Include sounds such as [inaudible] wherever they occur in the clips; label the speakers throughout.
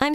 Speaker 1: I'm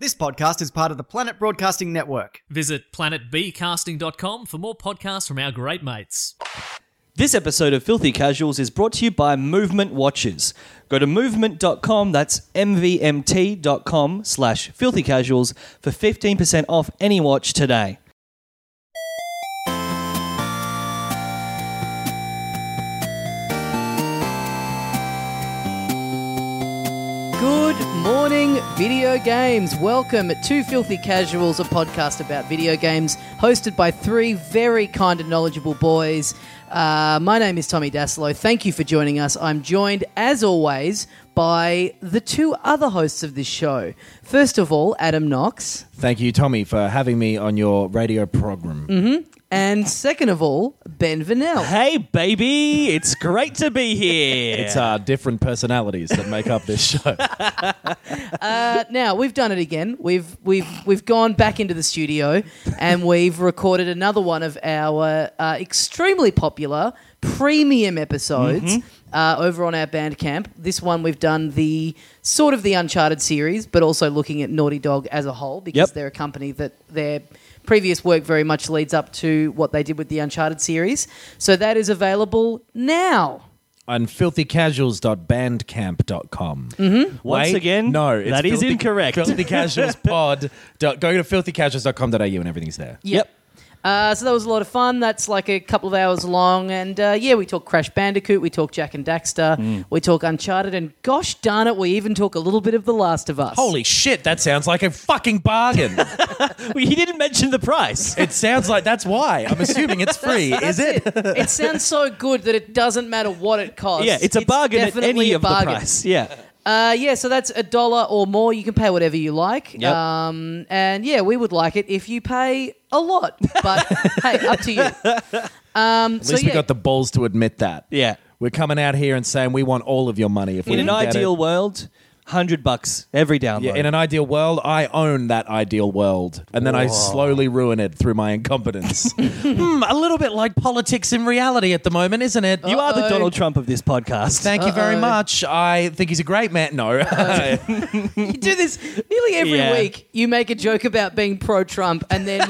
Speaker 2: This podcast is part of the Planet Broadcasting Network.
Speaker 3: Visit planetbcasting.com for more podcasts from our great mates.
Speaker 4: This episode of Filthy Casuals is brought to you by Movement Watches. Go to movement.com, that's mvmt.com slash filthy casuals for 15% off any watch today.
Speaker 5: Good morning, video games. Welcome to Filthy Casuals, a podcast about video games hosted by three very kind and knowledgeable boys. Uh, my name is Tommy Daslow. Thank you for joining us. I'm joined, as always, by the two other hosts of this show. First of all, Adam Knox,
Speaker 6: Thank you, Tommy, for having me on your radio program.
Speaker 4: Mm.
Speaker 5: and second of all, Ben Vanel.
Speaker 4: Hey, baby, it's great to be here.
Speaker 6: It's uh, different personalities that make up this
Speaker 4: [laughs]
Speaker 6: show.
Speaker 5: now we've done it again. We've we've we've gone back into the studio and we've recorded another one of our uh, extremely popular premium episodes uh, over on our Bandcamp. This one we've done the sort of the Uncharted series, but also looking at Naughty Dog as a whole because
Speaker 4: Yep.
Speaker 5: they're a company that their previous work very much leads up to what they did with the Uncharted series. So that is available now.
Speaker 6: on filthycasuals.bandcamp.com. Mm-hmm.
Speaker 4: Once again,
Speaker 6: no, it's
Speaker 4: that is
Speaker 6: filthy-
Speaker 4: incorrect.
Speaker 6: Filthycasualspod. dot- Go to filthycasuals.com.au and everything's there.
Speaker 4: [laughs] Yep.
Speaker 5: Uh, so that was a lot of fun. That's like a couple of hours long, and uh, yeah, we talk Crash Bandicoot, we talk Jack and Daxter,
Speaker 4: Mm.
Speaker 5: we talk Uncharted, and gosh darn it, we even talk a little bit of The Last of Us.
Speaker 6: Holy shit, that sounds like a
Speaker 4: [laughs]
Speaker 6: fucking bargain.
Speaker 4: Well, he didn't mention the price.
Speaker 6: it sounds like that's why. I'm assuming
Speaker 4: [laughs]
Speaker 6: it's free, is it?
Speaker 5: it sounds so good that it doesn't matter what it costs.
Speaker 4: Yeah, it's a bargain at
Speaker 5: definitely
Speaker 4: any
Speaker 5: a
Speaker 4: of the
Speaker 5: bargain.
Speaker 4: price. Yeah.
Speaker 5: Uh, yeah, so that's a dollar or more. You can pay whatever you like.
Speaker 4: Yep.
Speaker 5: Um, and yeah, we would like it if you pay a lot,
Speaker 4: [laughs]
Speaker 5: but hey, up to you. Um,
Speaker 6: At least we got the balls to admit that.
Speaker 4: Yeah.
Speaker 6: We're coming out here and saying we want all of your money. If we
Speaker 4: In an
Speaker 6: can get it.
Speaker 4: ideal world, 100 bucks every download.
Speaker 6: Yeah, in an ideal world, I own that ideal world, and then I slowly ruin it through my incompetence. [laughs] hmm, a little bit like politics in reality at the moment, isn't it?
Speaker 4: you are the Donald Trump of this podcast.
Speaker 6: Thank you very much. I think he's a great man. No,
Speaker 5: You [laughs] do this nearly every
Speaker 4: Yeah.
Speaker 5: week. You make a joke about being pro Trump
Speaker 4: [laughs]
Speaker 5: and then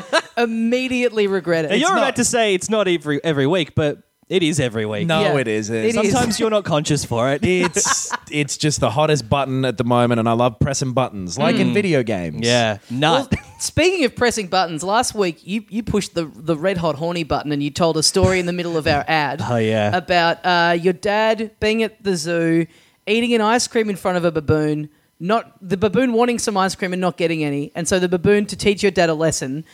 Speaker 5: immediately regret it.
Speaker 4: You're
Speaker 5: It's
Speaker 4: about to say it's not every every week, but it is every week.
Speaker 6: [laughs] no,
Speaker 5: Yeah.
Speaker 6: it isn't.
Speaker 5: It is.
Speaker 4: Sometimes you're not conscious for it.
Speaker 6: it's it's just the hottest button at the moment, and I love pressing buttons, like in video
Speaker 4: [laughs]
Speaker 6: games.
Speaker 4: Yeah.
Speaker 5: Well,
Speaker 4: Nut.
Speaker 5: speaking of pressing buttons, last week you, you pushed the, the red hot horny button and you told a story in the middle
Speaker 4: [laughs]
Speaker 5: of our ad.
Speaker 4: Oh, yeah.
Speaker 5: About uh, your dad being at the zoo, eating an ice cream in front of a baboon, not the baboon wanting some ice cream and not getting any. And so the baboon, to teach your dad a lesson,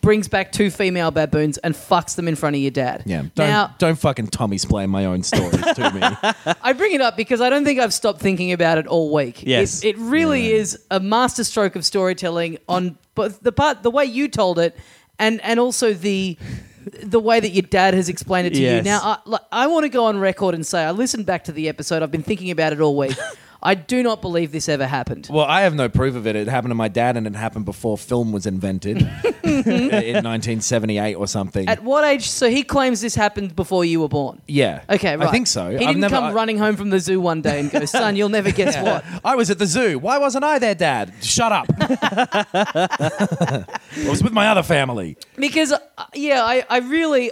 Speaker 5: brings back two female baboons and fucks them in front of your dad.
Speaker 6: yeah. Don't
Speaker 5: Now,
Speaker 6: don't fucking Tommy splain my own stories to [laughs] me.
Speaker 5: I bring it up because I don't think I've stopped thinking about it all week.
Speaker 4: Yes.
Speaker 5: it, it really is a masterstroke of storytelling on both the part, the way you told it, and and also the the way that your dad has explained it to you.
Speaker 4: Yes.
Speaker 5: Now, I, like, I want to go on record and say I listened back to the episode. I've been thinking about it all
Speaker 6: [laughs]
Speaker 5: week. I do not believe this ever happened.
Speaker 6: Well, I have no proof of it. It happened to my dad, and it happened before film was [laughs] invented in 1978 or something.
Speaker 5: At what age? So he claims this happened before you were born.
Speaker 6: Yeah.
Speaker 5: Okay, right.
Speaker 6: I think so.
Speaker 5: He
Speaker 6: I've
Speaker 5: didn't
Speaker 6: never-
Speaker 5: come
Speaker 6: I-
Speaker 5: running home from the zoo one day and go, "Son, you'll never
Speaker 6: [laughs]
Speaker 5: guess what."
Speaker 6: I was at the zoo. Why wasn't I there, Dad? Shut
Speaker 4: [laughs]
Speaker 6: up. I was with my other family.
Speaker 5: Because, uh, yeah, I, I really,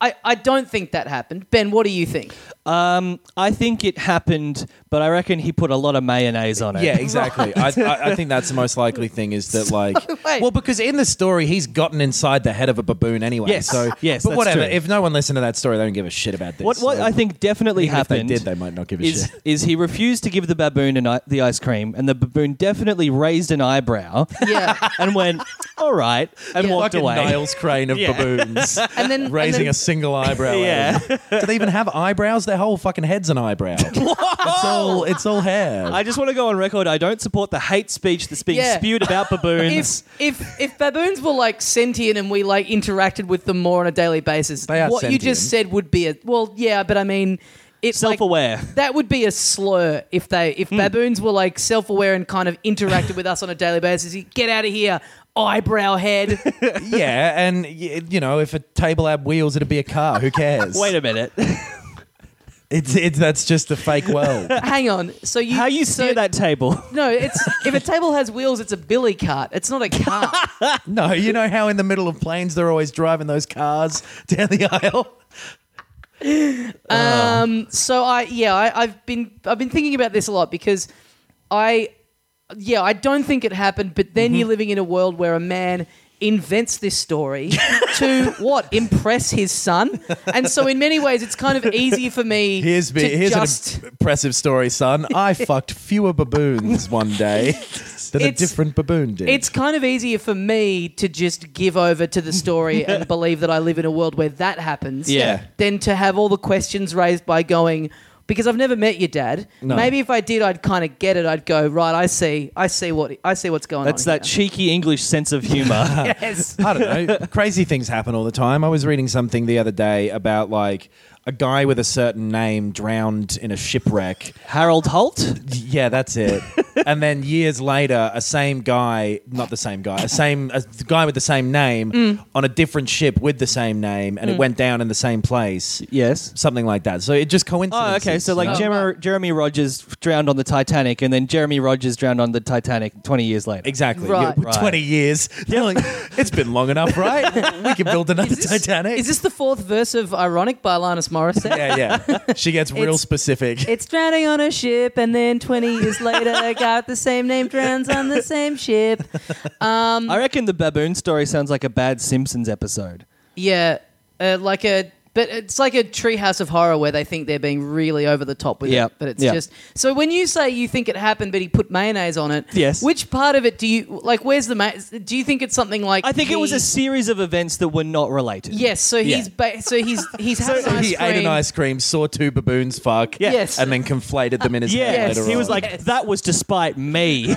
Speaker 5: I, I don't think that happened. Ben, what do you think?
Speaker 4: um, I think it happened, but I reckon he put a lot of mayonnaise on it.
Speaker 6: Yeah, exactly. I, I, I think that's the most likely thing is that, like,
Speaker 4: [laughs]
Speaker 5: wait.
Speaker 6: well, because in the story, he's gotten inside the head of a baboon anyway.
Speaker 4: Yes.
Speaker 6: So,
Speaker 4: Yes,
Speaker 6: but
Speaker 4: that's
Speaker 6: whatever.
Speaker 4: true.
Speaker 6: If no one listened to that story, they don't give a shit about
Speaker 4: [laughs]
Speaker 6: this.
Speaker 4: What, what
Speaker 6: So-
Speaker 4: I think definitely
Speaker 6: Even if they
Speaker 4: happened.
Speaker 6: did, they might not give a
Speaker 4: is,
Speaker 6: shit.
Speaker 4: Is he refused to give the baboon an, i- the ice cream, and the baboon definitely raised an eyebrow [laughs]
Speaker 5: Yeah.
Speaker 4: and went, "All right," and
Speaker 5: Yeah.
Speaker 4: walked
Speaker 6: fucking
Speaker 4: away.
Speaker 6: Niles Crane
Speaker 4: [laughs]
Speaker 6: of
Speaker 4: Yeah.
Speaker 6: baboons.
Speaker 5: [laughs] And then and
Speaker 6: Raising
Speaker 5: then,
Speaker 6: a single
Speaker 4: [laughs]
Speaker 6: eyebrow.
Speaker 4: Yeah.
Speaker 6: at him. Do they even have eyebrows? They're their whole fucking head's
Speaker 4: [laughs]
Speaker 6: an eyebrow. it's all it's all hair.
Speaker 4: I just want to go on record. I don't support the hate speech that's being
Speaker 5: Yeah.
Speaker 4: spewed [laughs] about baboons.
Speaker 5: If, if if baboons were like sentient and we like interacted with them more on a daily basis,
Speaker 6: They are
Speaker 5: what you just
Speaker 6: sentient.
Speaker 5: said would be a well, yeah, but I mean, it's like-
Speaker 4: Self-aware.
Speaker 5: that would be a slur if they if
Speaker 6: Hmm.
Speaker 5: baboons were like self-aware and kind of interacted with us on a daily basis. you- Get out of here, eyebrow
Speaker 6: [laughs]
Speaker 5: head.
Speaker 6: yeah, and y- you know, if a table had wheels, it'd be a car. Who cares?
Speaker 4: Wait a [laughs] minute.
Speaker 6: it's it's that's just a
Speaker 5: [laughs]
Speaker 6: fake world.
Speaker 5: Hang on, so you
Speaker 4: How you
Speaker 5: so-
Speaker 4: steer that table?
Speaker 5: No, it's if a table has wheels, it's a billy cart. It's not a cart.
Speaker 6: no, you know how in the middle of planes they're always driving those cars down the aisle.
Speaker 5: So I yeah I, I've been I've been thinking about this a lot because I yeah I don't think it happened but then
Speaker 6: Mm-hmm.
Speaker 5: you're living in a world where a man invents this story [laughs] to what impress his son and so in many ways it's kind of easy for me
Speaker 6: Here's me,
Speaker 5: to
Speaker 6: here's
Speaker 5: just
Speaker 6: an impressive story, son.
Speaker 5: [laughs]
Speaker 6: I fucked fewer baboons one day than a
Speaker 5: It's-
Speaker 6: different baboon did.
Speaker 5: it's kind of easier for me to just give over to the
Speaker 4: [laughs]
Speaker 5: story and believe that I live in a world where that happens
Speaker 4: Yeah.
Speaker 5: than to have all the questions raised by going because I've never met your dad. Maybe if I did I'd kind of get it. I'd go, "Right, I see. I see what I see what's going
Speaker 4: That's
Speaker 5: on."
Speaker 4: that cheeky English sense of humor.
Speaker 5: that yes.
Speaker 6: I don't know. Crazy things happen all the time. I was reading something the other day about like a guy with a certain name drowned in a shipwreck.
Speaker 4: Harold Holt?
Speaker 6: Yeah, that's it. and then years later, a same guy, not the same guy, a same a guy with the same name on a different ship with the same name, and it went down in the same place.
Speaker 4: Yes.
Speaker 6: Something like that. So it just coincidence.
Speaker 4: Oh, okay. So like Jeremy, Jeremy Rogers drowned on the Titanic, and then Jeremy Rogers drowned on the Titanic 20 years later.
Speaker 6: Exactly.
Speaker 5: Right.
Speaker 6: Yeah, 20 years. They're like, [laughs] it's been long enough, right? we can build another
Speaker 5: Is this-
Speaker 6: Titanic.
Speaker 5: Is this the fourth verse of Ironic by Alanis Morissette?
Speaker 6: [laughs] yeah, yeah. She gets real
Speaker 5: It's-
Speaker 6: specific.
Speaker 5: It's drowning on a ship, and then 20 years later, a guy with the same name drowns on the same ship.
Speaker 4: I reckon the baboon story sounds like a bad Simpsons episode.
Speaker 5: Yeah, uh, like a but it's like a treehouse of horror where they think they're being really over the top with
Speaker 4: Yeah,
Speaker 5: it, but it's
Speaker 4: yeah.
Speaker 5: just so when you say you think it happened, but he put mayonnaise on it.
Speaker 4: Yes.
Speaker 5: Which part of it do you like? Where's the ma- do you think it's something like?
Speaker 4: I think it was
Speaker 5: he-
Speaker 4: a series of events that were not related.
Speaker 5: Yes, so
Speaker 4: Yeah.
Speaker 5: he's ba- so he's
Speaker 4: [laughs]
Speaker 5: he's had an
Speaker 6: So
Speaker 5: ice
Speaker 6: [laughs] he ate an
Speaker 5: cream.
Speaker 6: ice cream, saw two baboons fuck,
Speaker 4: Yeah.
Speaker 5: Yes.
Speaker 6: and then conflated them in his head
Speaker 4: Yes,
Speaker 6: later
Speaker 4: he was
Speaker 6: on.
Speaker 4: like, that was despite me.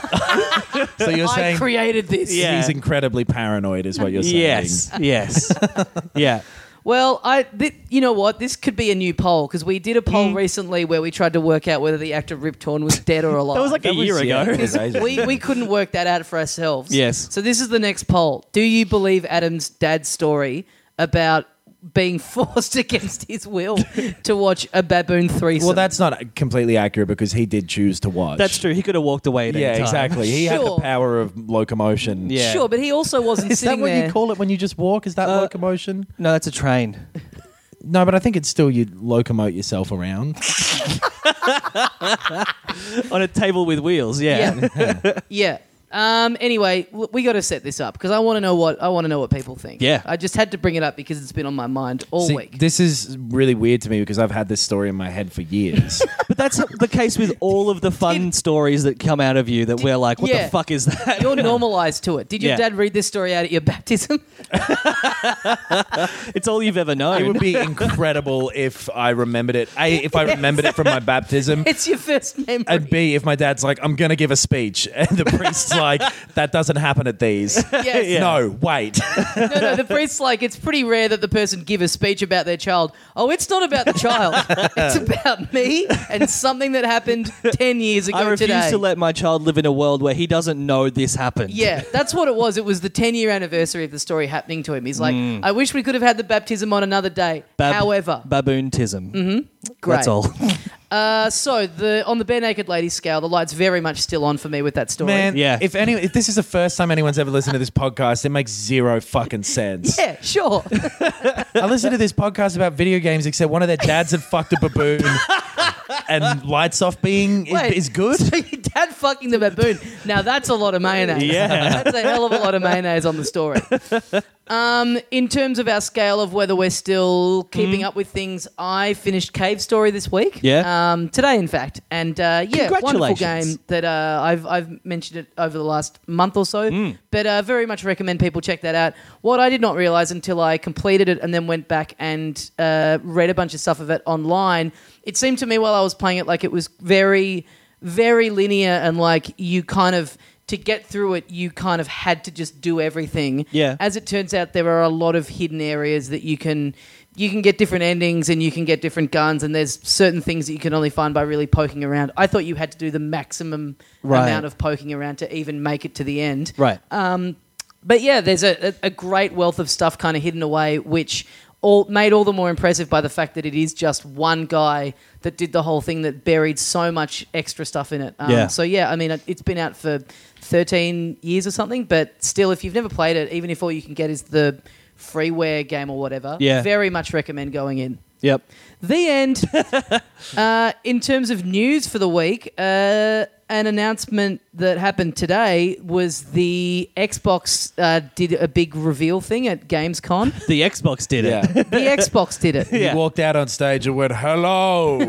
Speaker 6: so you're
Speaker 5: I
Speaker 6: saying
Speaker 5: created this.
Speaker 4: Yeah.
Speaker 6: he's incredibly paranoid, is what you're saying.
Speaker 4: [laughs] yes, yes. yeah.
Speaker 5: Well, I th- you know what? This could be a new poll because we did a
Speaker 4: Mm.
Speaker 5: poll recently where we tried to work out whether the actor Rip Torn was dead or alive.
Speaker 4: [laughs] Oh, That was like a
Speaker 6: was-
Speaker 4: year
Speaker 6: yeah,
Speaker 4: ago. [laughs]
Speaker 6: it [laughs] was ages
Speaker 5: we,
Speaker 6: ago.
Speaker 5: we couldn't work that out for ourselves.
Speaker 4: Yes.
Speaker 5: So this is the next poll. Do you believe Adam's dad's story about being [laughs] forced against his will to watch a baboon threesome?
Speaker 6: Well, that's not completely accurate because he did choose to watch.
Speaker 4: That's true. He could have walked away at
Speaker 6: Yeah,
Speaker 4: any time.
Speaker 6: exactly. He had the
Speaker 5: Sure.
Speaker 6: power of locomotion.
Speaker 4: Yeah.
Speaker 5: sure, but he also wasn't
Speaker 6: Is that
Speaker 5: sitting
Speaker 6: what
Speaker 5: there.
Speaker 6: you call it when you just walk? Is that locomotion?
Speaker 4: No, that's a [laughs] train.
Speaker 6: No, but I think it's still you locomote yourself around.
Speaker 4: On a table with wheels, yeah.
Speaker 5: yeah.
Speaker 6: [laughs]
Speaker 5: yeah. Um, anyway, w- we got to set this up because I want to know what I want to know what people think.
Speaker 4: Yeah.
Speaker 5: I just had to bring it up because it's been on my mind all
Speaker 6: See,
Speaker 5: week.
Speaker 6: This is really weird to me because I've had this story in my head for years.
Speaker 4: But that's the case with all of the fun stories that come out of you that we're like, what
Speaker 5: yeah.
Speaker 4: the fuck is that?
Speaker 5: You're normalized to it. Did your
Speaker 4: Yeah.
Speaker 5: dad read this story out at your baptism? [laughs]
Speaker 4: It's all you've ever known.
Speaker 6: It would be incredible if I remembered it. A, if I remembered it from my baptism.
Speaker 5: it's your first memory.
Speaker 6: And B, if my dad's like, I'm going to give a speech. [laughs] And the priest's like, that doesn't happen at these.
Speaker 5: Yes.
Speaker 6: [laughs] No, wait.
Speaker 5: No, no, the priest's like, it's pretty rare that the person give a speech about their child. Oh, it's not about the child.
Speaker 4: [laughs]
Speaker 5: it's about me and something that happened 10 years ago
Speaker 4: I refuse
Speaker 5: today.
Speaker 4: to let my child live in a world where he doesn't know this happened.
Speaker 5: yeah, that's what it was. It was the 10 year anniversary of the story happening to him. He's like, I wish we could have had the baptism on another day.
Speaker 4: Mm. Bab-
Speaker 5: However,
Speaker 4: baboontism. Mm-hmm.
Speaker 5: Great.
Speaker 4: That's all. [laughs]
Speaker 5: uh, so the on the bare naked lady scale, the light's very much still on for me with that story.
Speaker 6: Man,
Speaker 4: Yeah.
Speaker 6: if, any, if this is the first time anyone's ever listened to this podcast, it makes zero fucking sense.
Speaker 5: [laughs] Yeah, sure.
Speaker 6: I listened to this podcast about video games, except one of their dads had fucked a
Speaker 5: [laughs]
Speaker 6: baboon. And lights off being
Speaker 5: Wait.
Speaker 6: is, is good.
Speaker 5: [laughs] So your dad fucking the baboon. Now that's a lot of mayonnaise.
Speaker 4: Yeah. [laughs]
Speaker 5: That's a hell of a lot of mayonnaise on the story. Um, In terms of our scale of whether we're still
Speaker 4: Mm.
Speaker 5: keeping up with things, I finished Cave Story this week.
Speaker 4: Yeah.
Speaker 5: Um, today, in fact. And uh, yeah, wonderful
Speaker 4: Congratulations.
Speaker 5: game that uh, I've, I've mentioned it over the last month or so. But uh, very much recommend people check that out. What I did not realize until I completed it and then went back and uh, read a bunch of stuff of it online, it seemed to me while I was playing it like it was very, very linear and like you kind of. To get through it, you kind of had to just do everything.
Speaker 4: Yeah.
Speaker 5: As it turns out, there are a lot of hidden areas that you can you can get different endings and you can get different guns and there's certain things that you can only find by really poking around. I thought you had to do the maximum
Speaker 4: Right.
Speaker 5: amount of poking around to even make it to the end.
Speaker 4: Right.
Speaker 5: But yeah, there's a, a, a great wealth of stuff kind of hidden away, which all made all the more impressive by the fact that it is just one guy that did the whole thing that buried so much extra stuff in it. Um,
Speaker 4: Yeah.
Speaker 5: So yeah, I mean, it- it's been out for 13 years or something, but still, if you've never played it, even if all you can get is the freeware game or whatever,
Speaker 4: Yeah.
Speaker 5: very much recommend going in.
Speaker 4: yep.
Speaker 5: The end.
Speaker 6: [laughs]
Speaker 5: uh, in terms of news for the week, uh, an announcement that happened today was the Xbox uh, did a big reveal thing at Gamescom.
Speaker 4: The Xbox did it. [laughs]
Speaker 6: Yeah. [laughs]
Speaker 5: The Xbox did it.
Speaker 6: He walked out on stage and went,
Speaker 5: [laughs]
Speaker 6: "Hello,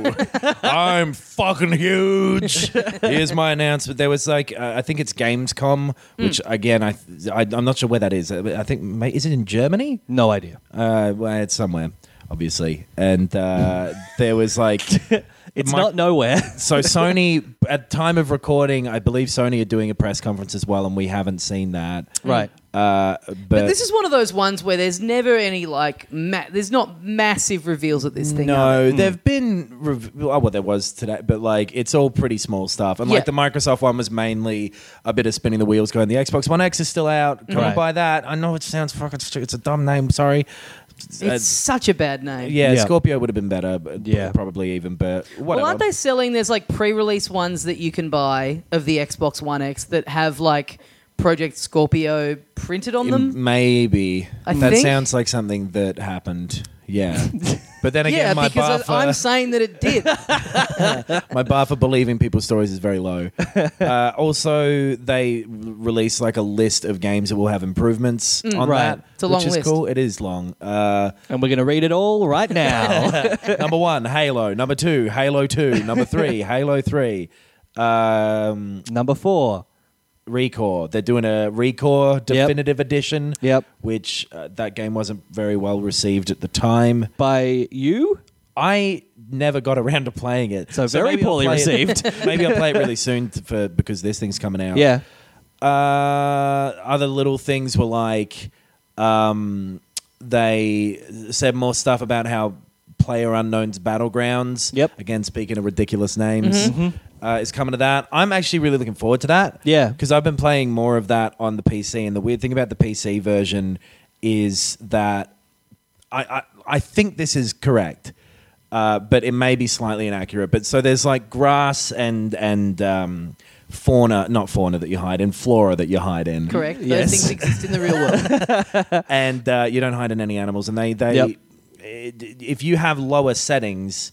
Speaker 6: I'm fucking huge." Here's my announcement. There was like, uh, I think it's Gamescom,
Speaker 5: Hmm.
Speaker 6: which again, I, I I'm not sure where that is. Uh, I think ma- is it in Germany?
Speaker 4: No idea.
Speaker 6: Uh, well, it's somewhere, obviously. And uh, there was like,
Speaker 5: [laughs]
Speaker 4: It's
Speaker 6: my-
Speaker 4: not nowhere. [laughs]
Speaker 5: Mm.
Speaker 6: so Sony at time of recording, I believe Sony are doing a press conference as well, and we haven't seen that.
Speaker 4: right.
Speaker 6: Uh, but,
Speaker 5: But this is one of those ones where there's never any like ma- there's not massive reveals at this thing. are there?
Speaker 6: No, there've been rev- oh, well, there was today, but like it's all pretty small stuff. And
Speaker 5: Yeah.
Speaker 6: like the Microsoft one was mainly a bit of spinning the wheels, going the Xbox One X is still out. Come
Speaker 4: Right.
Speaker 6: and buy that. I know it sounds fucking stupid. It's a dumb name. Sorry.
Speaker 5: It's
Speaker 6: Uh,
Speaker 5: such a bad name.
Speaker 6: yeah,
Speaker 4: Yeah.
Speaker 6: Scorpio would have been better. But
Speaker 4: Yeah.
Speaker 6: probably even. But whatever.
Speaker 5: Well, aren't they selling? There's like pre-release ones that you can buy of the Xbox One X that have like Project Scorpio printed on them.
Speaker 6: Maybe
Speaker 5: I
Speaker 6: that
Speaker 5: think-
Speaker 6: sounds like something that happened.
Speaker 5: [laughs]
Speaker 6: Yeah, but then again,
Speaker 5: Yeah,
Speaker 6: my bar
Speaker 5: because
Speaker 6: for
Speaker 5: I, I'm saying that it
Speaker 6: [laughs]
Speaker 5: did.
Speaker 6: my bar for believing people's stories is very
Speaker 4: [laughs]
Speaker 6: low. Uh, also, they release like a list of games that will have improvements on
Speaker 4: Mm. Right.
Speaker 6: that,
Speaker 5: It's a
Speaker 6: which
Speaker 5: long
Speaker 6: is
Speaker 5: list.
Speaker 6: cool. It is long. Uh,
Speaker 4: And we're going to read it all right
Speaker 6: [laughs]
Speaker 4: now.
Speaker 6: number one, Halo. Number two, Halo Two. Number
Speaker 4: [laughs]
Speaker 6: three, Halo Three. Um,
Speaker 4: Number four.
Speaker 6: Recore. They're doing a Recore definitive edition.
Speaker 4: Yep.
Speaker 6: Which uh, that game wasn't very well received at the time.
Speaker 4: By you?
Speaker 6: I never got around to playing it.
Speaker 4: So very
Speaker 6: maybe I'll
Speaker 4: poorly
Speaker 6: play it-
Speaker 4: received.
Speaker 6: [laughs] maybe I'll play it
Speaker 4: [laughs]
Speaker 6: really soon t- for because this thing's coming out.
Speaker 4: Yeah.
Speaker 6: Uh, other little things were like um, they said more stuff about how player unknown's battlegrounds.
Speaker 4: Yep. Mm-hmm.
Speaker 6: Again, speaking of ridiculous names. Uh, is coming to that. I'm actually really looking forward to that.
Speaker 4: Yeah.
Speaker 6: Because I've been playing more of that on the PC. And the weird thing about the PC version is that I, I, I think this is correct, uh, but it may be slightly inaccurate. But so there's like grass and and um, fauna, not fauna that you hide in, flora that you hide in.
Speaker 5: Correct.
Speaker 4: Yes.
Speaker 5: Those things exist in the real
Speaker 6: [laughs]
Speaker 5: world.
Speaker 6: And uh, you don't hide in any animals. And they they
Speaker 4: Yep.
Speaker 6: it- if you have lower settings,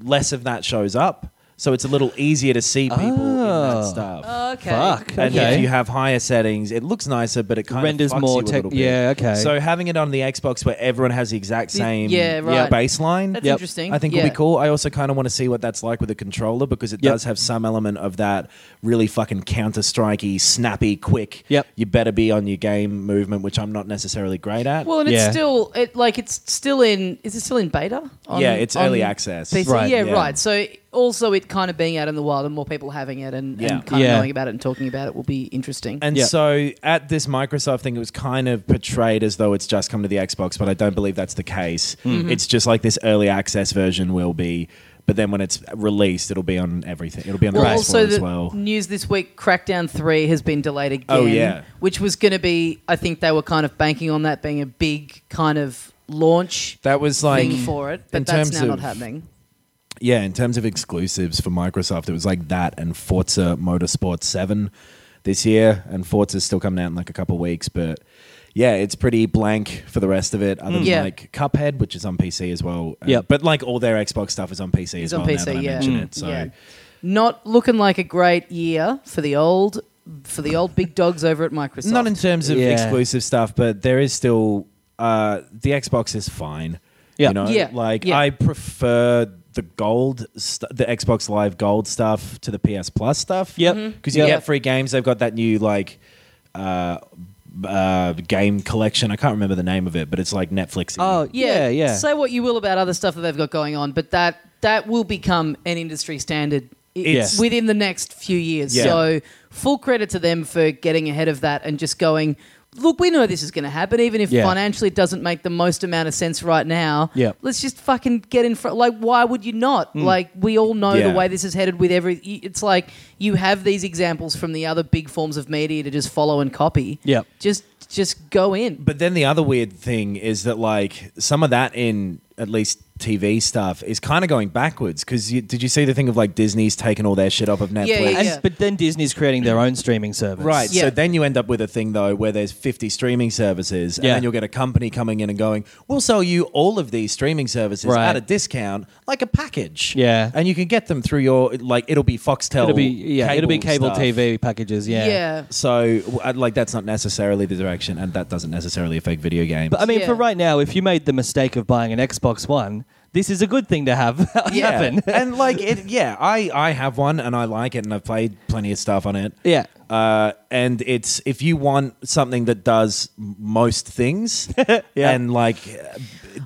Speaker 6: less of that shows up. So it's a little easier to see people in that stuff.
Speaker 5: Okay.
Speaker 4: Fuck.
Speaker 6: And if
Speaker 4: Ah. Okay.
Speaker 6: you have higher settings, it looks nicer, but it kind
Speaker 4: Renders
Speaker 6: of fucks
Speaker 4: more
Speaker 6: you a
Speaker 4: tech-
Speaker 6: little bit.
Speaker 4: yeah, okay.
Speaker 6: So having it on the Xbox where everyone has the exact same
Speaker 5: yeah, right.
Speaker 6: baseline,
Speaker 5: That's
Speaker 4: Yep.
Speaker 5: interesting.
Speaker 6: I think
Speaker 5: yeah.
Speaker 6: will be cool. I also kind of want to see what that's like with a controller because it
Speaker 4: Yep.
Speaker 6: does have some element of that really fucking counter strikey, snappy, quick.
Speaker 4: Yep.
Speaker 6: You better be on your game movement, which I'm not necessarily great at.
Speaker 5: Well, and it's
Speaker 4: Yeah.
Speaker 5: still it like it's still in. Is it still in beta? On-
Speaker 6: yeah, it's
Speaker 5: on
Speaker 6: early access.
Speaker 5: PC?
Speaker 4: Right,
Speaker 5: yeah,
Speaker 6: yeah.
Speaker 5: right. So also, it kind of being out in the wild and more people having it and,
Speaker 6: Yeah.
Speaker 5: and kind
Speaker 4: Yeah.
Speaker 5: of knowing about it and talking about it will be interesting.
Speaker 6: And
Speaker 4: Yeah.
Speaker 6: so at this Microsoft thing, it was kind of portrayed as though it's just come to the Xbox, but I don't believe that's the case.
Speaker 5: Mm-hmm.
Speaker 6: Mm-hmm. It's just like this early access version will be, but then when it's released, it'll be on everything. It'll be on the
Speaker 5: Well,
Speaker 6: platform
Speaker 5: also the
Speaker 6: as well.
Speaker 5: news this week, Crackdown Three has been delayed again.
Speaker 6: Oh, yeah.
Speaker 5: which was going to be. I think they were kind of banking on that being a big kind of launch
Speaker 6: That was like
Speaker 5: thing for it,
Speaker 6: in
Speaker 5: but that's
Speaker 6: terms
Speaker 5: now not
Speaker 6: of-
Speaker 5: happening.
Speaker 6: Yeah, in terms of exclusives for Microsoft, it was like that and Forza Motorsport 7 this year. And Forza's still coming out in like a couple weeks. But yeah, it's pretty blank for the rest of it, other than
Speaker 5: Hmm. Yeah.
Speaker 6: like Cuphead, which is on PC as well. Uh,
Speaker 4: Yep.
Speaker 6: But like all their Xbox stuff is on PC
Speaker 5: It's
Speaker 6: as
Speaker 5: on
Speaker 6: well. now
Speaker 5: PC,
Speaker 6: that I
Speaker 5: Mm, yeah.
Speaker 6: mention it. So
Speaker 5: Yeah. Not looking like a great year for the old for the old big dogs over at Microsoft.
Speaker 6: Not in terms of
Speaker 4: Yeah.
Speaker 6: exclusive stuff, but there is still uh, the Xbox is fine.
Speaker 4: Yeah.
Speaker 6: you know,
Speaker 5: Yeah,
Speaker 6: like
Speaker 5: yeah.
Speaker 6: I prefer the gold, st- the Xbox Live Gold stuff to the PS Plus stuff.
Speaker 4: Yep.
Speaker 5: Mm-hmm.
Speaker 4: Mhm.
Speaker 6: because you
Speaker 4: Yep.
Speaker 6: get free games. They've got that new like. Uh, uh, game collection. I can't remember the name of it, but it's like Netflix.
Speaker 4: Oh yeah, yeah.
Speaker 5: Say what you will about other stuff that they've got going on, but that that will become an industry standard i-
Speaker 6: It's-
Speaker 5: within the next few years.
Speaker 6: Yeah.
Speaker 5: So full credit to them for getting ahead of that and just going. Look, we know this is going to happen, even if
Speaker 4: Yeah.
Speaker 5: financially it doesn't make the most amount of sense right now.
Speaker 4: Yeah. Mm.
Speaker 5: Let's just fucking get in front. Like, why would you not? Like, we all know
Speaker 6: Yeah.
Speaker 5: the way this is headed with every. y- It's like you have these examples from the other big forms of media to just follow and copy.
Speaker 4: Yeah.
Speaker 5: Just, just go in.
Speaker 6: But then the other weird thing is that like some of that in at least TV stuff is kind of going backwards because you, did you see the thing of like Disney's taking all their shit off of Netflix?
Speaker 5: yeah,
Speaker 4: And,
Speaker 5: yeah.
Speaker 4: But then Disney's creating their own streaming service.
Speaker 6: Right.
Speaker 5: Yeah.
Speaker 6: So then you end up with a thing though where there's 50 streaming services, and
Speaker 4: Yeah.
Speaker 6: then you'll get a company coming in and going, "We'll sell you all of these streaming services
Speaker 4: Right.
Speaker 6: at a discount, like a package."
Speaker 4: Yeah.
Speaker 6: And you can get them through your like it'll be Foxtel.
Speaker 4: It'll be yeah. it'll be cable
Speaker 6: stuff.
Speaker 4: TV packages. Yeah.
Speaker 5: yeah.
Speaker 6: So w- I'd- like that's not necessarily the direction, and that doesn't necessarily affect video games.
Speaker 4: But I mean,
Speaker 5: Yeah.
Speaker 4: for right now, if you made the mistake of buying an Xbox One, this is a good thing to have [laughs]
Speaker 5: [laughs]
Speaker 6: yeah.
Speaker 4: happen. [laughs]
Speaker 6: and like it, yeah. I I have one and I like it, and I've played plenty of stuff on it.
Speaker 4: Yeah.
Speaker 6: Uh, and it's if you want something that does m- most [laughs] things,
Speaker 4: Yeah.
Speaker 6: and like,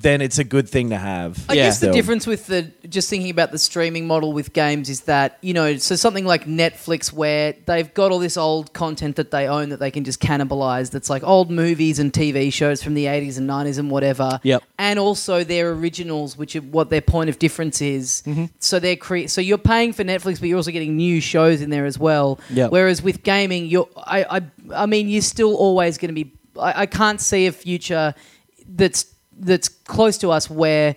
Speaker 6: then it's a good thing to have.
Speaker 5: I guess the
Speaker 6: Still.
Speaker 5: difference with the just thinking about the streaming model with games is that you know so something like Netflix where they've got all this old content that they own that they can just cannibalize that's like old movies and TV shows from the 80s and 90s and whatever
Speaker 4: Yep.
Speaker 5: and also their originals which are what their point of difference is so they're cre- so you're paying for Netflix but you're also getting new shows in there as well
Speaker 4: Yep.
Speaker 5: whereas with gaming you're I I, I mean you're still always going to be I, I can't see a future that's that's close to us where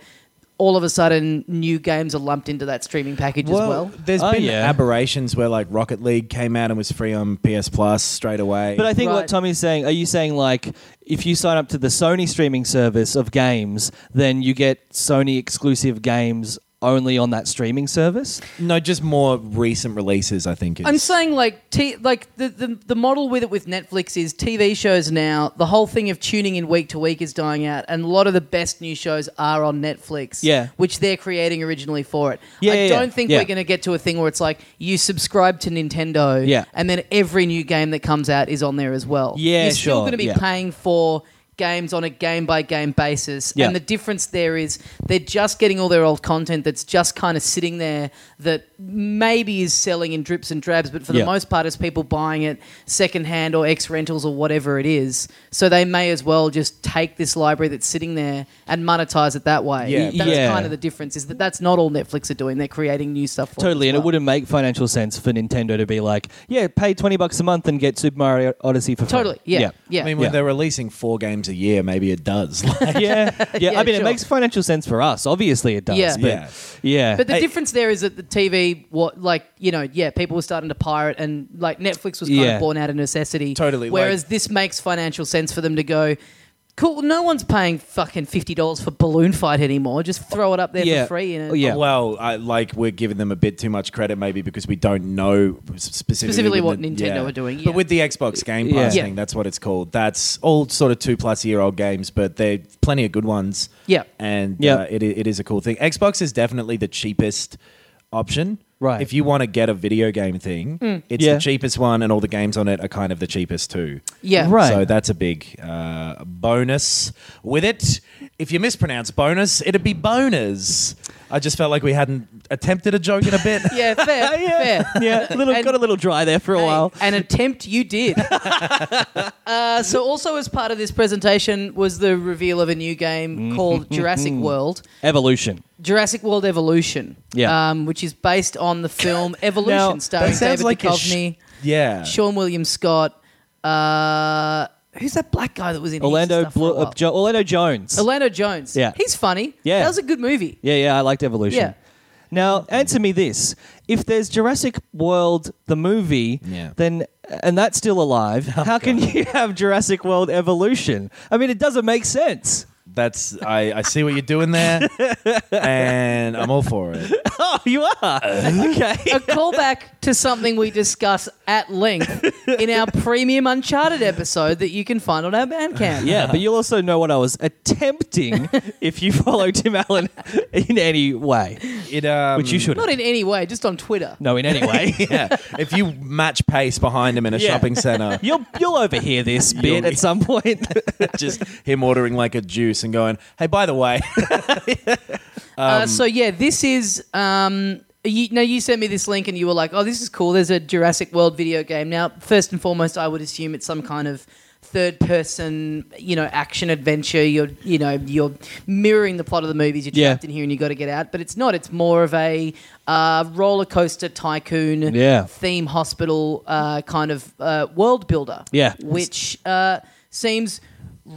Speaker 5: all of a sudden new games are lumped into that streaming package as well.
Speaker 6: there's
Speaker 4: Oh,
Speaker 6: been
Speaker 4: yeah.
Speaker 6: aberrations where like Rocket League came out and was free on PS Plus straight away.
Speaker 4: But I think what
Speaker 5: Right.
Speaker 4: Tommy's saying, are you saying like if you sign up to the Sony streaming service of games, then you get Sony exclusive games only on that streaming service?
Speaker 6: no, just more recent releases. I think. Is,
Speaker 5: I'm saying like t- like the, the the model with it with Netflix is TV shows now. The whole thing of tuning in week to week is dying out, and a lot of the best new shows are on Netflix.
Speaker 4: Yeah.
Speaker 5: which they're creating originally for it.
Speaker 4: Yeah,
Speaker 5: I
Speaker 4: yeah, yeah.
Speaker 5: don't think
Speaker 4: Yeah.
Speaker 5: we're going to get to a thing where it's like you subscribe to Nintendo,
Speaker 4: Yeah.
Speaker 5: and then every new game that comes out is on there as well.
Speaker 4: Yeah,
Speaker 5: you're still
Speaker 4: sure,
Speaker 5: going to be
Speaker 4: yeah.
Speaker 5: paying for. Games on a game by game basis,
Speaker 4: Yeah.
Speaker 5: and the difference there is they're just getting all their old content that's just kind of sitting there that maybe is selling in drips and drabs, but for the
Speaker 4: Yeah.
Speaker 5: most part, it's people buying it secondhand or ex rentals or whatever it is. So they may as well just take this library that's sitting there and monetize it that way.
Speaker 6: Yeah.
Speaker 5: that's
Speaker 4: Yeah.
Speaker 5: kind of the difference. Is that that's not all Netflix are doing; they're creating new stuff. For
Speaker 4: Totally,
Speaker 5: it as
Speaker 4: and it
Speaker 5: well.
Speaker 4: wouldn't make financial sense for Nintendo to be like, yeah, pay twenty bucks a month and get Super Mario Odyssey for free.
Speaker 5: Totally, yeah, yeah.
Speaker 6: I mean, when
Speaker 4: Yeah.
Speaker 6: they're releasing four games a year, maybe it does. [laughs]
Speaker 5: [laughs]
Speaker 6: Like,
Speaker 4: [laughs] yeah, yeah.
Speaker 5: Yeah,
Speaker 4: I mean, it
Speaker 5: sure.
Speaker 4: makes financial sense for us. Obviously, it does.
Speaker 5: Yeah.
Speaker 4: But
Speaker 6: Yeah.
Speaker 4: yeah.
Speaker 5: But the difference there is that the TV, what like you know, yeah, people were starting to pirate, and like Netflix was kind
Speaker 4: Yeah.
Speaker 5: of born out of necessity.
Speaker 6: Totally,
Speaker 5: Whereas
Speaker 6: like-
Speaker 5: this makes financial sense for them to go. Cool. No one's paying fucking fifty dollars for Balloon Fight anymore. Just throw it up there
Speaker 4: Yeah.
Speaker 5: for free. And
Speaker 4: Oh, yeah.
Speaker 6: Well, [laughs] I, like we're giving them a bit too much credit, maybe because we don't know s- specifically,
Speaker 5: Specifically
Speaker 6: with
Speaker 5: what
Speaker 6: Nin-
Speaker 5: Nintendo
Speaker 6: yeah.
Speaker 5: are doing, yeah.
Speaker 6: But with the Xbox Game Pass
Speaker 4: Yeah.
Speaker 6: thing, that's what it's called. That's all sort of two plus year old games, but they're plenty of good ones.
Speaker 5: Yeah.
Speaker 6: and
Speaker 4: Yeah.
Speaker 6: uh, it, i- it is a cool thing. Xbox is definitely the cheapest option.
Speaker 4: Right.
Speaker 6: If you want to get a video game thing,
Speaker 5: Mm.
Speaker 6: it's
Speaker 4: Yeah.
Speaker 6: the cheapest one, and all the games on it are kind of the cheapest too.
Speaker 5: yeah,
Speaker 4: Right.
Speaker 6: So that's a big uh, bonus with it. If you mispronounce bonus, it'd be boners. I just felt like we hadn't attempted a joke in a bit.
Speaker 4: [laughs]
Speaker 5: Yeah, fair, fair.
Speaker 4: [laughs] yeah, little,
Speaker 5: And-
Speaker 4: got a little dry there for a while.
Speaker 5: An attempt you
Speaker 4: [laughs]
Speaker 5: did. uh, so, also as part of this presentation was the reveal of a new game
Speaker 4: Mm-hmm.
Speaker 5: called Jurassic World,
Speaker 4: Evolution.
Speaker 5: Jurassic World Evolution,
Speaker 4: Yeah.
Speaker 5: um, which is based on the film
Speaker 4: [laughs]
Speaker 5: Evolution,
Speaker 4: Now, that
Speaker 5: starring David
Speaker 6: a sh-
Speaker 5: Duchovny,
Speaker 6: yeah.
Speaker 5: Sean William Scott. Uh, who's that black guy that was in heaps of
Speaker 4: Orlando
Speaker 5: stuff for a
Speaker 4: Blo-
Speaker 5: while?
Speaker 4: uh, jo- Orlando Jones.
Speaker 5: Orlando Jones.
Speaker 4: Yeah.
Speaker 5: he's funny.
Speaker 4: Yeah.
Speaker 5: that was a
Speaker 4: [laughs]
Speaker 5: good movie.
Speaker 4: yeah, yeah, I liked Evolution.
Speaker 5: Yeah.
Speaker 4: Now, answer me this. If there's Jurassic World the movie,
Speaker 6: Yeah. Oh,
Speaker 4: then uh, and that's [laughs]
Speaker 6: [laughs]
Speaker 4: still alive, how can you have Jurassic World Evolution? I mean, it doesn't make sense. [laughs]
Speaker 6: That's I, I see what you're doing there, and I'm all for it.
Speaker 4: Oh, you are. Okay.
Speaker 5: a callback to something we discuss at
Speaker 4: [laughs]
Speaker 5: length in our premium Uncharted episode that you can find on our Bandcamp.
Speaker 4: Yeah, [laughs] but you'll also know what I was [laughs] attempting if you follow Tim Allen in any way, [laughs]
Speaker 6: It um,
Speaker 4: which you should.
Speaker 5: Not in any way, just on Twitter.
Speaker 4: No, in any way. [laughs]
Speaker 6: yeah. If you match pace behind him in a
Speaker 4: Yeah. [laughs]
Speaker 6: shopping center,
Speaker 4: You'll you'll overhear this bit at some [laughs] point.
Speaker 6: just him ordering like a juice and going, "Hey, by the way, [laughs]
Speaker 4: Um,
Speaker 5: uh, so yeah, this is. Um, you, no, you sent me this link and you were like, "Oh, this is cool." There's a Jurassic World video game now. First and foremost, I would assume it's some kind of third-person, you know, action adventure. You're, you know, you're mirroring the plot of the movies. You're
Speaker 4: Yeah.
Speaker 5: trapped in here and you got to get out. But it's not. It's more of a uh, roller coaster tycoon
Speaker 4: Yeah.
Speaker 5: theme hospital uh, kind of uh, world builder.
Speaker 4: Yeah.
Speaker 5: which uh, seems.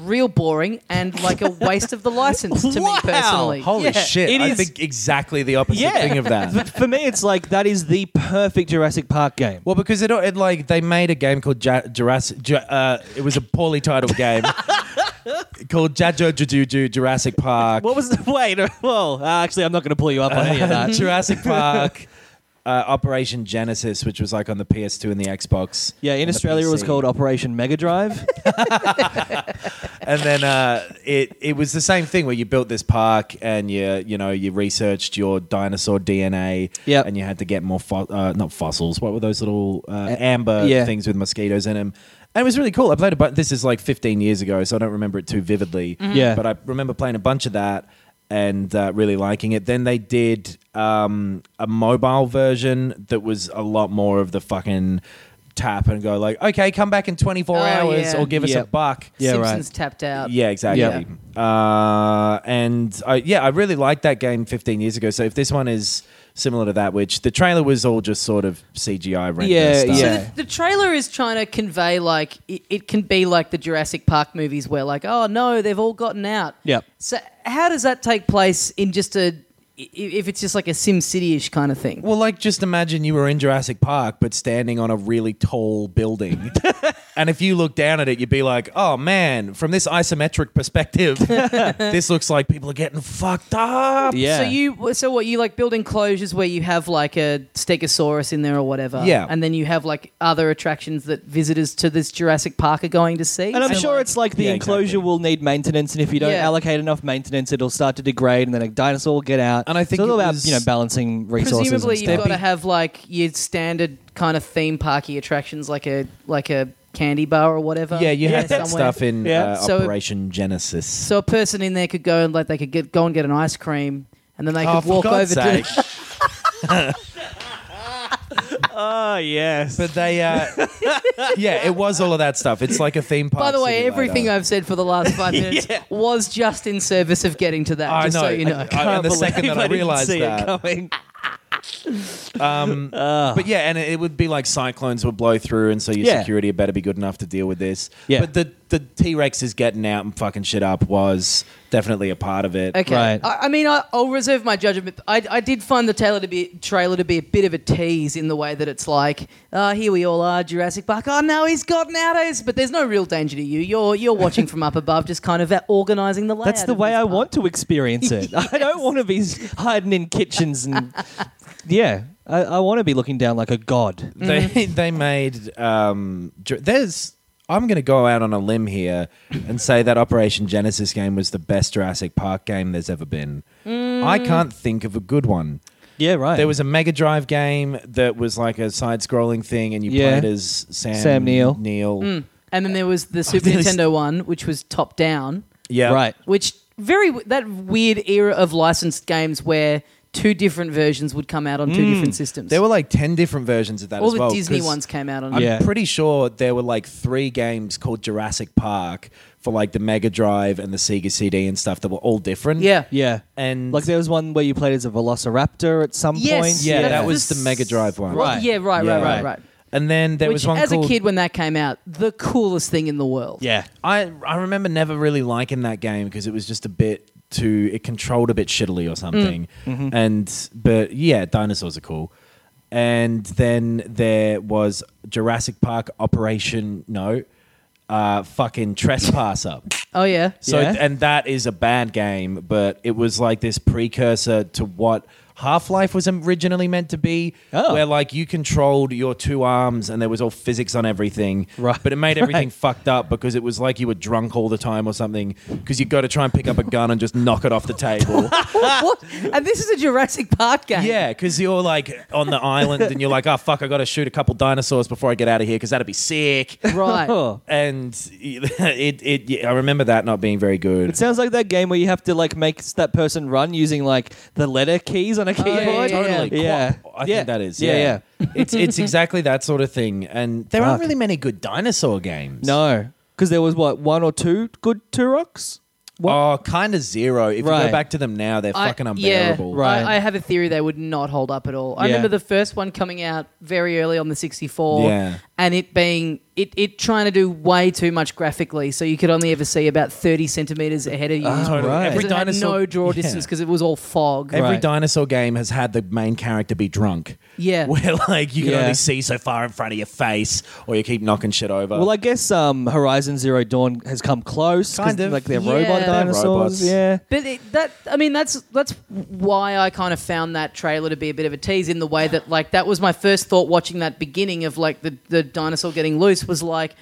Speaker 5: Real boring and like a waste of the license
Speaker 4: [laughs]
Speaker 5: to
Speaker 4: Wow.
Speaker 5: me personally.
Speaker 6: holy
Speaker 4: Yeah,
Speaker 6: shit!"
Speaker 4: it
Speaker 6: I
Speaker 4: is-
Speaker 6: think exactly the opposite
Speaker 4: Yeah.
Speaker 6: thing
Speaker 4: [laughs]
Speaker 6: of that.
Speaker 4: For me, it's like that is the perfect Jurassic Park game.
Speaker 6: Well, because it, it like they made a game called ja- Jurassic. Ju- uh, it was a poorly
Speaker 4: [laughs]
Speaker 6: titled game called Jajo Jujuju Jurassic Park.
Speaker 4: What was the wait? [laughs] Well, uh, actually, I'm not going to pull you up on any of that.
Speaker 6: Uh, Jurassic Park. Uh, Operation Genesis, which was like on the PS2 and the Xbox.
Speaker 4: [laughs] Yeah, in
Speaker 6: and the
Speaker 4: Australia, it was
Speaker 6: PC.
Speaker 4: called Operation Mega [laughs] Drive.
Speaker 6: and then uh, it it was the same thing where you built this park and you you know you researched your dinosaur DNA
Speaker 4: Yep.
Speaker 6: and you had to get more fo- uh, not fossils what were those little uh, amber
Speaker 4: yeah.
Speaker 6: things with mosquitoes in them and it was really cool I played a bu- this is like 15 years ago so I don't remember it too vividly
Speaker 4: Mm-hmm. Yeah.
Speaker 6: but I remember playing a bunch of that and uh, really liking it then they did um, a mobile version that was a lot more of the fucking tap and go like okay come back in 24
Speaker 5: Oh,
Speaker 6: hours
Speaker 5: yeah.
Speaker 6: or give us a
Speaker 4: Yep.
Speaker 6: buck
Speaker 4: Yeah, right.
Speaker 5: Simpsons tapped out.
Speaker 6: yeah, exactly. Uh, and I, yeah, I really liked that game 15 years ago. So if this one is similar to that, which the trailer was all just sort of CGI render
Speaker 4: Yeah,
Speaker 6: stuff.
Speaker 4: yeah.
Speaker 5: The trailer is trying to convey like it, it can be like the Jurassic Park movies where like oh no they've all gotten out.
Speaker 4: Yep.
Speaker 5: So how does that take place in just a i- if it's just like a Sim City ish kind of thing?
Speaker 6: Well, like just imagine you were in Jurassic Park, but standing on a really
Speaker 4: [laughs]
Speaker 6: tall building. and if you look down at it, you'd be like, oh man, from this isometric perspective,
Speaker 4: [laughs]
Speaker 6: this looks like people are getting fucked up.
Speaker 4: Yeah.
Speaker 5: So you so what you like build enclosures where you have like a Stegosaurus in there or whatever.
Speaker 6: Yeah.
Speaker 5: And then you have like other attractions that visitors to this Jurassic Park are going to see.
Speaker 4: And I'm
Speaker 5: So,
Speaker 4: sure
Speaker 5: like-
Speaker 4: it's like the
Speaker 6: Yeah,
Speaker 4: enclosure
Speaker 6: exactly.
Speaker 4: will need maintenance, and if you don't
Speaker 5: Yeah.
Speaker 4: allocate enough maintenance, it'll start to degrade, and then a dinosaur will get out.
Speaker 6: And I think
Speaker 4: it's all
Speaker 6: it
Speaker 4: about
Speaker 6: was-
Speaker 4: you know balancing resources.
Speaker 5: Presumably,
Speaker 4: and
Speaker 5: you've
Speaker 4: stuff.
Speaker 5: got to have like your standard kind of theme parky attractions, like a like a candy bar or whatever.
Speaker 6: Yeah, you had that
Speaker 5: somewhere.
Speaker 6: stuff in
Speaker 4: Yeah.
Speaker 6: uh,
Speaker 5: So-
Speaker 6: Operation Genesis.
Speaker 5: So a person in there could go and like they could get go and get an ice cream, and then they
Speaker 6: Oh,
Speaker 5: could walk over [laughs] to.
Speaker 4: Oh yes.
Speaker 6: But they, uh,
Speaker 4: [laughs]
Speaker 6: yeah, it was all of that stuff. It's like a theme park.
Speaker 5: By the way,
Speaker 6: simulator.
Speaker 5: everything I've said for the last
Speaker 6: [laughs]
Speaker 5: five minutes was just in service of getting to that.
Speaker 6: I
Speaker 5: just
Speaker 6: know.
Speaker 5: so you know.
Speaker 6: I- I- and the second that I, realized that,
Speaker 4: coming.
Speaker 6: but yeah, and it would be like cyclones would blow through, and so your
Speaker 4: Yeah.
Speaker 6: security better be good enough to deal with this.
Speaker 4: Yeah.
Speaker 6: But the the T Rex is getting out and fucking shit up was definitely a part of it.
Speaker 5: Okay.
Speaker 4: Right.
Speaker 5: I, I mean, I, I'll reserve my judgment. I, I did find the trailer to be trailer to be a bit of a tease in the way that it's like, oh, here we all are, Jurassic Park. Oh no, he's gotten out of this. But there's no real danger to you. You're you're watching from up above, just kind of organising the layout.
Speaker 4: That's the
Speaker 5: of
Speaker 4: way
Speaker 5: this
Speaker 4: I
Speaker 5: park.
Speaker 4: want to experience
Speaker 5: [laughs]
Speaker 4: it. I don't want to be s- hiding in kitchens and yeah. I, I want to be looking down like a god.
Speaker 6: They
Speaker 5: Mm-hmm.
Speaker 6: [laughs] they made um, Ju- there's. I'm going to go out on a limb here and say that Operation Genesis game was the best Jurassic Park game there's ever been.
Speaker 5: Mm.
Speaker 6: I can't think of a good one.
Speaker 4: Yeah, right.
Speaker 6: There was a Mega Drive game that was like a side-scrolling thing, and you
Speaker 4: Yeah.
Speaker 6: played as Sam,
Speaker 4: Sam Neill.
Speaker 6: Neill.
Speaker 5: And then there was the Super
Speaker 6: there's-
Speaker 5: Nintendo one, which was top down,
Speaker 6: Yeah,
Speaker 4: right.
Speaker 5: which very that weird era of licensed games where two different versions would come out on two different systems.
Speaker 6: There were like ten different versions of that.
Speaker 5: all
Speaker 6: as
Speaker 5: the
Speaker 6: well,
Speaker 5: Disney
Speaker 6: 'cause
Speaker 5: ones came out on.
Speaker 6: I'm
Speaker 4: Yeah.
Speaker 6: pretty sure there were like three games called Jurassic Park for like the Mega Drive and the Sega CD and stuff that were all different.
Speaker 5: Yeah.
Speaker 4: Yeah,
Speaker 6: And-
Speaker 4: like there was one where you played as a velociraptor at some
Speaker 5: Yes.
Speaker 4: point.
Speaker 6: yeah,
Speaker 5: That's
Speaker 6: that
Speaker 5: the
Speaker 6: was the
Speaker 5: s-
Speaker 6: Mega Drive one.
Speaker 4: Right.
Speaker 5: Yeah, right,
Speaker 6: Yeah.
Speaker 5: right, right, right.
Speaker 6: And then there
Speaker 5: Which,
Speaker 6: was one
Speaker 5: as
Speaker 6: called,
Speaker 5: a kid, when that came out, the coolest thing in the world.
Speaker 4: yeah.
Speaker 6: I I remember never really liking that game because it was just a bit too it controlled a bit shittily or something. And but yeah, dinosaurs are cool. And then there was Jurassic Park Operation No. uh, fucking Trespasser.
Speaker 5: Oh
Speaker 6: [laughs]
Speaker 5: yeah.
Speaker 6: So
Speaker 4: Yeah.
Speaker 6: and that is a bad game, but it was like this precursor to what Half Life was originally meant to be,
Speaker 4: Oh.
Speaker 6: where like you controlled your two arms and there was all physics on everything,
Speaker 4: Right,
Speaker 6: But it made
Speaker 4: [laughs]
Speaker 6: everything
Speaker 4: right.
Speaker 6: fucked up because it was like you were drunk all the time or something because you got to try and pick up a gun and just knock it off
Speaker 4: [laughs]
Speaker 6: the table.
Speaker 5: what? And this is a Jurassic Park game.
Speaker 6: Yeah, because you're like on the island and you're like, oh fuck, I got to shoot a couple dinosaurs before I get out of here because that'd
Speaker 4: [laughs]
Speaker 6: be sick. [laughs] Oh,
Speaker 5: Right.
Speaker 6: And it, it, yeah, I remember that not being very good.
Speaker 4: It sounds like that game where you have to like make s- that person run using like the letter keys on a keyboard.
Speaker 5: Oh, yeah, yeah,
Speaker 6: Oh,
Speaker 5: yeah.
Speaker 6: Totally.
Speaker 4: Yeah.
Speaker 6: Quap. I
Speaker 4: Yeah.
Speaker 6: think that is.
Speaker 4: Yeah,
Speaker 6: Yeah,
Speaker 4: yeah.
Speaker 6: it's it's exactly that sort of thing, and there aren't
Speaker 4: Fuck.
Speaker 6: really many good dinosaur games.
Speaker 4: No, because there was what one or two good Turoks.
Speaker 6: Oh, kind of zero. If you
Speaker 4: Right.
Speaker 6: go back to them now, they're fucking unbearable.
Speaker 5: Yeah,
Speaker 4: Right.
Speaker 5: I, I have a theory they would not hold up at all. I
Speaker 4: Yeah.
Speaker 5: remember the first one coming out very early on the 64
Speaker 6: Yeah.
Speaker 5: and it being it, it trying to do way too much graphically so you could only ever see about 30 centimeters ahead of you.
Speaker 6: Totally.
Speaker 4: right.
Speaker 6: Ah, Every
Speaker 5: Because it had
Speaker 6: dinosaur,
Speaker 5: no draw
Speaker 6: Yeah.
Speaker 5: distance because it was all fog.
Speaker 6: Every
Speaker 4: Right.
Speaker 6: dinosaur game has had the main character be drunk.
Speaker 5: Yeah.
Speaker 6: [laughs] where like you can
Speaker 4: Yeah.
Speaker 6: only see so far in front of your face, or you keep knocking shit over.
Speaker 4: Well, I guess um, Horizon Zero Dawn has come close. 'cause,
Speaker 6: Kind of.
Speaker 4: like they're
Speaker 5: Yeah.
Speaker 4: robot
Speaker 5: They're
Speaker 4: dinosaurs.
Speaker 6: robots.
Speaker 4: Yeah.
Speaker 5: But it, that I mean that's that's why I kind of found that trailer to be a bit of a tease in the way that like that was my first thought watching that beginning of like the the dinosaur getting loose was like,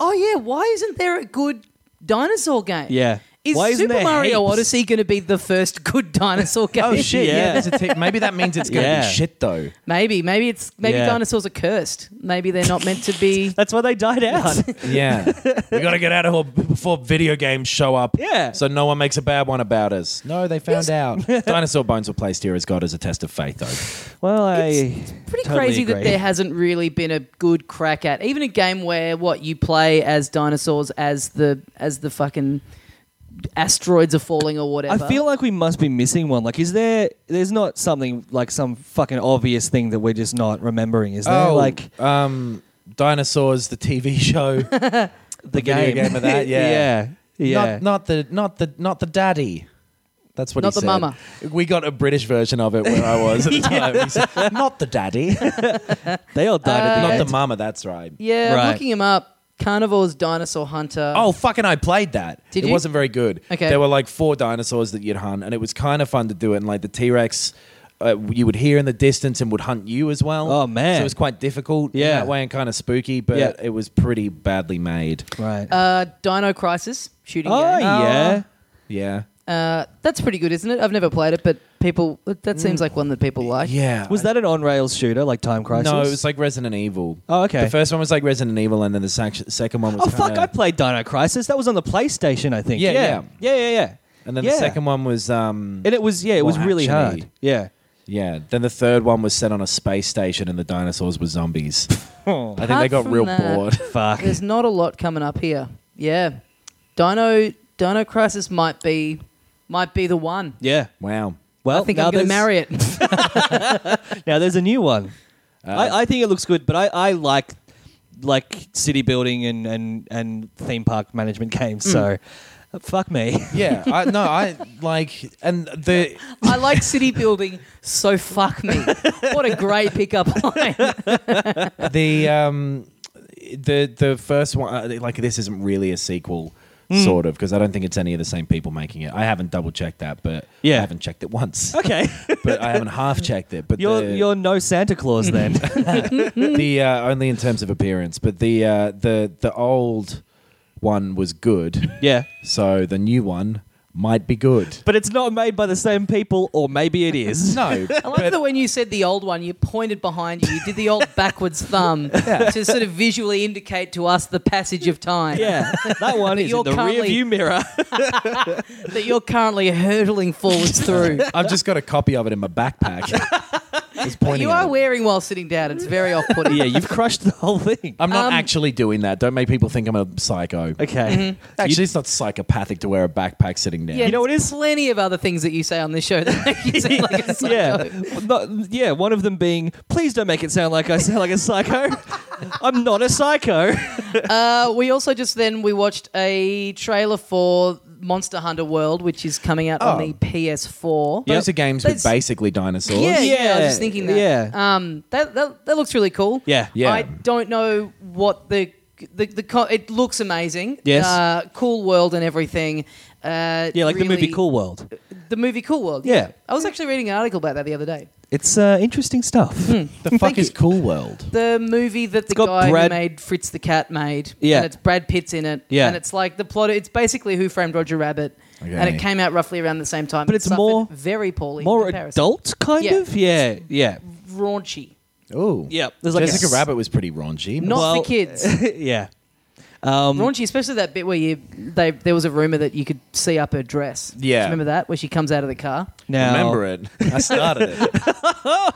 Speaker 5: oh yeah, why isn't there a good dinosaur game?
Speaker 4: Yeah.
Speaker 5: Is
Speaker 4: Why isn't
Speaker 5: Super
Speaker 4: there
Speaker 5: Mario
Speaker 4: heaps?
Speaker 5: Odyssey going to be the first good [laughs] dinosaur game?
Speaker 6: oh shit! Yeah,
Speaker 4: Yeah.
Speaker 6: there's a tip. maybe that means it's
Speaker 4: [laughs]
Speaker 6: gonna
Speaker 4: Yeah.
Speaker 6: be shit though.
Speaker 5: Maybe maybe it's maybe
Speaker 4: Yeah.
Speaker 5: dinosaurs are cursed. Maybe they're not meant to
Speaker 4: [laughs]
Speaker 5: be.
Speaker 4: That's why they died
Speaker 5: [laughs]
Speaker 4: out. [laughs]
Speaker 6: Yeah, we gotta get out of here before video games show up.
Speaker 4: Yeah.
Speaker 6: so no one makes a bad one about us. No, they found out. [laughs] Dinosaur bones were placed here as God as a test of faith, though.
Speaker 4: well, I.
Speaker 5: pretty
Speaker 4: totally
Speaker 5: crazy that
Speaker 4: agree.
Speaker 5: there hasn't really been a good crack at even a game where what you play as dinosaurs as the as the fucking asteroids are falling or
Speaker 4: I
Speaker 5: whatever.
Speaker 4: feel like we must be missing one. Like, is there? There's not something like some fucking obvious thing that we're just not remembering, is
Speaker 6: Oh,
Speaker 4: there? like
Speaker 6: um, dinosaurs, the TV [laughs] show, the,
Speaker 4: the
Speaker 6: video
Speaker 4: game.
Speaker 6: game.
Speaker 4: [laughs]
Speaker 6: of that. Yeah,
Speaker 4: yeah, yeah.
Speaker 6: Not, not the not the not the daddy. That's what
Speaker 5: Not the
Speaker 6: he said.
Speaker 5: mama.
Speaker 6: We got a British version of it where I was at the time. He said, not the daddy,
Speaker 4: they all died
Speaker 5: Uh,
Speaker 4: at the
Speaker 6: not
Speaker 4: end.
Speaker 6: the mama. That's right.
Speaker 5: yeah, I'm
Speaker 4: Right.
Speaker 5: looking him up. Carnivore's Dinosaur Hunter.
Speaker 6: Oh fucking! I played that.
Speaker 5: Did
Speaker 6: it
Speaker 5: you?
Speaker 6: wasn't very good.
Speaker 5: Okay.
Speaker 6: There were like four dinosaurs that you'd hunt, and it was kind of fun to do it. And like the T Rex, uh, you would hear in the distance and would hunt you as well.
Speaker 4: Oh, man.
Speaker 6: so it was quite difficult. in
Speaker 4: Yeah.
Speaker 6: that way and kind of spooky, but
Speaker 4: Yeah.
Speaker 6: it was pretty badly made.
Speaker 4: right.
Speaker 5: Uh, Dino Crisis shooting
Speaker 4: oh
Speaker 5: game.
Speaker 4: yeah.
Speaker 6: Yeah,
Speaker 5: Uh, that's pretty good, isn't it? I've never played it, but people that seems like one that people like.
Speaker 6: yeah.
Speaker 4: Was that an on rails shooter like Time Crisis?
Speaker 6: no? It was like Resident Evil.
Speaker 4: Oh, okay.
Speaker 6: The first one was like Resident Evil, and then the sac- second one was.
Speaker 4: Oh fuck!
Speaker 6: kinda-
Speaker 4: I played Dino Crisis. That was on the PlayStation, I think.
Speaker 6: Yeah,
Speaker 4: yeah, yeah, yeah. yeah.
Speaker 6: And then
Speaker 4: yeah.
Speaker 6: the second one was. Um,
Speaker 4: and it was yeah, it was
Speaker 6: More
Speaker 4: really
Speaker 6: action-y.
Speaker 4: hard. Yeah,
Speaker 6: [laughs] yeah. Then the third one was set on a space station, and the dinosaurs
Speaker 4: [laughs]
Speaker 6: were zombies. I think they
Speaker 5: Apart
Speaker 6: got
Speaker 5: from
Speaker 6: real
Speaker 5: that-
Speaker 6: bored. [laughs]
Speaker 4: fuck.
Speaker 5: There's not a lot coming up here. Yeah, Dino Dino Crisis might be might be the one.
Speaker 4: yeah.
Speaker 6: Wow.
Speaker 4: Well,
Speaker 5: I think
Speaker 4: now
Speaker 5: I'm going to
Speaker 4: there's-
Speaker 5: marry it.
Speaker 4: Now there's a new one.
Speaker 6: Uh,
Speaker 4: I, I think it looks good, but I, I like like city building and, and, and theme park management
Speaker 5: Hmm.
Speaker 4: games. So uh, fuck me.
Speaker 6: Yeah, I, no, I like, and the
Speaker 5: I like city building, so fuck me. What a great pickup [laughs] line.
Speaker 6: the um the the first one, uh, like this isn't really a sequel,
Speaker 4: Hmm.
Speaker 6: sort of, because I don't think it's any of the same people making it. I haven't double checked that, but
Speaker 4: Yeah.
Speaker 6: I haven't checked it
Speaker 4: [laughs]
Speaker 6: once. [laughs]
Speaker 4: okay,
Speaker 6: But I haven't half checked it. But
Speaker 4: you're
Speaker 6: the,
Speaker 4: you're no Santa Claus
Speaker 6: [laughs]
Speaker 4: then.
Speaker 6: the uh, only in terms of appearance, but the uh, the the old one was good.
Speaker 4: yeah,
Speaker 6: So the new one might be good.
Speaker 4: but it's not made by the same people, or maybe it is.
Speaker 6: No,
Speaker 5: I like that when you said the old one, you pointed behind you. You did the old
Speaker 4: [laughs]
Speaker 5: backwards thumb to sort of visually indicate to us the passage of time.
Speaker 4: Yeah, that one [laughs] is in
Speaker 5: you're
Speaker 4: the rear
Speaker 5: currently-
Speaker 4: view mirror.
Speaker 5: That you're currently
Speaker 4: [laughs]
Speaker 5: hurtling forwards through.
Speaker 6: I've just got a copy of it in my backpack. It's pointing
Speaker 5: You
Speaker 6: at
Speaker 5: are
Speaker 6: it.
Speaker 5: wearing while sitting down. It's very off
Speaker 4: [laughs] [laughs]
Speaker 5: putting.
Speaker 4: yeah, you've crushed the whole
Speaker 6: [laughs]
Speaker 4: thing.
Speaker 6: I'm not actually doing that. Don't make people think I'm a psycho.
Speaker 4: Okay.
Speaker 5: Mm-hmm. [laughs]
Speaker 6: Actually, it's not psychopathic to wear a backpack sitting down.
Speaker 5: Yeah,
Speaker 4: You know what it is?
Speaker 5: Plenty of other things that you say on this show that make you sound like a psycho.
Speaker 4: Yeah, Not- yeah. One of them being, please don't make it sound like I sound like a psycho. [laughs] I'm not a psycho. [laughs]
Speaker 5: Uh, we also just then we watched a trailer for Monster Hunter World, which is coming out on
Speaker 6: Oh.
Speaker 5: the PS4.
Speaker 6: Those are games with
Speaker 5: That's-
Speaker 6: basically dinosaurs.
Speaker 4: [laughs]
Speaker 5: Yeah, yeah, I was
Speaker 4: Yeah,
Speaker 5: just thinking Um, that.
Speaker 4: yeah.
Speaker 5: Um, that, that that looks really cool.
Speaker 4: Yeah.
Speaker 6: Yeah.
Speaker 5: I don't know what the the, the co- it looks amazing.
Speaker 4: Yes.
Speaker 5: Uh, cool world and everything. Uh,
Speaker 4: Yeah, like the movie
Speaker 5: really-
Speaker 4: Cool World.
Speaker 5: The movie Cool World.
Speaker 4: Yeah.
Speaker 5: I was actually reading an article about that the other day.
Speaker 4: It's uh, interesting stuff.
Speaker 5: Hmm.
Speaker 6: The fuck is Cool World?
Speaker 5: The movie that the
Speaker 4: got
Speaker 5: guy
Speaker 4: Brad-
Speaker 5: who made Fritz the Cat made.
Speaker 4: Yeah.
Speaker 5: And it's Brad Pitt's in it.
Speaker 4: Yeah.
Speaker 5: And it's like the plot, it's basically Who Framed Roger Rabbit. And
Speaker 6: Okay.
Speaker 5: it came out roughly around the same time.
Speaker 4: But
Speaker 5: It
Speaker 4: it's
Speaker 5: suffered
Speaker 4: more-
Speaker 5: very poorly. in
Speaker 4: More
Speaker 5: comparison.
Speaker 4: adult, kind
Speaker 5: Yeah.
Speaker 4: of. Yeah, yeah, [laughs]
Speaker 5: Raunchy.
Speaker 6: Oh,
Speaker 4: Yeah, there's like a
Speaker 6: Jessica
Speaker 4: s-
Speaker 6: Rabbit was pretty raunchy.
Speaker 5: Not
Speaker 4: Well-
Speaker 5: for kids.
Speaker 4: yeah.
Speaker 6: Mm.
Speaker 5: raunchy, especially that bit where you they, there was a rumor that you could see up her dress. Do you
Speaker 6: Yeah.
Speaker 5: remember that where she comes out of the car?
Speaker 4: Now,
Speaker 6: remember it.
Speaker 4: [laughs]
Speaker 6: I started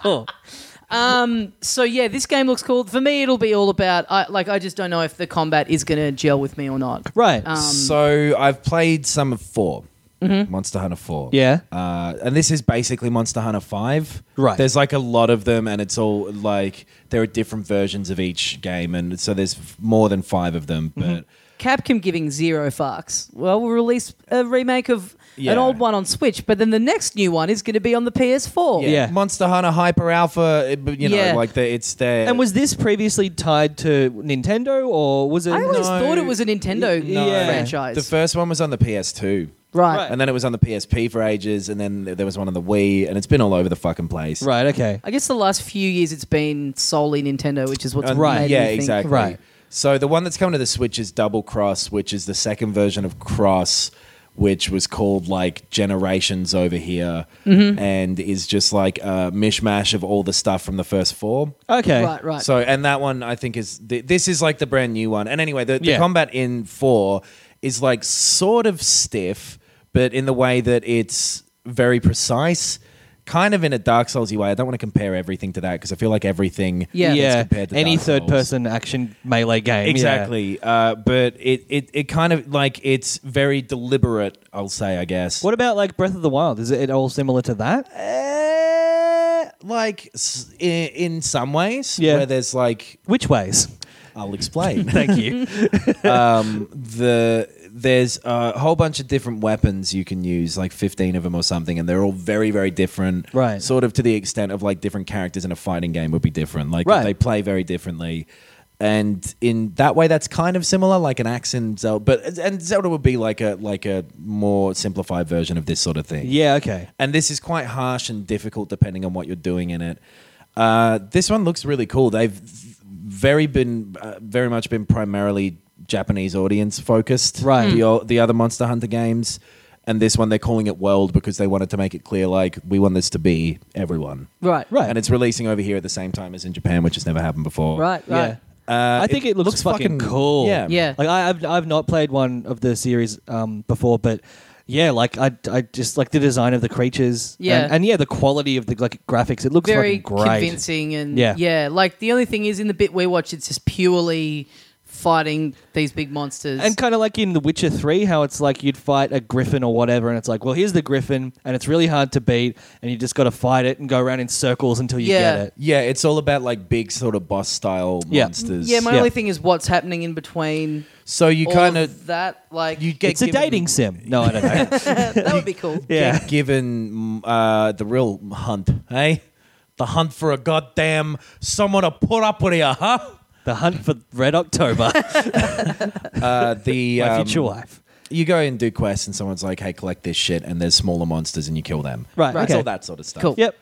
Speaker 6: it.
Speaker 5: So yeah, this game looks cool. For me, it'll be all about I, like I just don't know if the combat is going to gel with me or not.
Speaker 4: Right.
Speaker 6: so I've played some of 4 Monster Hunter Four.
Speaker 4: Yeah.
Speaker 6: uh, and this is basically Monster Hunter Five.
Speaker 4: Right.
Speaker 6: There's like a lot of them, and it's all like there are different versions of each game, and so there's f- more than five of them. But
Speaker 5: Capcom giving zero fucks. Well, we'll release a remake of
Speaker 6: Yeah.
Speaker 5: an old one on Switch, but then the next new one is going to be on the PS4.
Speaker 4: Yeah.
Speaker 6: Monster Hunter Hyper Alpha, it- but, you know,
Speaker 5: Yeah.
Speaker 6: like the, it's there.
Speaker 4: and was this previously tied to Nintendo or was it?
Speaker 5: I always
Speaker 6: No.
Speaker 5: thought it was a Nintendo
Speaker 4: No. Yeah.
Speaker 5: franchise.
Speaker 6: the first one was on the PS2.
Speaker 5: right.
Speaker 4: Right.
Speaker 6: And then it was on the PSP for ages, and then th- there was one on the Wii, and it's been all over the fucking place.
Speaker 4: Right. Okay.
Speaker 5: I guess the last few years it's been solely Nintendo, which is what's
Speaker 6: And-
Speaker 4: Right.
Speaker 5: made
Speaker 6: Uh, Yeah,
Speaker 5: me think-
Speaker 6: exactly.
Speaker 4: Right.
Speaker 6: So the one that's coming to the Switch is Double Cross, which is the second version of Cross, which was called like Generations over here,
Speaker 4: Mm-hmm.
Speaker 6: and is just like a mishmash of all the stuff from the first four.
Speaker 4: Okay.
Speaker 5: Right, right.
Speaker 6: So, and that one I think is th- this is like the brand new one. And anyway, the, the
Speaker 4: Yeah.
Speaker 6: combat in four is like sort of stiff, but in the way that it's very precise. Kind of in a Dark Soulsy way. I don't want to compare everything to that because I feel like everything
Speaker 5: Yeah.
Speaker 6: that's
Speaker 4: Yeah.
Speaker 6: compared to
Speaker 4: Any
Speaker 6: Dark
Speaker 4: third
Speaker 6: Souls-
Speaker 4: person action melee game. yeah.
Speaker 6: Exactly. Uh, but it, it, it kind of like it's very deliberate, I'll say, I guess.
Speaker 4: What about like Breath of the Wild? Is it at all similar to that?
Speaker 6: Uh, like s- i- in some ways,
Speaker 4: Yeah.
Speaker 6: where there's like,
Speaker 4: Which ways?
Speaker 6: I'll explain.
Speaker 4: [laughs]
Speaker 6: Um,
Speaker 4: Thank you.
Speaker 6: [laughs] the there's a whole bunch of different weapons you can use, like 15 of them or something, and they're all very, very different.
Speaker 4: Right.
Speaker 6: Sort of to the extent of like different characters in a fighting game would be different. Like
Speaker 4: Right.
Speaker 6: they play very differently. And in that way, that's kind of similar, like an axe in Zelda, but and Zelda would be like a like a more simplified version of this sort of thing
Speaker 4: yeah. Okay.
Speaker 6: and this is quite harsh and difficult depending on what you're doing in it. Uh, this one looks really cool. They've very been uh, very much been primarily Japanese audience focused.
Speaker 4: Right.
Speaker 6: The o- the other Monster Hunter games, and this one they're calling it World because they wanted to make it clear like we want this to be everyone.
Speaker 5: Right.
Speaker 4: Right.
Speaker 6: And it's releasing over here at the same time as in Japan, which has never happened before.
Speaker 5: Right. Right.
Speaker 4: Yeah.
Speaker 6: Uh,
Speaker 4: I think it, looks, fucking, cool.
Speaker 6: Yeah.
Speaker 5: Yeah.
Speaker 4: Like I, I've I've not played one of the series um, before, but yeah, like I, I just like the design of the creatures.
Speaker 5: Yeah.
Speaker 4: And, and yeah, the quality of the like graphics. It looks
Speaker 5: very
Speaker 4: fucking great.
Speaker 5: convincing and
Speaker 4: Yeah.
Speaker 5: yeah. like the only thing is in the bit we watch it's just purely fighting these big monsters
Speaker 4: And kind of like in The Witcher 3, how it's like you'd fight a griffin or whatever, and it's like, well, here's the griffin, and it's really hard to beat, and you just got to fight it and go around in circles until you
Speaker 5: Yeah.
Speaker 4: get it.
Speaker 6: Yeah, it's all about like big sort of boss style
Speaker 4: Yeah.
Speaker 6: monsters.
Speaker 5: yeah my
Speaker 4: yeah.
Speaker 5: only thing is what's happening in between
Speaker 6: so you
Speaker 5: all
Speaker 6: kind
Speaker 5: of that like
Speaker 6: you get
Speaker 4: It's a
Speaker 6: given-
Speaker 4: dating sim. No, I don't
Speaker 5: [laughs]
Speaker 4: know.
Speaker 5: that
Speaker 4: [laughs]
Speaker 5: would be cool
Speaker 4: yeah.
Speaker 6: get given uh, the real hunt, eh? The hunt for a goddamn someone to put up with you, huh?
Speaker 4: The hunt for Red
Speaker 5: [laughs]
Speaker 4: October,
Speaker 6: Uh, [laughs] the
Speaker 4: my
Speaker 6: um,
Speaker 4: future wife.
Speaker 6: You go and do quests, and someone's like, "Hey, collect this shit," and there's smaller monsters, and you kill them.
Speaker 4: Right,
Speaker 6: It's
Speaker 4: okay.
Speaker 6: all that sort of stuff.
Speaker 5: Cool.
Speaker 4: Yep.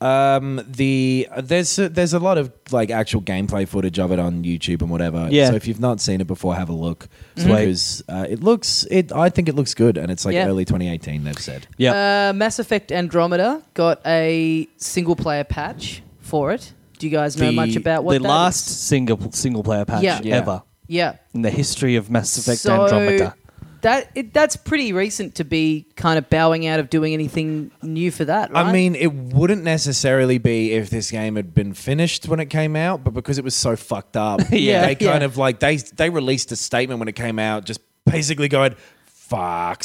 Speaker 6: Um, the uh, there's a, there's a lot of like actual gameplay footage of it on YouTube and whatever.
Speaker 4: Yeah.
Speaker 6: So if you've not seen it before, have a look
Speaker 4: Sweet.
Speaker 6: because uh, it looks it. I think it looks good, and it's like
Speaker 5: Yeah.
Speaker 6: early 2018. They've said.
Speaker 4: Yep.
Speaker 5: uh, mass effect andromeda got a single player patch for it do you guys know
Speaker 6: The-
Speaker 5: much about what
Speaker 4: the
Speaker 5: that
Speaker 4: last
Speaker 5: is?
Speaker 4: single single player patch
Speaker 5: Yeah. Yeah.
Speaker 4: ever
Speaker 5: yeah
Speaker 4: in the history of Mass Effect
Speaker 5: so
Speaker 4: Andromeda.
Speaker 5: that it, that's pretty recent to be kind of bowing out of doing anything new for that right?
Speaker 6: I mean, it wouldn't necessarily be if this game had been finished when it came out, but because it was so fucked up,
Speaker 4: Yeah.
Speaker 6: they
Speaker 5: [laughs]
Speaker 6: kind
Speaker 5: Yeah.
Speaker 6: of like they they released a statement when it came out, just basically going, "Fuck,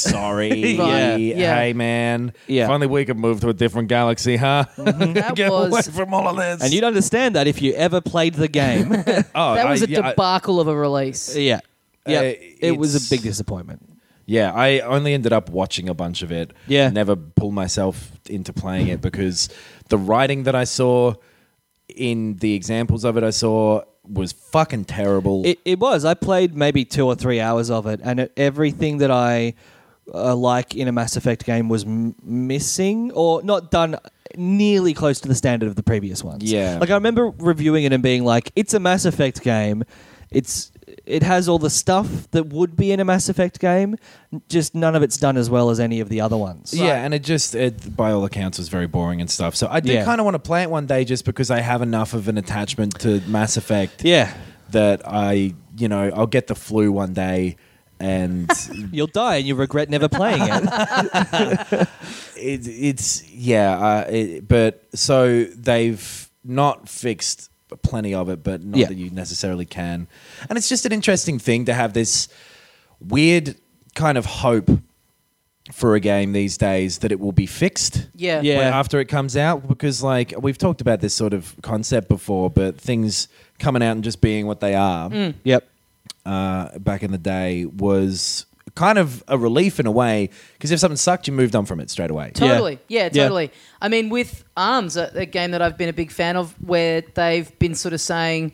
Speaker 5: [laughs]
Speaker 6: sorry,
Speaker 4: Right.
Speaker 5: Yeah.
Speaker 6: hey man,
Speaker 4: Yeah.
Speaker 6: if only we could move to a different galaxy, huh?
Speaker 5: Mm-hmm. That
Speaker 6: [laughs] Get
Speaker 5: was-
Speaker 6: away from all of this."
Speaker 4: And you'd understand that if you ever played the
Speaker 5: [laughs]
Speaker 4: game.
Speaker 6: oh,
Speaker 5: that was
Speaker 6: a
Speaker 5: a debacle of a release
Speaker 4: yeah. Yeah.
Speaker 6: Uh,
Speaker 4: it was
Speaker 6: it's-
Speaker 4: a big disappointment.
Speaker 6: Yeah, I only ended up watching a bunch of it.
Speaker 4: Yeah.
Speaker 6: Never pulled myself into playing it because the writing that I saw in the examples of it I saw was fucking terrible.
Speaker 4: It, it was. I played maybe two or three hours of it, and it, everything that I uh, like in a Mass Effect game was m- missing or not done nearly close to the standard of the previous ones.
Speaker 6: Yeah.
Speaker 4: Like I remember reviewing it and being like, "It's a Mass Effect game. It's it has all the stuff that would be in a Mass Effect game. Just none of it's done as well as any of the other ones."
Speaker 6: Yeah, and it just, it, by all accounts, was very boring and stuff. So I do
Speaker 4: Yeah.
Speaker 6: kind of want to play it one day just because I have enough of an attachment to Mass Effect
Speaker 4: Yeah.
Speaker 6: that I, you know, I'll get the flu one day and
Speaker 4: [laughs] You'll die and you regret never playing it.
Speaker 6: it, it's yeah, uh, it, but so they've not fixed plenty of it, but not
Speaker 4: Yeah.
Speaker 6: that you necessarily can. And it's just an interesting thing to have this weird kind of hope for a game these days that it will be fixed.
Speaker 5: Yeah.
Speaker 4: Yeah.
Speaker 6: when- after it comes out because like we've talked about this sort of concept before, but things coming out and just being what they are
Speaker 5: Mm.
Speaker 4: yep.
Speaker 6: uh, back in the day was kind of a relief in a way because if something sucked, you moved on from it straight away.
Speaker 5: Totally. Yeah,
Speaker 4: Yeah.
Speaker 5: totally. I mean, with Arms, a, a game that I've been a big fan of, where they've been sort of saying,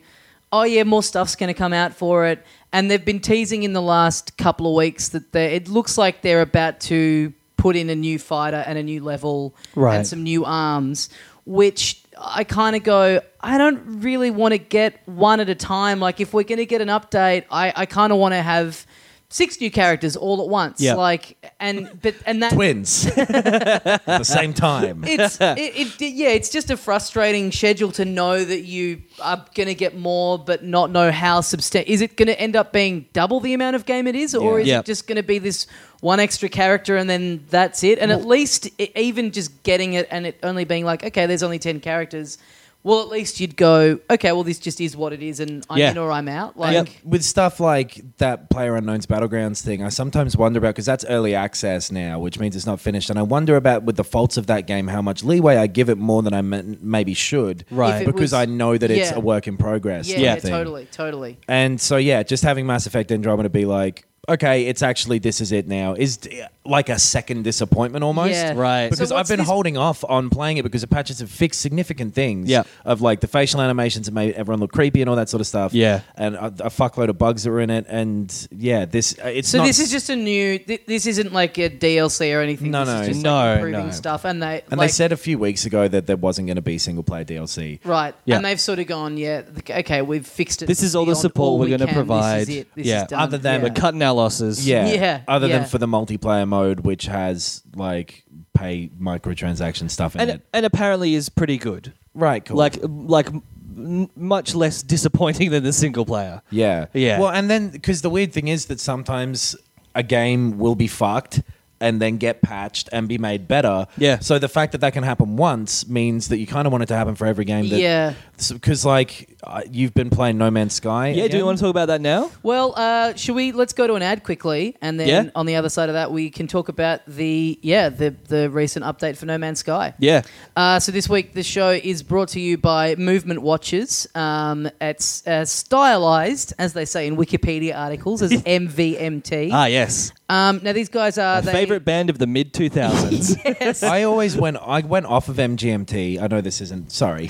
Speaker 5: oh, yeah, more stuff's going to come out for it. And they've been teasing in the last couple of weeks that they- it looks like they're about to put in a new fighter and a new level
Speaker 4: Right.
Speaker 5: and some new arms, which I kind of go, I don't really want to get one at a time. Like, if we're going to get an update, I, I kind of want to have. Six new characters all at once,
Speaker 4: Yeah.
Speaker 5: like and but and that
Speaker 6: [laughs] Twins at the same time.
Speaker 5: it's it, it, yeah, it's just a frustrating schedule to know that you are going to get more, but not know how substantial. Is it going to end up being double the amount of game it is, or
Speaker 6: Yeah.
Speaker 5: is
Speaker 4: Yeah.
Speaker 5: it just going to be this one extra character and then that's it? And at least i even just getting it and it only being like, okay, there's only ten characters. Well, at least you'd go, okay, well this just is what it is, and I'm
Speaker 4: Yeah.
Speaker 5: in or I'm out. Like,
Speaker 6: And with stuff like that player unknown's battlegrounds thing i sometimes wonder about because that's early access now which means it's not finished and i wonder about with the faults of that game how much leeway i give it more than i m- maybe should
Speaker 4: Right. If it
Speaker 6: because
Speaker 5: was-
Speaker 6: i know that it's
Speaker 5: yeah.
Speaker 6: a work in progress
Speaker 5: yeah,
Speaker 6: type
Speaker 5: yeah,
Speaker 6: thing.
Speaker 5: totally, totally.
Speaker 6: and so yeah just having mass effect andromeda be like okay it's actually this is it now is like a second disappointment almost
Speaker 5: Yeah.
Speaker 4: Right.
Speaker 6: because
Speaker 5: Uh, So
Speaker 6: i've
Speaker 5: what's
Speaker 6: been
Speaker 5: this-
Speaker 6: holding off on playing it because the patches have fixed significant things
Speaker 4: Yeah.
Speaker 6: of like the facial animations and made everyone look creepy and all that sort of stuff
Speaker 4: Yeah.
Speaker 6: and a, a fuckload of bugs that were in it and yeah this uh, it's
Speaker 5: So
Speaker 6: not-
Speaker 5: this is just a new. Th- this isn't like a DLC or anything.
Speaker 6: No,
Speaker 5: this
Speaker 6: no,
Speaker 5: is just
Speaker 4: no,
Speaker 5: like improving
Speaker 4: no.
Speaker 5: stuff, and they
Speaker 6: and
Speaker 5: like,
Speaker 6: they said a few weeks ago that there wasn't going to be single player dlc
Speaker 5: Right.
Speaker 4: Yeah.
Speaker 5: And they've sort of gone, yeah, th- okay, we've fixed it.
Speaker 4: This is all the
Speaker 5: beyond
Speaker 4: support
Speaker 5: all
Speaker 4: we're
Speaker 5: we
Speaker 4: going to
Speaker 5: can.
Speaker 4: provide.
Speaker 5: This is it. This
Speaker 4: yeah.
Speaker 5: is done.
Speaker 6: Other than
Speaker 4: We're
Speaker 5: yeah.
Speaker 4: cutting our losses.
Speaker 6: yeah.
Speaker 5: Yeah,
Speaker 6: Other
Speaker 5: yeah.
Speaker 6: than for the multiplayer mode, which has like pay microtransaction stuff in
Speaker 4: and
Speaker 6: it.
Speaker 4: and apparently is pretty good.
Speaker 6: Right. Cool.
Speaker 4: Like like m- much less disappointing than the single player.
Speaker 6: Yeah.
Speaker 4: Yeah.
Speaker 6: Well, and then because the weird thing is that sometimes a game will be fucked and then get patched and be made better.
Speaker 4: Yeah.
Speaker 6: So the fact that that can happen once means that you kind of want it to happen for every game. That,
Speaker 5: Yeah.
Speaker 6: Because like uh, you've been playing No Man's Sky.
Speaker 4: Yeah, do you want to talk about that now?
Speaker 5: Well, uh, should we let's go to an ad quickly, and then
Speaker 4: Yeah.
Speaker 5: on the other side of that, we can talk about the yeah the the recent update for No Man's Sky.
Speaker 4: Yeah.
Speaker 5: Uh, so this week the show is brought to you by Movement Watches. Um, it's uh, stylized, as they say in Wikipedia articles,
Speaker 4: [laughs]
Speaker 5: as MVMT.
Speaker 4: Ah, yes.
Speaker 5: Um, now these guys are they,
Speaker 4: Favorite band of the mid
Speaker 5: [laughs]
Speaker 4: 2000s.
Speaker 6: I always went. I went off of MGMT. I know this isn't. Sorry.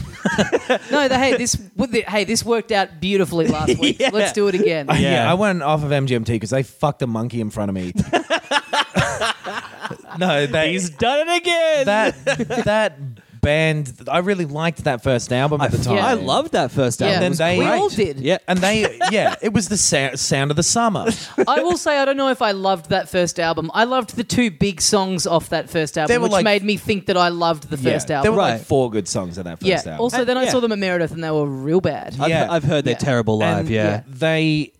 Speaker 5: No, the, hey, this with the- hey, this worked out beautifully last week.
Speaker 4: [laughs] Yeah.
Speaker 5: Let's do it again.
Speaker 6: Yeah.
Speaker 4: Yeah.
Speaker 6: [laughs] I went off of MGMT because they fucked a monkey in front
Speaker 4: [laughs]
Speaker 6: of me. no, they.
Speaker 4: He's done it again.
Speaker 6: that that band. I really liked that first album at the time.
Speaker 5: Yeah.
Speaker 4: I loved that first
Speaker 5: Yeah,
Speaker 4: album.
Speaker 5: it
Speaker 6: then
Speaker 5: was
Speaker 6: they-
Speaker 5: we all
Speaker 6: Great.
Speaker 5: did.
Speaker 4: yeah.
Speaker 6: and they yeah, it was the sou- sound of the summer.
Speaker 5: [laughs] I will say I don't know if I loved that first album. I loved the two big songs off that first
Speaker 6: They
Speaker 5: album,
Speaker 6: were
Speaker 5: which
Speaker 6: like-
Speaker 5: made me think that I loved the first
Speaker 6: yeah, there
Speaker 5: album.
Speaker 6: were
Speaker 4: Right.
Speaker 6: like four good songs on that first
Speaker 5: yeah.
Speaker 6: album.
Speaker 5: Also, then I
Speaker 4: Yeah.
Speaker 5: saw them at Meredith, and they were real bad.
Speaker 4: I've,
Speaker 6: Yeah.
Speaker 4: I've heard they're
Speaker 5: Yeah.
Speaker 4: terrible live.
Speaker 6: And
Speaker 4: yeah.
Speaker 6: they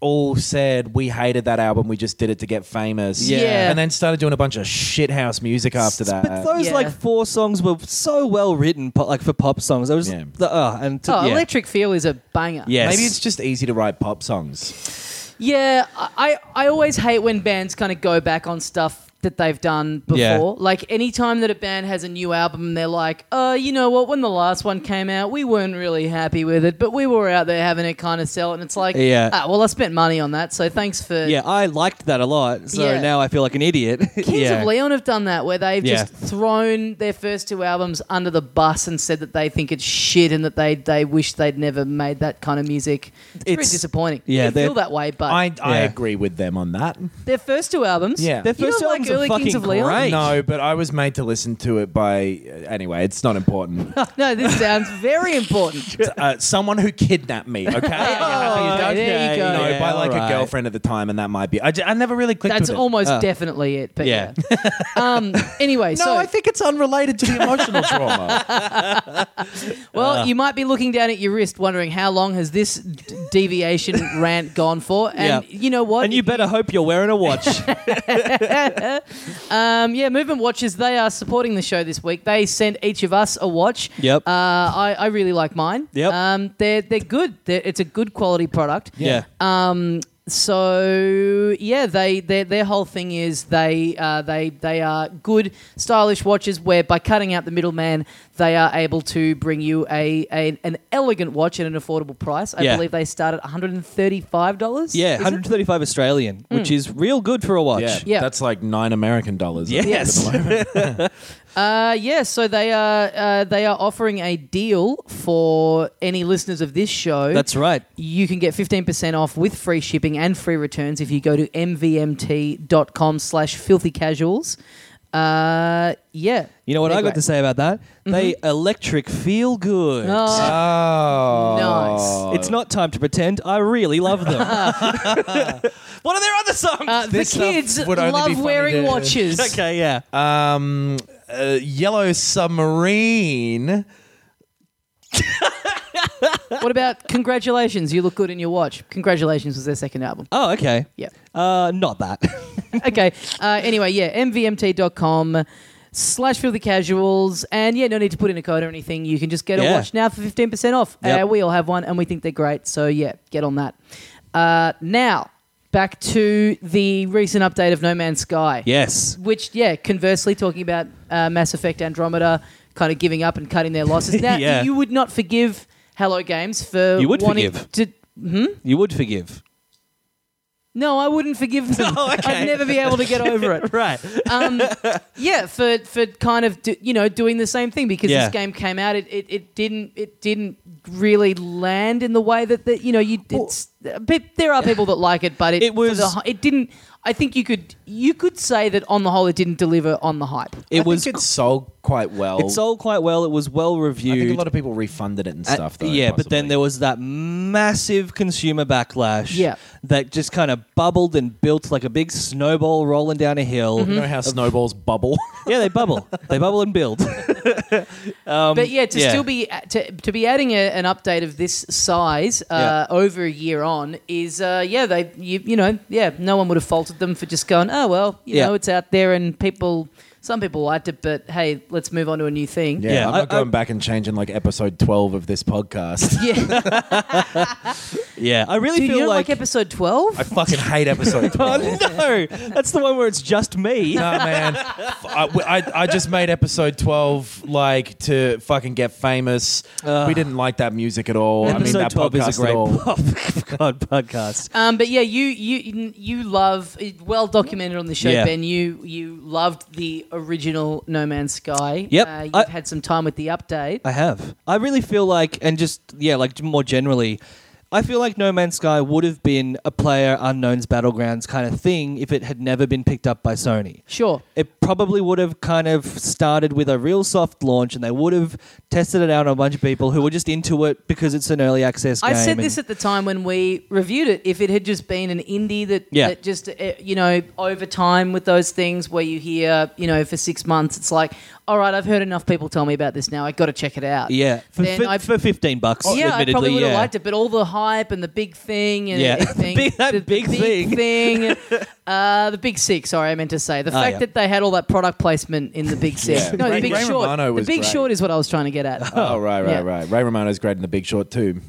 Speaker 6: all said we hated that album. We just did it to get famous.
Speaker 4: Yeah.
Speaker 5: Yeah.
Speaker 6: and then started doing a bunch of shithouse music after that.
Speaker 4: But those
Speaker 5: Yeah.
Speaker 4: like four songs were so well written, po- like for pop songs. I was
Speaker 6: Yeah.
Speaker 4: the uh, and to,
Speaker 5: Oh,
Speaker 4: yeah.
Speaker 5: Electric Feel is a banger.
Speaker 4: Yes.
Speaker 6: Maybe it's just easy to write pop songs.
Speaker 5: Yeah, I, I I always hate when bands kind of go back on stuff that they've done before.
Speaker 4: Yeah.
Speaker 5: Like anytime that a band has a new album, they're like, "Oh, you know what? When the last one came out, we weren't really happy with it, but we were out there having it kind of sell." it." And it's like,
Speaker 4: Yeah.
Speaker 5: ah, well, I spent money on that, so thanks for
Speaker 4: Yeah, I liked that a lot. So
Speaker 5: Yeah.
Speaker 4: now I feel like an idiot. [laughs]
Speaker 5: Kings
Speaker 4: yeah.
Speaker 5: of Leon have done that, where they've
Speaker 4: Yeah.
Speaker 5: just thrown their first two albums under the bus and said that they think it's shit and that they they wish they'd never made that kind of music. It's, pretty
Speaker 4: It's-
Speaker 5: disappointing.
Speaker 4: yeah,
Speaker 5: they
Speaker 4: they're-
Speaker 5: feel that way, but
Speaker 6: I, I
Speaker 4: Yeah.
Speaker 6: agree with them on that.
Speaker 5: their first two albums,
Speaker 6: Yeah.
Speaker 4: Their
Speaker 6: Their
Speaker 5: you
Speaker 4: first
Speaker 5: don't
Speaker 4: albums
Speaker 5: like early
Speaker 4: are fucking
Speaker 5: Kings of Leon.
Speaker 4: great.
Speaker 6: No, but I was made to listen to it by uh, anyway. It's not [laughs] important.
Speaker 5: [laughs] No, this sounds very
Speaker 4: [laughs]
Speaker 5: important.
Speaker 6: uh, someone who kidnapped
Speaker 5: [laughs]
Speaker 6: me. Okay,
Speaker 5: okay, Oh, there you go.
Speaker 6: No,
Speaker 4: Yeah,
Speaker 6: by like
Speaker 4: alright.
Speaker 6: a girlfriend at the time, and that might be. I, j- I never really clicked.
Speaker 5: That's
Speaker 6: with it.
Speaker 5: almost
Speaker 4: Oh.
Speaker 5: definitely it. But yeah.
Speaker 4: Yeah.
Speaker 5: um,
Speaker 4: [laughs]
Speaker 5: anyway,
Speaker 6: No,
Speaker 5: so
Speaker 6: I think it's unrelated to the [laughs] emotional trauma.
Speaker 5: well,
Speaker 4: Uh.
Speaker 5: you might be looking down at your wrist, wondering how long has this d- deviation [laughs] rant gone for,
Speaker 4: Yeah.
Speaker 5: and you know
Speaker 4: [laughs]
Speaker 5: what?
Speaker 4: And you better hope you're wearing a
Speaker 5: [laughs]
Speaker 4: watch. [laughs]
Speaker 5: Um, yeah, Movement Watches, they are supporting the show this week. They sent each of us a watch.
Speaker 4: Yep.
Speaker 5: Uh, I, I really like mine.
Speaker 4: Yep.
Speaker 5: Um, they're, they're good. They're, it's a good quality product.
Speaker 4: yeah.
Speaker 5: Uh, So yeah, they their their whole thing is they uh, they they are good stylish watches where by cutting out the middleman they are able to bring you a, a an elegant watch at an affordable price. I
Speaker 4: Yeah.
Speaker 5: believe they start at one hundred and thirty five dollars.
Speaker 4: yeah, 135 Australian, which is real good for a watch.
Speaker 6: yeah,
Speaker 5: Mm. Yeah.
Speaker 6: that's like nine American dollars.
Speaker 4: Yes. [laughs]
Speaker 5: Uh, yeah, so they are uh, they are offering a deal for any listeners of this show.
Speaker 4: That's right.
Speaker 5: You can get 15% off with free shipping and free returns if you go to mvmt.com slash filthy casuals. Uh, yeah.
Speaker 4: You know what
Speaker 5: They're
Speaker 4: I got to
Speaker 5: great. Mm-hmm.
Speaker 4: say about that? They electric feel good.
Speaker 5: Oh,
Speaker 6: Oh,
Speaker 5: nice.
Speaker 4: [laughs] It's not time to pretend. I really love
Speaker 5: [laughs]
Speaker 4: them. [laughs] what are their other songs?
Speaker 5: Uh, the
Speaker 6: This stuff
Speaker 5: kids
Speaker 6: would only be
Speaker 5: love
Speaker 6: funny
Speaker 5: wearing
Speaker 6: to-
Speaker 5: watches.
Speaker 4: [laughs]
Speaker 6: [laughs]
Speaker 4: okay, yeah.
Speaker 6: Um, uh, Yellow Submarine.
Speaker 5: What about congratulations? You look good in your watch. Congratulations was their second album.
Speaker 4: oh, okay.
Speaker 5: Yeah.
Speaker 4: Uh, not that. [laughs]
Speaker 5: okay. Uh, anyway, yeah, mvmt.com slash filthy casuals. And yeah, no need to put in a code or anything. You can just get a
Speaker 4: Yeah.
Speaker 5: watch now for 15% off. Uh,
Speaker 4: Yep.
Speaker 5: we all have one and we think they're great. So yeah, get on that. Uh, now, back to the recent update of No Man's Sky.
Speaker 4: yes.
Speaker 5: Which, yeah, conversely, talking about uh, Mass Effect Andromeda kind of giving up and cutting
Speaker 4: [laughs]
Speaker 5: their losses. Now,
Speaker 4: Yeah.
Speaker 5: you would not forgive Hello Games for
Speaker 4: You would
Speaker 5: wanting
Speaker 4: forgive.
Speaker 5: to.
Speaker 4: You would forgive.
Speaker 5: No, I
Speaker 4: [laughs]
Speaker 5: wouldn't
Speaker 4: Oh,
Speaker 5: forgive them. I'd never be able to get over it.
Speaker 4: Right.
Speaker 5: um, yeah, for for kind of do, you know doing the same thing because
Speaker 4: Yeah.
Speaker 5: this game came out, it, it, it didn't it didn't really land in the way that that you know you it's, pe- there are people that like it, but it,
Speaker 4: It
Speaker 5: for the
Speaker 4: was-
Speaker 5: hy- it didn't. I think you could you could say that on the whole, it didn't deliver on the hype.
Speaker 4: It
Speaker 6: I
Speaker 4: was.
Speaker 6: Think it sold quite well.
Speaker 4: it sold quite well. It was well
Speaker 6: I
Speaker 4: reviewed.
Speaker 6: think a lot of people refunded it and
Speaker 4: Uh,
Speaker 6: stuff. Though,
Speaker 4: yeah, but then
Speaker 6: possibly.
Speaker 4: there was that massive consumer backlash.
Speaker 5: Yeah.
Speaker 4: That just kind of bubbled and built like a big snowball rolling down a hill.
Speaker 6: You know how snowballs bubble.
Speaker 4: yeah, they bubble. they bubble and
Speaker 6: [laughs]
Speaker 4: build.
Speaker 5: but yeah, to
Speaker 4: Um, yeah.
Speaker 5: still be uh, to, to be adding a, an update of this size uh, over a year on is uh, yeah they you, you know yeah no one would have faulted them for just going oh well you
Speaker 4: Yeah.
Speaker 5: know it's out there and people some people liked it but hey let's move on to a new thing
Speaker 4: [laughs]
Speaker 6: Yeah,
Speaker 4: Yeah,
Speaker 6: I'm
Speaker 4: I-
Speaker 6: not going
Speaker 4: I-
Speaker 6: back and changing like episode 12 of
Speaker 4: [laughs]
Speaker 6: this podcast.
Speaker 5: [laughs] yeah
Speaker 4: yeah, I really
Speaker 5: do you
Speaker 4: feel
Speaker 5: not like,
Speaker 4: like.
Speaker 5: episode twelve
Speaker 6: I fucking hate episode 12.
Speaker 4: [laughs] oh no, that's the one where it's just me. [laughs]
Speaker 6: No man, I, I, I just made episode twelve like to fucking get famous. we didn't like that music at all. I mean,
Speaker 4: Episode
Speaker 6: that
Speaker 4: twelve
Speaker 6: podcast
Speaker 4: is a great [laughs]
Speaker 6: at all.
Speaker 4: pop god podcast.
Speaker 5: um, but yeah you you you love well documented on the show
Speaker 4: Yeah.
Speaker 5: Ben you you loved the original No Man's Sky
Speaker 4: Yep.
Speaker 5: uh, you've
Speaker 4: I-
Speaker 5: had some time with the update
Speaker 4: I have. I really feel like, and just yeah, like more generally, I feel like No Man's Sky would have been a player unknown's battlegrounds kind of thing if it had never been picked up by Sony.
Speaker 5: sure
Speaker 4: It probably would have kind of started with a real soft launch, and they would have tested it out on a bunch of people who were just into it because it's an early access game.
Speaker 5: I said
Speaker 4: and-
Speaker 5: this at the time when we reviewed it. If it had just been an indie that,
Speaker 4: Yeah.
Speaker 5: that just, uh, you know, over time with those things where you hear, you know, for six months, it's like, all right, I've heard enough people tell me about this now. i got to check it out.
Speaker 4: yeah, for,
Speaker 5: Then
Speaker 4: for,
Speaker 5: I-
Speaker 4: for fifteen bucks.
Speaker 5: yeah, I
Speaker 4: admittedly,
Speaker 5: probably would have
Speaker 4: yeah.
Speaker 5: liked it, but all the hype and the big thing and
Speaker 4: Yeah.
Speaker 5: everything,
Speaker 4: [laughs] Big- that
Speaker 5: the,
Speaker 4: big
Speaker 5: the
Speaker 4: [laughs]
Speaker 5: big thing, uh, the big six. Sorry, I meant to say the fact
Speaker 4: Oh, yeah.
Speaker 5: that they had all that product placement in
Speaker 4: [laughs]
Speaker 5: the big six.
Speaker 6: Yeah.
Speaker 5: No, the
Speaker 6: Ray-
Speaker 5: big
Speaker 6: Ray
Speaker 5: short.
Speaker 6: Romano
Speaker 5: the
Speaker 6: was
Speaker 5: big
Speaker 6: great.
Speaker 5: short is what I was trying to get at.
Speaker 6: Oh right, right,
Speaker 5: Yeah.
Speaker 6: right. Ray Romano's great in The Big Short too.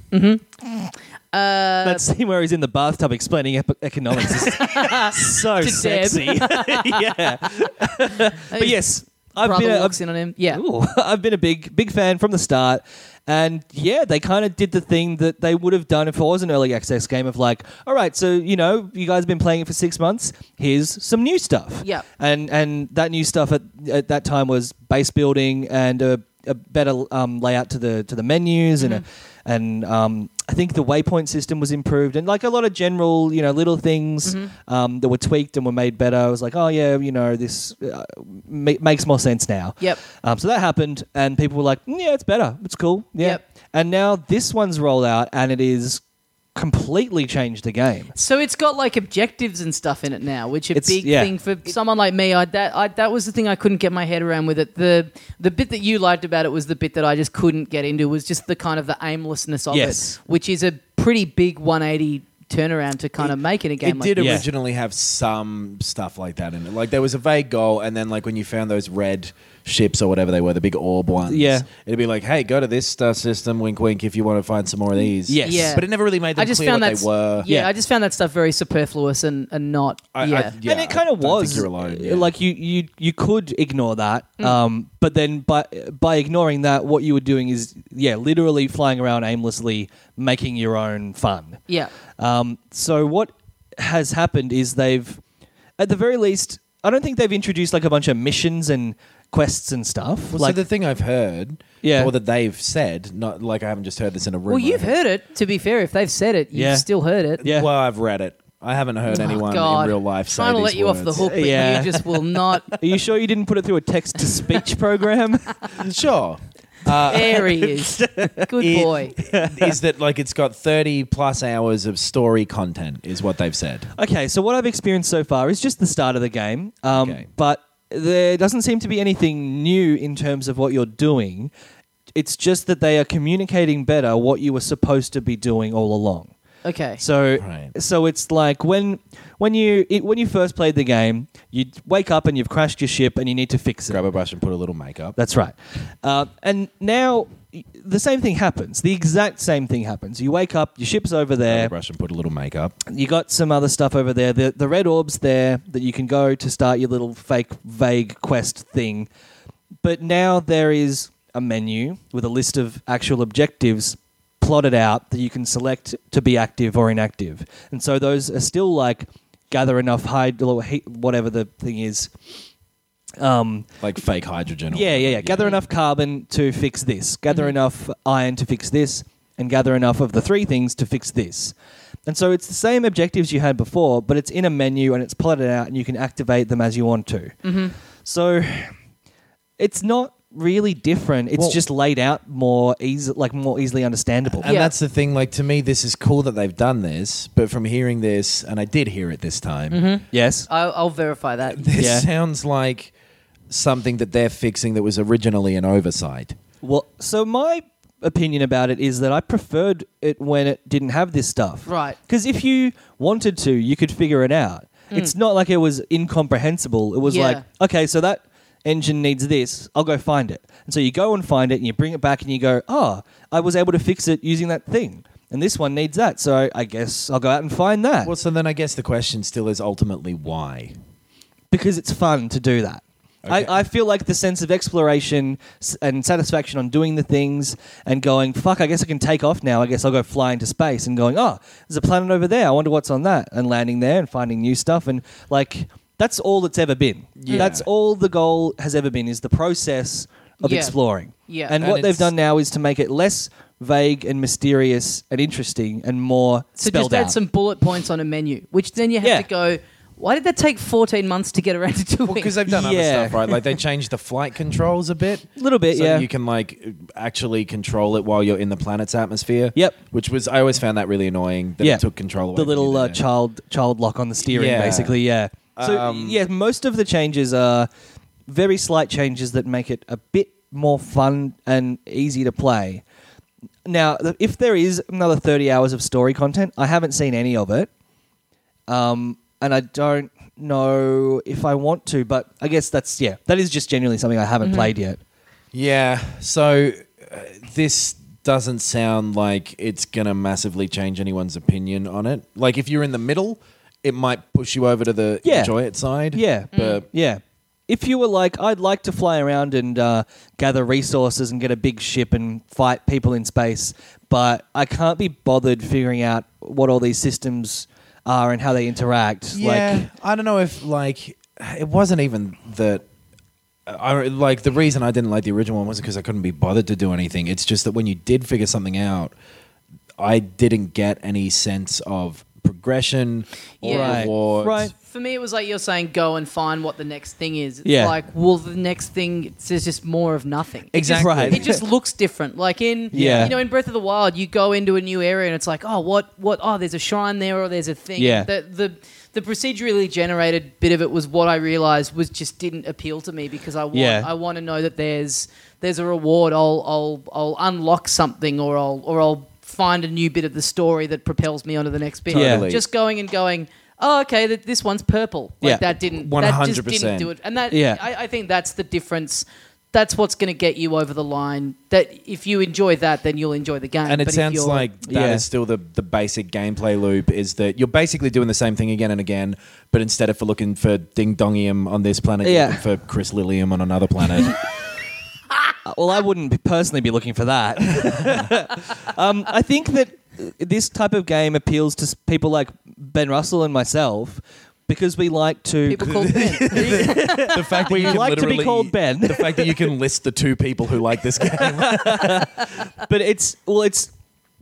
Speaker 5: Uh,
Speaker 4: that scene where he's in the bathtub explaining ep- economics
Speaker 5: [laughs]
Speaker 4: is so
Speaker 5: To Deb.
Speaker 4: sexy. [laughs]
Speaker 5: [laughs]
Speaker 4: yeah. but yes, [laughs] I've
Speaker 5: brother
Speaker 4: been, a,
Speaker 5: walks in on him. Yeah.
Speaker 4: Ooh, [laughs] I've been a big, big fan from the start. And yeah, they kind of did the thing that they would have done if it was an early access game of like, all right, so you know, you guys have been playing it for six months. Here's some new stuff.
Speaker 5: Yeah.
Speaker 4: And and that new stuff at, at that time was base building and a, a better um, layout to the to the menus and a,
Speaker 5: Mm-hmm.
Speaker 4: and um, I think the waypoint system was improved and like a lot of general you know little things
Speaker 5: Mm-hmm.
Speaker 4: um, that were tweaked and were made better. I was like, oh yeah, you know, this uh, ma- makes more sense now.
Speaker 5: Yep.
Speaker 4: Um, so that happened, and people were like, "Mm, "Yeah, it's better. It's cool." Yeah.
Speaker 5: Yep.
Speaker 4: And now this one's rolled out, and it is completely changed the game.
Speaker 5: So it's got like objectives and stuff in it now, which a
Speaker 4: It's-
Speaker 5: big
Speaker 4: yeah.
Speaker 5: thing for someone like me. I, that I, that was the thing I couldn't get my head around with it. the The bit that you liked about it was the bit that I just couldn't get into. Was just the kind of the aimlessness of
Speaker 4: Yes.
Speaker 5: it, which is a pretty big 180 turnaround to kind of make in a game.
Speaker 6: It
Speaker 5: like
Speaker 6: did
Speaker 4: Yeah.
Speaker 6: originally have some stuff like that in it. Like there was a vague goal, and then like when you found those red ships or whatever they were, the big orb ones.
Speaker 4: Yeah.
Speaker 6: it'd be like, hey, go to this star system, wink, wink, if you want to find some more of these.
Speaker 4: Yes.
Speaker 5: Yeah.
Speaker 6: but it never really made them
Speaker 5: I just
Speaker 6: clear
Speaker 5: found
Speaker 6: what
Speaker 5: that
Speaker 6: they were.
Speaker 5: Yeah,
Speaker 4: Yeah.
Speaker 5: I just found that stuff very superfluous and and not.
Speaker 6: I- I-
Speaker 5: yeah.
Speaker 6: yeah.
Speaker 4: and it kind
Speaker 6: I
Speaker 4: of
Speaker 6: don't think
Speaker 4: was
Speaker 6: you're alone, yeah. Mm.
Speaker 4: like you you you could ignore that, um, but then by by ignoring that, what you were doing is yeah, literally flying around aimlessly, making your own fun.
Speaker 5: Yeah.
Speaker 4: Um, so what has happened is they've, at the very least, I don't think they've introduced like a bunch of missions and quests and stuff.
Speaker 6: Well,
Speaker 4: like
Speaker 6: so the thing I've heard,
Speaker 4: Yeah.
Speaker 6: or that they've said, not like I haven't just heard this in a room.
Speaker 5: Well, you've
Speaker 6: I-
Speaker 5: heard it. To be fair, if they've said it, you've
Speaker 4: Yeah.
Speaker 5: still heard it.
Speaker 4: Yeah.
Speaker 6: Well, I've read it. I haven't heard anyone in real life say
Speaker 5: trying to
Speaker 6: these
Speaker 5: let you off the
Speaker 6: words.
Speaker 5: hook, but
Speaker 4: Yeah.
Speaker 5: you just will not.
Speaker 6: [laughs]
Speaker 4: Are you sure you didn't put it through a text to speech program?
Speaker 6: Sure.
Speaker 5: There he is.
Speaker 4: [laughs]
Speaker 5: Good boy.
Speaker 6: is that like it's got 30 plus hours of story content, is what they've said.
Speaker 4: okay, so what I've experienced so far is just the start of the game, um,
Speaker 6: Okay.
Speaker 4: but there doesn't seem to be anything new in terms of what you're doing. It's just that they are communicating better what you were supposed to be doing all along.
Speaker 5: Okay.
Speaker 4: So
Speaker 6: Right.
Speaker 4: so it's like when when you it, when you first played the game, you wake up and you've crashed your ship and you need to fix it.
Speaker 6: Grab a brush and put a little makeup.
Speaker 4: That's right. Uh, and now y- the same thing happens. The exact same thing happens. You wake up, your ship's over
Speaker 6: Grab
Speaker 4: there.
Speaker 6: a brush and put a little makeup.
Speaker 4: You got some other stuff over there. The the red orbs there that you can go to start your little fake vague quest thing. But now there is a menu with a list of actual objectives plotted out that you can select to be active or inactive. And so those are still like gather enough hide or he- whatever the thing is. Um,
Speaker 6: Like fake hydrogen. or
Speaker 4: yeah, yeah, yeah.
Speaker 6: whatever,
Speaker 4: Gather enough carbon to fix this. Gather enough iron to fix this, and gather enough of the three things to fix this. And so it's the same objectives you had before, but it's in a menu and it's plotted out, and you can activate them as you want to. So it's not really different. It's
Speaker 6: Well-
Speaker 4: just laid out more easy, like more easily understandable.
Speaker 6: And
Speaker 5: Yeah.
Speaker 6: that's the thing. Like to me, this is cool that they've done this, but from hearing this, and I did hear it this time,
Speaker 4: yes.
Speaker 5: I'll, I'll
Speaker 4: [laughs]
Speaker 5: verify that.
Speaker 6: [laughs] this
Speaker 4: Mm-hmm. Yeah.
Speaker 6: sounds like something that they're fixing that was originally an oversight.
Speaker 4: Well, so my opinion about it is that I preferred it when it didn't have this stuff.
Speaker 5: Right. Mm.
Speaker 4: Because if you wanted to, you could figure it out. It's not like it was incomprehensible. It was
Speaker 5: Yeah.
Speaker 4: like, okay, so that engine needs this. I'll go find it. And so you go and find it and you bring it back and you go, oh, I was able to fix it using that thing. And this one needs that. So I guess I'll go out and find that.
Speaker 6: Well, so then I guess the question still is ultimately why.
Speaker 4: because it's fun to do that.
Speaker 6: Okay.
Speaker 4: I, I feel like the sense of exploration s- and satisfaction on doing the things and going, fuck, I guess I can take off now. I guess I'll go fly into space and going, oh, there's a planet over there. I wonder what's on that. And landing there and finding new stuff. And like, that's all it's ever been. That's all the goal has ever been is the process of
Speaker 5: Yeah.
Speaker 4: exploring.
Speaker 5: Yeah.
Speaker 4: And,
Speaker 6: And
Speaker 4: what they've
Speaker 6: it's-
Speaker 4: done now is to make it less vague and mysterious and interesting and more
Speaker 5: So
Speaker 4: spelled
Speaker 5: just add
Speaker 4: out.
Speaker 5: some bullet points on a menu, which then you have
Speaker 4: Yeah.
Speaker 5: to go. Why did that take 14 months to get around to doing?
Speaker 6: because they've done other
Speaker 4: Yeah.
Speaker 6: stuff, right? Like they changed the flight controls a bit,
Speaker 4: [laughs] Little bit,
Speaker 6: so
Speaker 4: yeah.
Speaker 6: You can like actually control it while you're in the planet's atmosphere.
Speaker 4: Yep.
Speaker 6: Which was I always found that really annoying. That it took control away.
Speaker 4: The
Speaker 6: from you
Speaker 4: little uh,
Speaker 6: there.
Speaker 4: child child lock on the steering,
Speaker 6: Yeah. Um,
Speaker 4: basically. Yeah. So yeah, most of the changes are very slight changes that make it a bit more fun and easy to play. Now, th- if there is another thirty hours of story content, I haven't seen any of it, um, and I don't know if I want to. But I guess that's yeah, that is just genuinely something I haven't played yet.
Speaker 6: Yeah. So uh, this doesn't sound like it's going to massively change anyone's opinion on it. Like if you're in the middle, it might push you over to the
Speaker 4: Yeah.
Speaker 6: enjoy it side.
Speaker 4: Yeah,
Speaker 5: Mm.
Speaker 6: But
Speaker 4: yeah. If you were like, I'd like to fly around and uh, gather resources and get a big ship and fight people in space, but I can't be bothered figuring out what all these systems are and how they interact.
Speaker 6: Yeah,
Speaker 4: Like,
Speaker 6: I don't know if like it wasn't even that. I like the reason I didn't like the original one wasn't because I couldn't be bothered to do anything. It's just that when you did figure something out, I didn't get any sense of progression or
Speaker 5: Yeah.
Speaker 4: Right.
Speaker 6: reward.
Speaker 4: Right.
Speaker 5: For me, it was like you're saying, go and find what the next thing is. It's
Speaker 4: Yeah.
Speaker 5: Like, well, the next thing it's- there's just more of nothing. It just-
Speaker 6: Exactly.
Speaker 4: Right.
Speaker 5: It just [laughs] looks different. Like in,
Speaker 4: Yeah.
Speaker 5: you know, in Breath of the Wild, you go into a new area and it's like, oh, what, what? Oh, there's a shrine there, or there's a thing.
Speaker 4: Yeah.
Speaker 5: The the the procedurally generated bit of it was what I realized was just didn't appeal to me because I want
Speaker 4: Yeah.
Speaker 5: I want to know that there's there's a reward. I'll I'll I'll unlock something, or I'll or I'll find a new bit of the story that propels me onto the next bit.
Speaker 4: Totally.
Speaker 5: Just going and going. Oh, okay. That this one's purple. Like
Speaker 4: Yeah.
Speaker 5: that didn't. That just didn't
Speaker 6: 100%.
Speaker 5: do it. And that.
Speaker 4: Yeah.
Speaker 5: I, I think that's the difference. That's what's going to get you over the line. That if you enjoy that, then you'll enjoy the game.
Speaker 6: And it
Speaker 5: But if
Speaker 6: sounds
Speaker 5: you're-
Speaker 6: like that is
Speaker 4: Yeah.
Speaker 6: still the, the basic gameplay loop is that you're basically doing the same thing again and again, but instead of for looking for ding dongium on this planet,
Speaker 4: Yeah.
Speaker 6: you're looking for Chris Lillium on another planet.
Speaker 4: Uh, well, I wouldn't be- personally be looking for
Speaker 6: [laughs]
Speaker 4: that. um, I think that uh, this type of game appeals to s- people like Ben Russell and myself because we like to.
Speaker 5: people
Speaker 4: [laughs]
Speaker 5: called Ben.
Speaker 6: the fact that you
Speaker 4: like to be
Speaker 6: literally-
Speaker 4: called Ben.
Speaker 6: The fact that you can list the two people who
Speaker 4: [laughs]
Speaker 6: like this game.
Speaker 4: but it's well, it's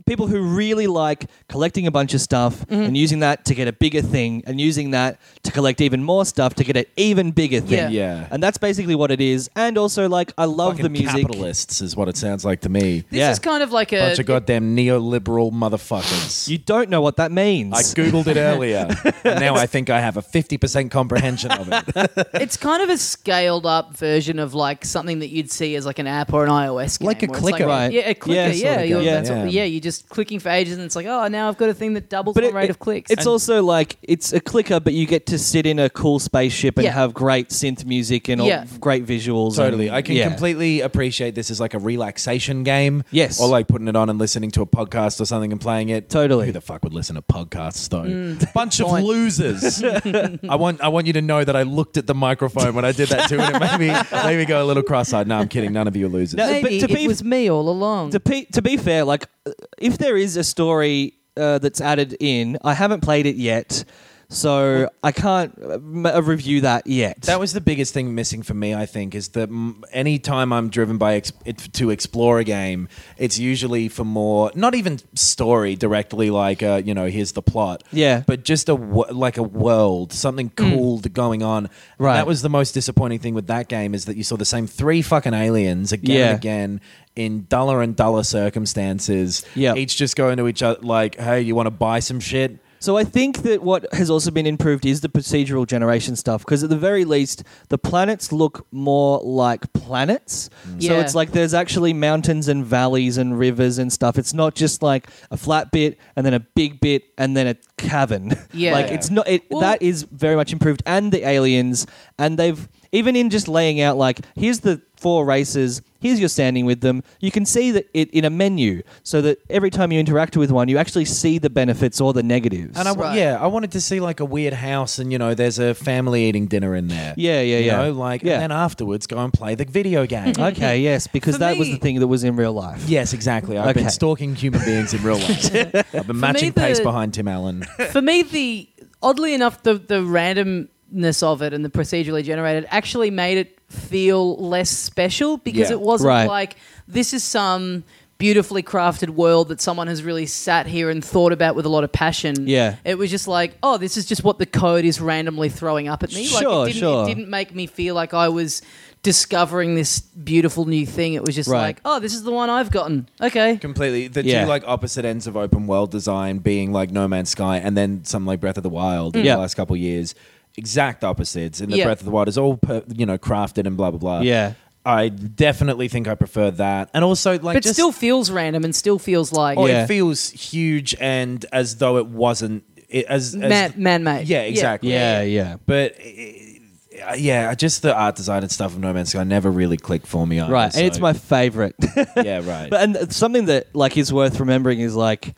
Speaker 4: people who really like collecting a bunch of stuff
Speaker 5: Mm-hmm.
Speaker 4: and using that to get a bigger thing, and using that to collect even more stuff to get an even bigger thing.
Speaker 5: Yeah.
Speaker 6: Yeah.
Speaker 4: and that's basically what it is. And also, like, I love the
Speaker 6: Fucking
Speaker 4: music.
Speaker 6: Capitalists is what it sounds like to me.
Speaker 5: This
Speaker 4: Yeah.
Speaker 5: is kind of like a
Speaker 6: Bunch of goddamn neoliberal motherfuckers.
Speaker 4: You don't know what that means.
Speaker 6: I googled
Speaker 4: [laughs]
Speaker 6: it earlier, and now I think I have a fifty percent comprehension of it.
Speaker 5: it's kind of a scaled up version of like something that you'd see as like an app or an iOS game.
Speaker 6: Like a
Speaker 5: where it's
Speaker 6: clicker.
Speaker 4: Right.
Speaker 5: Yeah, a clicker.
Speaker 4: Yeah,
Speaker 5: Yeah,
Speaker 4: sort of
Speaker 5: you're,
Speaker 4: game.
Speaker 5: that's
Speaker 6: Yeah.
Speaker 5: what- yeah, you're just clicking for ages, and it's like, oh, now I've got a thing that doubles
Speaker 4: But
Speaker 5: my
Speaker 4: it-
Speaker 5: rate
Speaker 4: it-
Speaker 5: of clicks.
Speaker 4: It's also like it's a clicker, but you get to sit in a cool spaceship and
Speaker 5: Yeah.
Speaker 4: have great synth music and all,
Speaker 5: Yeah.
Speaker 4: great visuals.
Speaker 6: totally,
Speaker 4: and-
Speaker 6: I can
Speaker 4: yeah.
Speaker 6: completely appreciate this as like a relaxation game.
Speaker 4: Yes.
Speaker 6: or like putting it on and listening to a podcast or something and playing it.
Speaker 4: Totally.
Speaker 6: who the fuck would listen to podcasts though? [laughs] Bunch of losers. I want, I want you to know that I looked at the microphone when I did that too, and it made me, made me go a little cross-eyed. No, I'm kidding. None of you are losers.
Speaker 4: No,
Speaker 5: Maybe
Speaker 4: but to
Speaker 5: it
Speaker 4: be-
Speaker 5: was me all along.
Speaker 4: to be, to be fair, like uh, if there is a story uh, that's added in, I haven't played it yet, so I can't uh, m- uh, review that yet.
Speaker 6: That was the biggest thing missing for me, I think, is that mm, any time I'm driven by ex- it, to explore a game, it's usually for more, not even story directly, like uh, you know, here's the plot,
Speaker 4: Yeah. Hmm.
Speaker 6: but just a wo- like a world, something cool to going on. And
Speaker 4: Right.
Speaker 6: that was the most disappointing thing with that game is that you saw the same three fucking aliens again
Speaker 4: Yeah.
Speaker 6: and again in duller and duller circumstances.
Speaker 4: Yep.
Speaker 6: each just going to each other like, "Hey, you want to buy some shit?"
Speaker 4: So I think that what has also been improved is the procedural generation stuff because at the very least the planets look more like planets. So
Speaker 5: Yeah.
Speaker 4: it's like there's actually mountains and valleys and rivers and stuff. It's not just like a flat bit and then a big bit and then a cavern. [laughs]
Speaker 5: Yeah.
Speaker 4: like it's not it
Speaker 5: Well-
Speaker 4: that is very much improved and the aliens and they've even in just laying out like here's the four races here's your standing with them you can see that it in a menu so that every time you interact with one you actually see the benefits or the negatives
Speaker 6: And I, w-
Speaker 5: Right.
Speaker 6: yeah, I wanted to see like a weird house, and you know, there's a family eating dinner in there.
Speaker 4: Yeah, yeah,
Speaker 6: you
Speaker 4: yeah.
Speaker 6: Know, like,
Speaker 4: Yeah.
Speaker 6: and then afterwards, go and play the video game.
Speaker 4: okay yes because
Speaker 5: For
Speaker 4: that was
Speaker 5: me-
Speaker 4: the thing that was in real life
Speaker 6: yes, exactly. I've
Speaker 4: Okay.
Speaker 6: been stalking human beings in real [laughs] life. I've been matching
Speaker 5: the-
Speaker 6: pace behind Tim Allen.
Speaker 5: for me, the oddly enough, the the randomness of it and the procedurally generated actually made it feel less special because
Speaker 6: Yeah.
Speaker 5: it wasn't
Speaker 4: Right.
Speaker 5: like this is some beautifully crafted world that someone has really sat here and thought about with a lot of passion.
Speaker 4: Yeah.
Speaker 5: It was just like, oh, this is just what the code is randomly throwing up at me.
Speaker 4: Sure,
Speaker 5: like it didn't,
Speaker 4: sure.
Speaker 5: it didn't make me feel like I was discovering this beautiful new thing. It was just
Speaker 4: Right.
Speaker 5: like, oh, this is the one I've gotten. Okay.
Speaker 6: Completely, the
Speaker 4: Yeah.
Speaker 6: two like opposite ends of open world design being like No Man's Sky, and then something like Breath of the Wild in
Speaker 4: Yeah.
Speaker 6: the last couple of years. Exact opposites. And the
Speaker 5: Yeah.
Speaker 6: Breath of the Wild is all per, you know crafted and blah blah blah.
Speaker 4: Yeah.
Speaker 6: I definitely think I prefer that, and also like
Speaker 5: But
Speaker 6: just
Speaker 5: still feels random and still feels like
Speaker 6: Oh,
Speaker 4: Yeah.
Speaker 6: it feels huge and as though it wasn't it, as, as
Speaker 5: man, man-made.
Speaker 6: Yeah, exactly.
Speaker 4: yeah yeah
Speaker 6: But it, uh, yeah, just the art design and stuff of No Man's Sky never really clicked for me. either,
Speaker 4: Right, and it's
Speaker 6: so-
Speaker 4: my favorite.
Speaker 6: [laughs]
Speaker 4: [laughs]
Speaker 6: yeah, right.
Speaker 4: But and something that like is worth remembering is like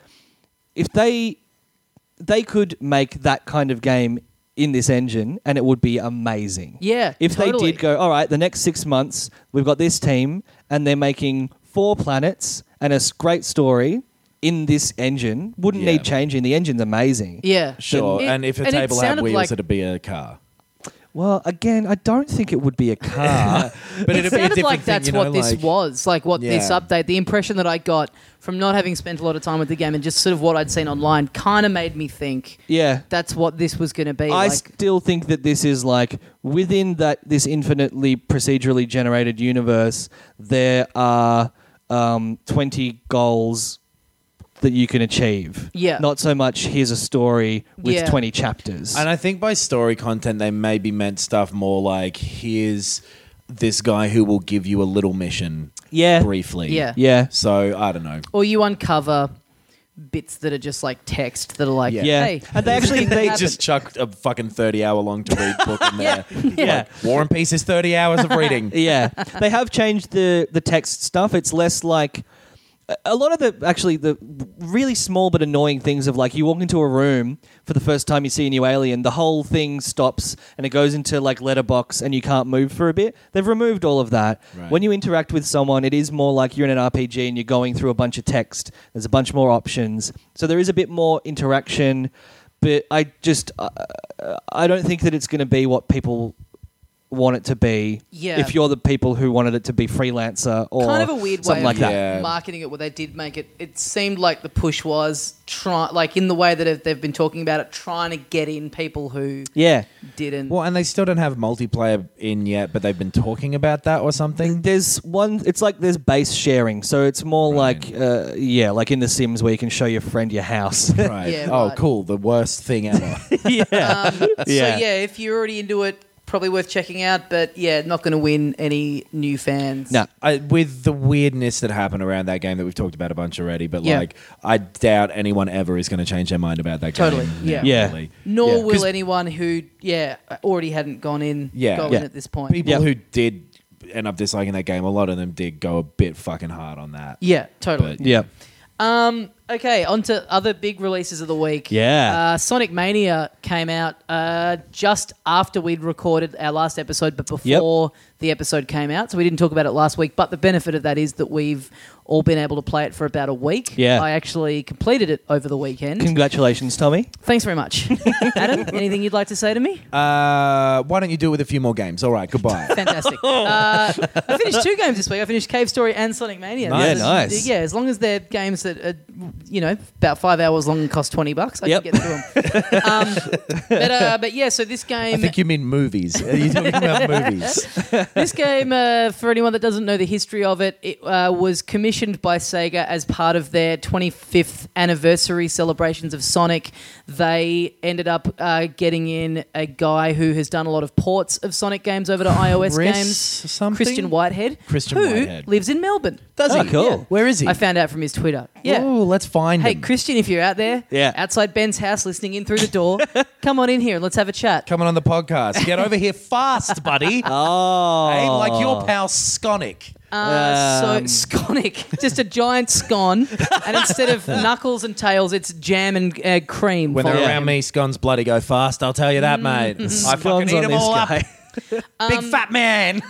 Speaker 4: if they they could make that kind of game in this engine and it would be amazing.
Speaker 5: Yeah,
Speaker 4: If they
Speaker 5: totally.
Speaker 4: did go, all right, the next six months we've got this team and they're making four planets and a s- great story in this engine. Wouldn't
Speaker 6: Yeah.
Speaker 4: need changing. The engine's amazing.
Speaker 5: Yeah.
Speaker 6: sure,
Speaker 5: It-
Speaker 6: and if a
Speaker 5: and it
Speaker 6: table had
Speaker 5: sounded
Speaker 6: wheels,
Speaker 5: like-
Speaker 6: it'd be a car.
Speaker 4: Well, again, I don't think it would be a
Speaker 6: [laughs]
Speaker 4: car.
Speaker 5: [laughs]
Speaker 6: But
Speaker 5: it sounded like that's what this was, like what this
Speaker 6: Yeah.
Speaker 5: update. The impression that I got from not having spent a lot of time with the game and just sort of what I'd seen online kind of made me think
Speaker 4: yeah.
Speaker 5: that's what this was going to be.
Speaker 4: I
Speaker 5: like,
Speaker 4: still think that this is like within that this infinitely procedurally generated universe. There are um, twenty goals that you can achieve.
Speaker 5: Yeah.
Speaker 4: Not so much here's a story with
Speaker 5: Yeah.
Speaker 4: twenty chapters.
Speaker 6: And I think by story content, they maybe meant stuff more like here's this guy who will give you a little mission
Speaker 4: Yeah.
Speaker 6: briefly.
Speaker 5: Yeah.
Speaker 4: yeah.
Speaker 6: So I don't know.
Speaker 5: or you uncover bits that are just like text that are like,
Speaker 6: Yeah.
Speaker 4: Yeah.
Speaker 5: hey,
Speaker 4: And they actually they
Speaker 6: [laughs] They just chucked a fucking 30 hour long to read book in there.
Speaker 4: [laughs] yeah.
Speaker 6: War and Peace is 30 hours of [laughs] reading.
Speaker 4: [laughs] yeah, they have changed the the text stuff. It's less like a- a lot of the actually the really small but annoying things of like you walk into a room for the first time you see a new alien, the whole thing stops and it goes into like letterbox and you can't move for a bit. They've removed all of that.
Speaker 6: Right.
Speaker 4: When you interact with someone, it is more like you're in an RPG and you're going through a bunch of text. There's a bunch more options, so there is a bit more interaction. But I just uh, I don't think that it's going to be what people want it to be.
Speaker 5: Yeah.
Speaker 4: If you're the people who wanted it to be freelancer or
Speaker 5: kind of a weird way
Speaker 4: something
Speaker 5: of
Speaker 4: like that.
Speaker 6: Yeah.
Speaker 5: marketing it where they did make it it seemed like the push was try like in the way that it- they've been talking about it trying to get in people who
Speaker 4: Yeah.
Speaker 5: didn't
Speaker 6: Well, and they still don't have multiplayer in yet, but they've been talking about that or something.
Speaker 4: There's one. It's like there's base sharing, so it's more like uh, yeah, like in The Sims where you can show your friend your house. [laughs]
Speaker 6: Right.
Speaker 5: Yeah,
Speaker 6: oh,
Speaker 5: right.
Speaker 6: cool. The worst thing ever.
Speaker 4: yeah.
Speaker 5: so yeah if you're already into it probably worth checking out but yeah not going to win any new fans
Speaker 4: No.
Speaker 6: I, with the weirdness that happened around that game that we've talked about a bunch already, but
Speaker 5: Yeah.
Speaker 6: like, I doubt anyone ever is going to change their mind about that
Speaker 5: Totally,
Speaker 6: game.
Speaker 5: yeah.
Speaker 4: Yeah.
Speaker 5: nor
Speaker 6: Yeah. 'Cause
Speaker 5: will anyone who yeah already hadn't gone in
Speaker 6: Yeah.
Speaker 5: go in
Speaker 6: Yeah.
Speaker 5: at this point
Speaker 6: People
Speaker 4: Yeah.
Speaker 6: who did end up disliking that game, a lot of them did go a bit fucking hard on that.
Speaker 5: yeah totally
Speaker 4: yeah.
Speaker 5: Okay, on to other big releases of the week.
Speaker 4: Yeah.
Speaker 5: Uh, Sonic Mania came out uh, just after we'd recorded our last episode, but before the episode came out. So we didn't talk about it last week. But the benefit of that is that we've all been able to play it for about a week.
Speaker 4: Yeah.
Speaker 5: I actually completed it over the weekend.
Speaker 4: Congratulations, Tommy.
Speaker 5: Thanks very much. Adam, anything you'd like to say to me?
Speaker 6: Uh, why don't you do it with a few more games? All right,
Speaker 5: [laughs]
Speaker 6: goodbye.
Speaker 4: [laughs]
Speaker 5: Fantastic.
Speaker 4: Oh.
Speaker 5: Uh, I finished two games this week. I finished Cave Story and Sonic Mania.
Speaker 4: Nice. Yeah,
Speaker 5: As-
Speaker 4: nice.
Speaker 5: Yeah, as long as they're games that are, you know, about five hours long and cost 20 bucks, I
Speaker 4: Yep.
Speaker 5: can get through
Speaker 4: [laughs]
Speaker 5: them. um, but, uh, but yeah, so this
Speaker 6: I
Speaker 5: game,
Speaker 6: think you mean movies. Are you talking
Speaker 5: [laughs]
Speaker 6: about movies?
Speaker 5: this game, uh, for anyone that doesn't know the history of it, it uh, was commissioned by Sega as part of their 25th anniversary celebrations of Sonic. They ended up uh, getting in a guy who has done a lot of ports of Sonic games over to iOS
Speaker 6: Chris
Speaker 5: games.
Speaker 6: something?
Speaker 5: Christian Whitehead,
Speaker 6: Christian
Speaker 5: who
Speaker 6: Whitehead.
Speaker 5: lives in Melbourne.
Speaker 6: Does
Speaker 4: Oh,
Speaker 6: he?
Speaker 4: cool.
Speaker 6: Yeah. Where is he?
Speaker 5: I found out from his Twitter. Yeah.
Speaker 6: Ooh, let's find
Speaker 5: Hey,
Speaker 6: him.
Speaker 5: Christian, if you're out there,
Speaker 4: Yeah.
Speaker 5: outside Ben's house listening in through the
Speaker 6: [laughs]
Speaker 5: door, come on in here and let's have a chat.
Speaker 6: Coming on the podcast. Get over here fast, buddy.
Speaker 4: [laughs] Oh.
Speaker 6: Hey, like your pal Sconic. Um,
Speaker 5: Uh, so [laughs] sconic, just a giant scone, and instead
Speaker 6: [laughs]
Speaker 5: of knuckles and tails, it's jam and uh, cream.
Speaker 6: When they're
Speaker 5: following
Speaker 6: around
Speaker 5: him.
Speaker 6: me, scones bloody go fast. I'll tell you that,
Speaker 5: Mm-hmm.
Speaker 6: mate. I fucking
Speaker 4: Guns
Speaker 6: eat
Speaker 4: on
Speaker 6: them
Speaker 4: this
Speaker 6: all
Speaker 4: guy.
Speaker 6: up.
Speaker 5: [laughs]
Speaker 6: Big
Speaker 5: Um,
Speaker 6: fat man.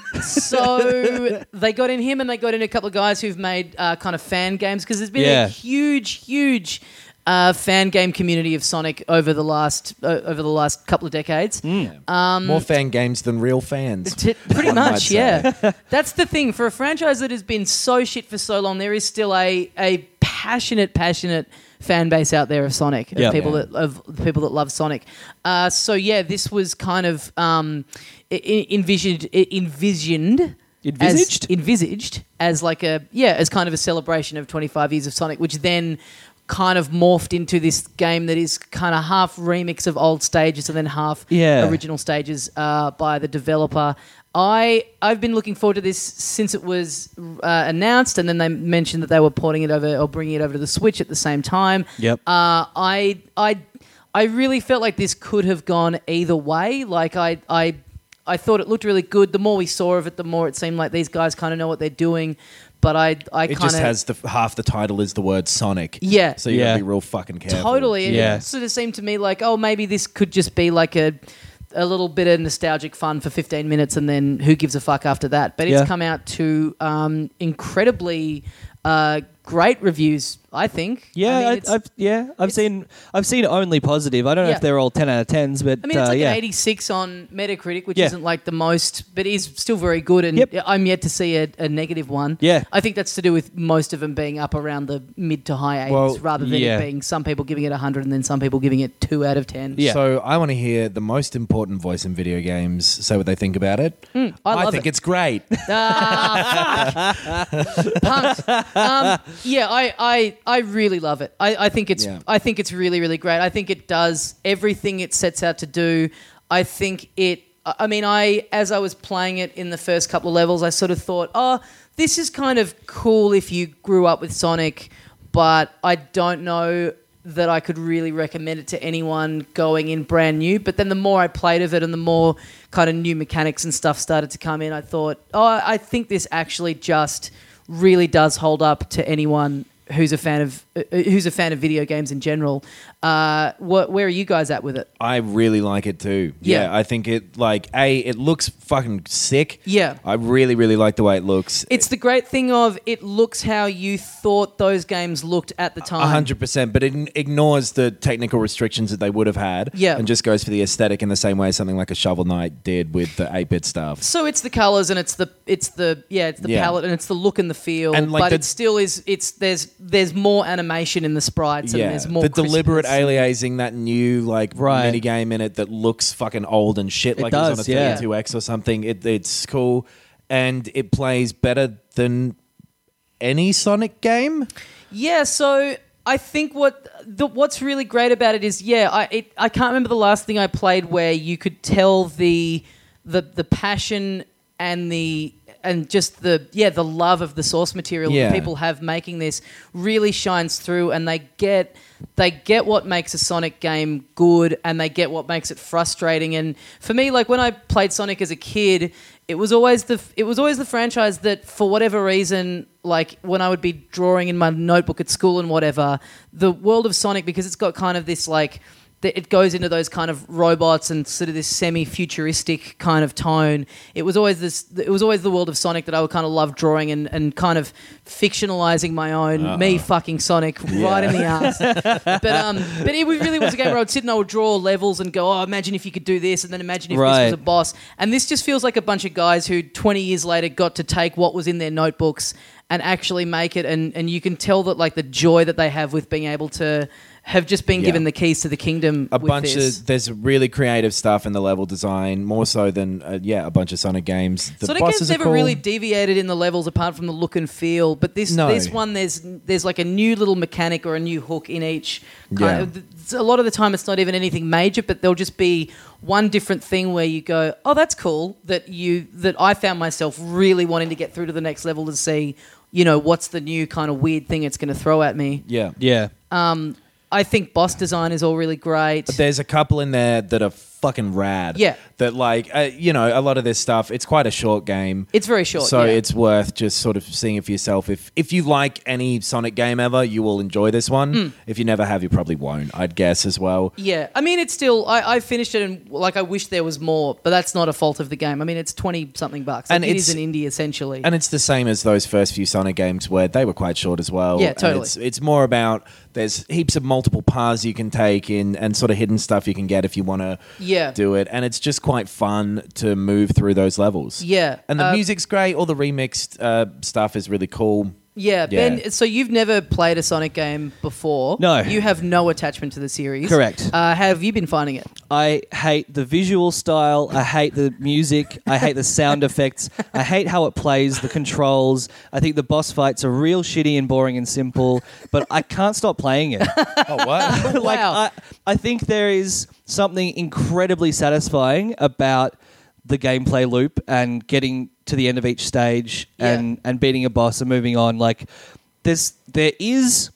Speaker 5: so they got in him and they got in a couple of guys who've made uh, kind of fan games because there's been
Speaker 4: Yeah.
Speaker 5: a huge huge uh, fan game community of Sonic over the last uh, over the last couple of decades. um,
Speaker 6: More fan games than
Speaker 5: [laughs]
Speaker 6: real fans.
Speaker 5: T- pretty
Speaker 6: One might
Speaker 5: much,
Speaker 6: say.
Speaker 5: yeah. That's the thing for a franchise that has been so shit for so long. There is still a a passionate, passionate fan base out there of Sonic, of
Speaker 4: Yeah.
Speaker 5: people
Speaker 4: Yeah.
Speaker 5: that of people that love Sonic. Uh, so yeah, this was kind of um, e- e- envisioned, e- envisioned.
Speaker 4: Envisaged?
Speaker 5: As, envisaged as like a yeah as kind of a celebration of 25 years of sonic which then kind of morphed into this game that is kind of half remix of old stages and then half
Speaker 4: Yeah.
Speaker 5: original original stages uh, by the developer. I I've been looking forward to this since it was uh, announced, and then they mentioned that they were porting it over or bringing it over to the Switch at the same time.
Speaker 4: Yep.
Speaker 5: Uh, I I I really felt like this could have gone either way. Like I I I thought it looked really good. The more we saw of it, the more it seemed like these guys kind of know what they're doing. But I, I
Speaker 6: It
Speaker 5: kind
Speaker 6: just
Speaker 5: of
Speaker 6: has the half the title is the word Sonic.
Speaker 5: Yeah.
Speaker 6: So you gotta
Speaker 4: Yeah.
Speaker 6: be real fucking careful.
Speaker 5: Totally.
Speaker 4: Yeah.
Speaker 5: It sort of seemed to me like, oh, maybe this could just be like a a little bit of nostalgic fun for 15 minutes and then who gives a fuck after that. But it's
Speaker 4: Yeah.
Speaker 5: come out to um, incredibly uh, great reviews, I think.
Speaker 4: Yeah,
Speaker 5: I mean,
Speaker 4: I
Speaker 5: it's,
Speaker 4: I, have yeah, I've seen I've seen only positive. I don't know
Speaker 5: Yeah.
Speaker 4: if they're all ten out of tens, but
Speaker 5: I mean, it's
Speaker 4: uh,
Speaker 5: like
Speaker 4: yeah,
Speaker 5: an 86 on Metacritic, which
Speaker 4: Yeah.
Speaker 5: isn't like the most, but is still very good. And
Speaker 4: Yep.
Speaker 5: I'm yet to see a, a negative one.
Speaker 4: Yeah.
Speaker 5: I think that's to do with most of them being up around the mid to high 80s
Speaker 6: Well,
Speaker 5: rather than
Speaker 4: yeah.
Speaker 5: it being some people giving it 100 and then some people giving it 2 out of 10.
Speaker 4: Yeah.
Speaker 6: So I want to hear the most important voice in video games. Say what they think about it.
Speaker 5: Mm, I love
Speaker 6: think
Speaker 5: it.
Speaker 6: it's
Speaker 5: [laughs]
Speaker 6: great.
Speaker 5: Punked. Um, yeah, I, I I really love it. I, I think it's
Speaker 6: Yeah.
Speaker 5: I think it's really really great. I think it does everything it sets out to do. I think it. I I mean, I as I was playing it in the first couple of levels, I sort of thought, oh, this is kind of cool if you grew up with Sonic, but I don't know that I could really recommend it to anyone going in brand new. But then the more I played of it and the more kind of new mechanics and stuff started to come in, I thought, oh, I think this actually just really does hold up to anyone who's a fan of uh, who's a fan of video games in general. Uh, wh- where are you guys at with it?
Speaker 6: I really like it too.
Speaker 5: Yeah.
Speaker 6: I think it like a it looks fucking sick.
Speaker 5: Yeah.
Speaker 6: I really really like the way it looks.
Speaker 5: It's the great thing of it looks how you thought those games looked at the
Speaker 6: A
Speaker 5: time.
Speaker 6: hundred percent, but it ign- ignores the technical restrictions that they would have had,
Speaker 5: Yeah.
Speaker 6: and just goes for the aesthetic in the same way something like a Shovel Knight did with the eight bit stuff.
Speaker 5: So it's the colors and it's the it's the yeah it's the
Speaker 6: Yeah.
Speaker 5: palette and it's the look and the feel,
Speaker 6: And, like,
Speaker 5: but
Speaker 6: the-
Speaker 5: it still is it's there's there's more animation in the sprites and
Speaker 6: Yeah,
Speaker 5: there's more
Speaker 6: the deliberate
Speaker 5: crispness.
Speaker 6: aliasing that new like
Speaker 4: Right.
Speaker 6: mini game in it that looks fucking old and shit,
Speaker 4: It
Speaker 6: like it was
Speaker 4: does,
Speaker 6: on a
Speaker 4: yeah.
Speaker 6: 32x or something. It, it's cool, and it plays better than any Sonic game.
Speaker 5: Yeah, so I think what the, what's really great about it is, yeah, I it, I can't remember the last thing I played where you could tell the the the passion and the and just the yeah the love of the source material
Speaker 6: Yeah.
Speaker 5: that people have making this really shines through, and they get they get what makes a Sonic game good, and they get what makes it frustrating. And for me, like when I played Sonic as a kid, it was always the it was always the franchise that for whatever reason like when I would be drawing in my notebook at school and whatever the world of Sonic because it's got kind of this like that it goes into those kind of robots and sort of this semi-futuristic kind of tone. It was always this. It was always the world of Sonic that I would kind of love drawing and, and kind of fictionalizing my own me fucking Sonic right in the ass. but um, but it was- really was a game where I would sit and I would draw levels and go, oh, imagine if you could do this, and then imagine if this was
Speaker 4: Right.
Speaker 5: a boss. And this just feels like a bunch of guys who 20 years later got to take what was in their notebooks and actually make it. And, and you can tell that, like, the joy that they have with being able to have just been
Speaker 6: Yeah.
Speaker 5: given the keys to the kingdom.
Speaker 6: a
Speaker 5: with
Speaker 6: bunch
Speaker 5: this.
Speaker 6: of there's really creative stuff in the level design more so than uh, yeah a bunch of Sonic games. The
Speaker 5: Sonic
Speaker 6: bosses
Speaker 5: games
Speaker 6: are
Speaker 5: never
Speaker 6: cool.
Speaker 5: really deviated in the levels apart from the look and feel, but this
Speaker 6: No.
Speaker 5: this one there's there's like a new little mechanic or a new hook in each.
Speaker 6: Yeah.
Speaker 5: Kind of, a lot of the time it's not even anything major, but there'll just be one different thing where you go, "Oh, that's cool." That you that I found myself really wanting to get through to the next level to see, you know, what's the new kind of weird thing it's going to throw at me.
Speaker 6: yeah
Speaker 4: yeah,
Speaker 5: I think boss design is all really great.
Speaker 6: There's a couple in there that are fucking rad.
Speaker 5: Yeah.
Speaker 6: that like uh, you know a lot of this stuff. It's quite a short game.
Speaker 5: It's very short,
Speaker 6: so
Speaker 5: yeah.
Speaker 6: it's worth just sort of seeing it for yourself. If if you like any Sonic game ever, you will enjoy this one.
Speaker 5: Hmm.
Speaker 6: If you never have, you probably won't. I'd guess as well.
Speaker 5: Yeah, I mean, it's still. I, I finished it, and like I wish there was more, but that's not a fault of the game. I mean, it's twenty something bucks,
Speaker 6: And
Speaker 5: and it
Speaker 6: it's-
Speaker 5: is an indie essentially.
Speaker 6: And it's the same as those first few Sonic games where they were quite short as well.
Speaker 5: Yeah,
Speaker 6: And
Speaker 5: totally.
Speaker 6: it's, it's more about there's heaps of multiple paths you can take in and sort of hidden stuff you can get if you want to
Speaker 5: Yeah.
Speaker 6: do it. And it's just quite fun to move through those levels.
Speaker 5: Yeah,
Speaker 6: And the
Speaker 5: uh,
Speaker 6: music's great. All the remixed uh, stuff is really
Speaker 5: [laughs]
Speaker 6: cool.
Speaker 5: yeah,
Speaker 6: Yeah.
Speaker 5: Ben. So you've never played a Sonic game before?
Speaker 4: No.
Speaker 5: you have no attachment to the series.
Speaker 4: Correct.
Speaker 5: Uh, how have you been finding it?
Speaker 4: I hate the visual style. I hate the music. I hate the sound effects. I hate how it plays, the controls. I think the boss fights are real shitty and boring and simple, but I can't stop playing it.
Speaker 6: Oh,
Speaker 5: [laughs]
Speaker 6: what?
Speaker 4: [laughs] like
Speaker 5: Wow.
Speaker 4: I, I think there is something incredibly satisfying about the gameplay loop and getting to the end of each stage
Speaker 5: Yeah.
Speaker 4: and and beating a boss and moving on like there's there is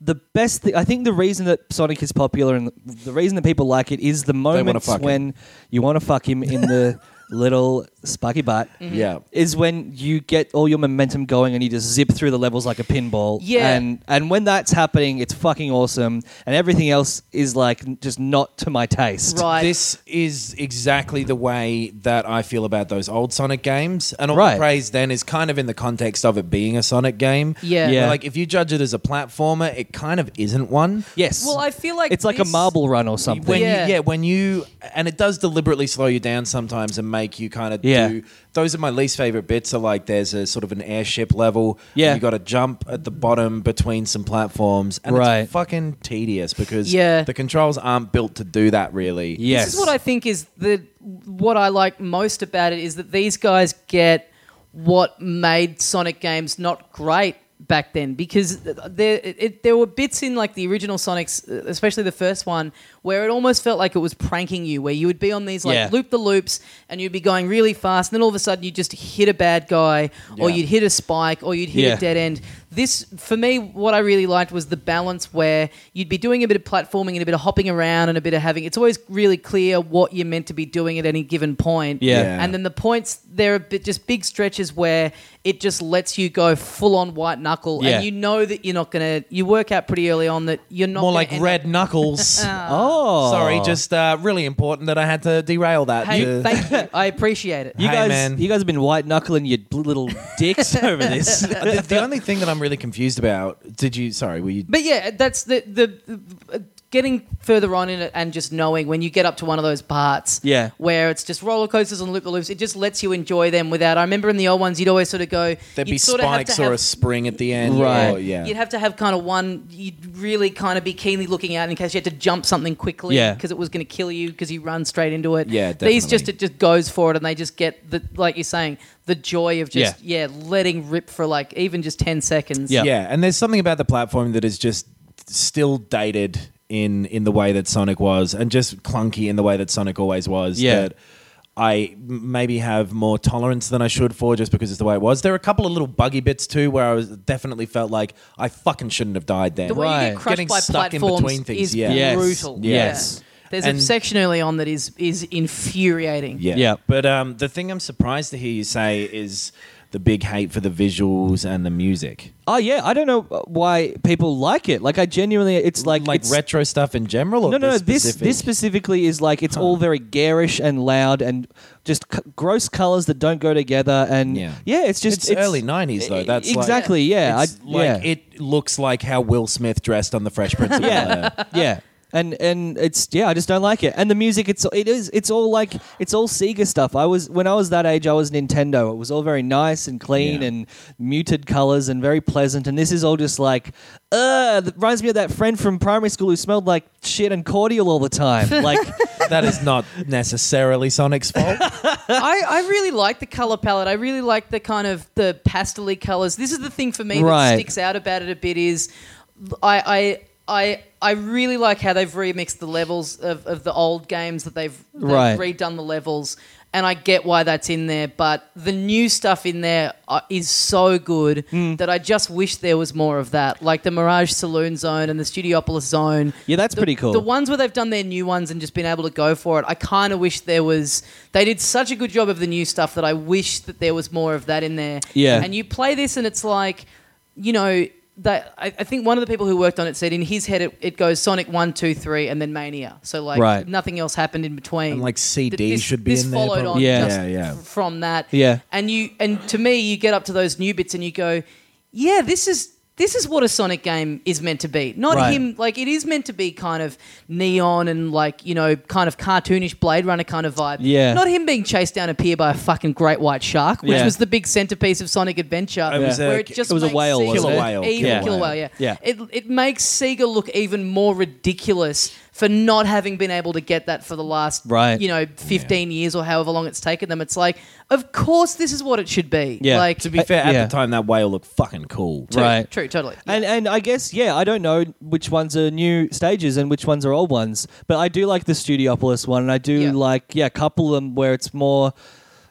Speaker 4: the best thing I think the reason that Sonic is popular and the reason that people like it is the
Speaker 6: wanna
Speaker 4: moments
Speaker 6: fuck him.
Speaker 4: when you want to fuck him in
Speaker 5: [laughs]
Speaker 4: the little sparky butt.
Speaker 5: Mm-hmm.
Speaker 6: Yeah.
Speaker 4: Is when you get all your momentum going and you just zip through the levels like a pinball.
Speaker 5: Yeah.
Speaker 4: And and when that's happening, it's fucking awesome. And everything else is like n- just not to my taste.
Speaker 5: Right.
Speaker 6: This is exactly the way that I feel about those old Sonic games. And all
Speaker 4: Right.
Speaker 6: the praise then is kind of in the context of it being a Sonic game.
Speaker 5: Yeah.
Speaker 4: Yeah.
Speaker 6: Like if you judge it as a platformer, it kind of isn't one.
Speaker 4: Yes.
Speaker 5: Well, I feel like
Speaker 4: it's like a
Speaker 5: this-
Speaker 4: marble run or
Speaker 6: When
Speaker 4: something.
Speaker 6: you-
Speaker 5: Yeah.
Speaker 6: yeah. when you and it does deliberately slow you down sometimes and make you kind of
Speaker 4: Yeah.
Speaker 6: do those are my least favorite bits are like there's a sort of an airship level.
Speaker 4: Yeah.
Speaker 6: You gotta jump at the bottom between some platforms and
Speaker 4: Right.
Speaker 6: it's fucking tedious because
Speaker 5: Yeah.
Speaker 6: the controls aren't built to do that really.
Speaker 4: Yes.
Speaker 5: This is what I think is the what I like most about it is that these guys get what made Sonic games not great back then because there it, there were bits in like the original Sonics, uh, especially the first one, where it almost felt like it was pranking you, where you would be on these like
Speaker 4: Yeah.
Speaker 5: loop the loops and you'd be going really fast, and then all of a sudden you just hit a bad guy or
Speaker 6: Yeah.
Speaker 5: you'd hit a spike or you'd hit
Speaker 4: Yeah.
Speaker 5: a dead end. This, for me, what I really liked was the balance where you'd be doing a bit of platforming and a bit of hopping around and a bit of having. It's always really clear what you're meant to be doing at any given point.
Speaker 4: Yeah.
Speaker 6: Yeah.
Speaker 5: And then the points there are bit, just big stretches where it just lets you go full on white knuckle,
Speaker 4: Yeah.
Speaker 5: and you know that you're not gonna. You work out pretty early on that you're not
Speaker 6: More
Speaker 5: gonna
Speaker 6: like
Speaker 5: end
Speaker 6: red
Speaker 5: up- [laughs]
Speaker 6: knuckles.
Speaker 4: Oh.
Speaker 6: Sorry, just uh, really important that I had to derail that.
Speaker 5: Hey,
Speaker 6: to-
Speaker 5: thank you. I appreciate it.
Speaker 4: You
Speaker 6: Hey,
Speaker 4: guys,
Speaker 6: man.
Speaker 4: you guys have been white knuckling your bl- little
Speaker 5: [laughs]
Speaker 4: dicks over this. [laughs]
Speaker 6: [laughs] the, the only thing that I'm really confused about. Did you? Sorry, were you?
Speaker 5: But yeah, that's the the uh, getting further on in it and just knowing when you get up to one of those parts,
Speaker 4: Yeah.
Speaker 5: where it's just roller coasters and loop the loops. It just lets you enjoy them without. I remember in the old ones, you'd always sort of go.
Speaker 6: There'd
Speaker 5: you'd
Speaker 6: be
Speaker 5: sort of have to
Speaker 6: spikes or
Speaker 5: have-
Speaker 6: a spring at the end.
Speaker 4: Right.
Speaker 6: or- yeah.
Speaker 5: You'd have to have kind of one. You'd really kind of be keenly looking out in case you had to jump something quickly
Speaker 4: Yeah.
Speaker 5: because it was going to kill you because you run straight into it.
Speaker 6: Yeah,
Speaker 5: These just
Speaker 6: definitely.
Speaker 5: it just goes for it and they just get the like you're saying the joy of just yeah, letting rip for like even just ten seconds.
Speaker 4: Yeah.
Speaker 6: yeah, and there's something about the platform that is just still dated in in the way that Sonic was, and just clunky in the way that Sonic always was.
Speaker 4: Yeah.
Speaker 6: That I m- maybe have more tolerance than I should for just because it's the way it was. There are a couple of little buggy bits too where I was definitely felt like I fucking shouldn't have died there.
Speaker 5: The way you
Speaker 4: Right.
Speaker 5: get crushed
Speaker 6: Getting
Speaker 5: by
Speaker 6: stuck in
Speaker 5: platforms
Speaker 6: between things,
Speaker 5: is
Speaker 6: yeah.
Speaker 4: Yes.
Speaker 5: brutal.
Speaker 4: Yes.
Speaker 5: Yeah. There's a
Speaker 6: And-
Speaker 5: section early on that is is infuriating.
Speaker 6: Yeah.
Speaker 4: Yeah.
Speaker 6: But um, the thing I'm surprised to hear you say is the big hate for the visuals and the music.
Speaker 4: oh yeah, I don't know why people like it. Like I genuinely, it's like
Speaker 6: Like
Speaker 4: it's,
Speaker 6: retro stuff in general or
Speaker 4: No, no, no.
Speaker 6: this
Speaker 4: This
Speaker 6: specific?
Speaker 4: this specifically is like it's all very garish and loud and just c- gross colors that don't go together. And
Speaker 6: Yeah.
Speaker 4: yeah, it's just
Speaker 6: It's early 90s though. That's like-
Speaker 4: exactly yeah.
Speaker 6: It's
Speaker 4: I-
Speaker 6: like
Speaker 4: yeah.
Speaker 6: it looks like how Will Smith dressed on the Fresh Prince of
Speaker 4: [laughs] yeah,
Speaker 6: Bel-Air.
Speaker 4: yeah. And and it's yeah, I just don't like it. And the music, it's it is it's all like it's all Sega stuff. I was when I was that age, I was Nintendo. It was all very nice and clean
Speaker 6: Yeah.
Speaker 4: and muted colors and very pleasant. And this is all just like, uh, that reminds me of that friend from primary school who smelled like shit and cordial all the
Speaker 6: [laughs]
Speaker 4: time. Like,
Speaker 6: That is not necessarily Sonic's fault.
Speaker 5: I, I really like the color palette. I really like the kind of the pastely colors. This is the thing for me
Speaker 4: Right.
Speaker 5: that sticks out about it a bit is I I I I really like how they've remixed the levels of, of the old games that they've, they've
Speaker 4: Right.
Speaker 5: redone the levels, and I get why that's in there. But the new stuff in there uh, is so good
Speaker 4: Hmm.
Speaker 5: that I just wish there was more of that, like the Mirage Saloon Zone and the Studiopolis Zone.
Speaker 4: yeah, that's
Speaker 5: The-
Speaker 4: pretty cool.
Speaker 5: The ones where they've done their new ones and just been able to go for it, I kind of wish there was. They did such a good job of the new stuff that I wish that there was more of that in there.
Speaker 4: Yeah.
Speaker 5: And you play this, and it's like, you know, that I, I think one of the people who worked on it said in his head it, it goes Sonic one, two, three, and then Mania. So like
Speaker 4: Right.
Speaker 5: nothing else happened in between.
Speaker 6: And, like, CD
Speaker 5: Th- this-
Speaker 6: should be
Speaker 5: this
Speaker 6: in there,
Speaker 5: followed on
Speaker 6: probably.
Speaker 4: Yeah.
Speaker 5: just
Speaker 6: Yeah, yeah.
Speaker 5: f- from that.
Speaker 4: Yeah.
Speaker 5: And you and to me, you get up to those new bits and you go, yeah, this is. This is what a Sonic game is meant to be. Not
Speaker 4: Right.
Speaker 5: him like it is meant to be kind of neon and like you know kind of cartoonish blade runner kind of vibe
Speaker 4: Yeah.
Speaker 5: not him being chased down a pier by a fucking great white shark which
Speaker 4: Yeah.
Speaker 5: was the big centerpiece of sonic adventure
Speaker 6: It was a-
Speaker 5: where it just
Speaker 4: It was a
Speaker 5: makes
Speaker 4: whale,
Speaker 5: Sega-
Speaker 4: wasn't
Speaker 6: it? Killer whale,
Speaker 5: evil
Speaker 4: yeah.
Speaker 5: killer whale yeah
Speaker 4: Yeah.
Speaker 5: it, it makes sega look even more ridiculous for not having been able to get that for the last
Speaker 4: Right.
Speaker 5: you know 15 years or however long it's taken them it's like of course this is what it should be
Speaker 4: Yeah.
Speaker 5: like
Speaker 6: to be fair, at
Speaker 4: Uh, yeah.
Speaker 6: the time that whale looked fucking cool.
Speaker 5: true,
Speaker 4: right.
Speaker 5: true totally
Speaker 4: And and I guess yeah, I don't know which ones are new stages and which ones are old ones, but I do like the Studiopolis one, and I do
Speaker 5: Yeah.
Speaker 4: like yeah, a couple of them where it's more.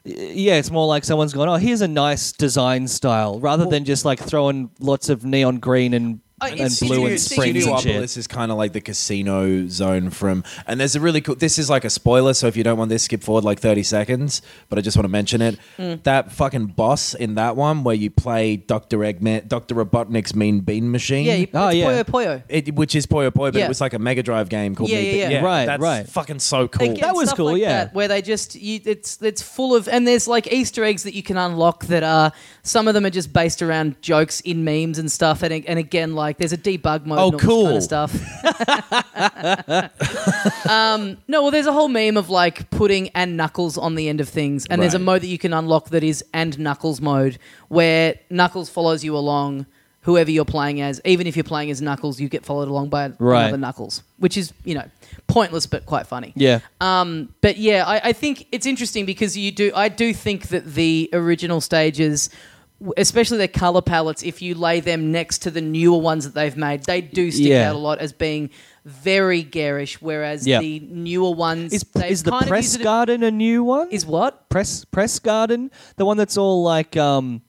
Speaker 4: y- Yeah, it's more like someone's gone. Oh, here's a nice design style, rather than just like throwing lots of neon green and
Speaker 5: Oh,
Speaker 4: and
Speaker 5: it's
Speaker 4: blue and
Speaker 5: interesting.
Speaker 4: springs and shit.
Speaker 6: Studiopolis is kind of like the casino zone from, and there's a really cool. This is like a spoiler, so if you don't want this, skip forward like 30 seconds. But I just want to mention it.
Speaker 4: Mm.
Speaker 6: That fucking boss in that one where you play Doctor Eggman, Doctor Robotnik's Mean Bean Machine.
Speaker 5: Yeah, you,
Speaker 4: Oh,
Speaker 5: it's
Speaker 4: yeah.
Speaker 5: Poyo Poyo.
Speaker 6: It, which is Puyo Puyo, but
Speaker 5: Yeah.
Speaker 6: it was like a Mega Drive game called
Speaker 5: Yeah,
Speaker 6: Mean
Speaker 5: yeah,
Speaker 6: Bean.
Speaker 5: yeah.
Speaker 4: Right,
Speaker 6: that's
Speaker 4: right.
Speaker 6: Fucking so cool.
Speaker 5: Again,
Speaker 4: That was
Speaker 5: stuff
Speaker 4: cool,
Speaker 5: like
Speaker 4: yeah.
Speaker 5: that, where they just you, it's it's full of and there's like Easter eggs that you can unlock that are some of them are just based around jokes in memes and stuff and and again like there's a debug mode
Speaker 6: Oh,
Speaker 5: and all this
Speaker 6: cool.
Speaker 5: kind of stuff. [laughs] um, no, well, there's a whole meme of like putting and knuckles on the end of things, and there's a
Speaker 6: Right.
Speaker 5: mode that you can unlock that is and knuckles mode where knuckles follows you along. Whoever you're playing as, even if you're playing as Knuckles, you get followed along by
Speaker 4: Right.
Speaker 5: another Knuckles, which is, you know, pointless but quite funny
Speaker 4: Yeah.
Speaker 5: but yeah, I, I think it's interesting because you do. I do think that the original stages, w- especially their color palettes, if you lay them next to the newer ones that they've made, they do stick
Speaker 4: Yeah.
Speaker 5: out a lot as being very garish. Whereas
Speaker 4: Yeah.
Speaker 5: the newer ones,
Speaker 4: is
Speaker 5: they've
Speaker 4: is the
Speaker 5: kind of
Speaker 4: press
Speaker 5: used it-
Speaker 4: garden a new one?
Speaker 5: is what?
Speaker 4: press press garden the one that's all like um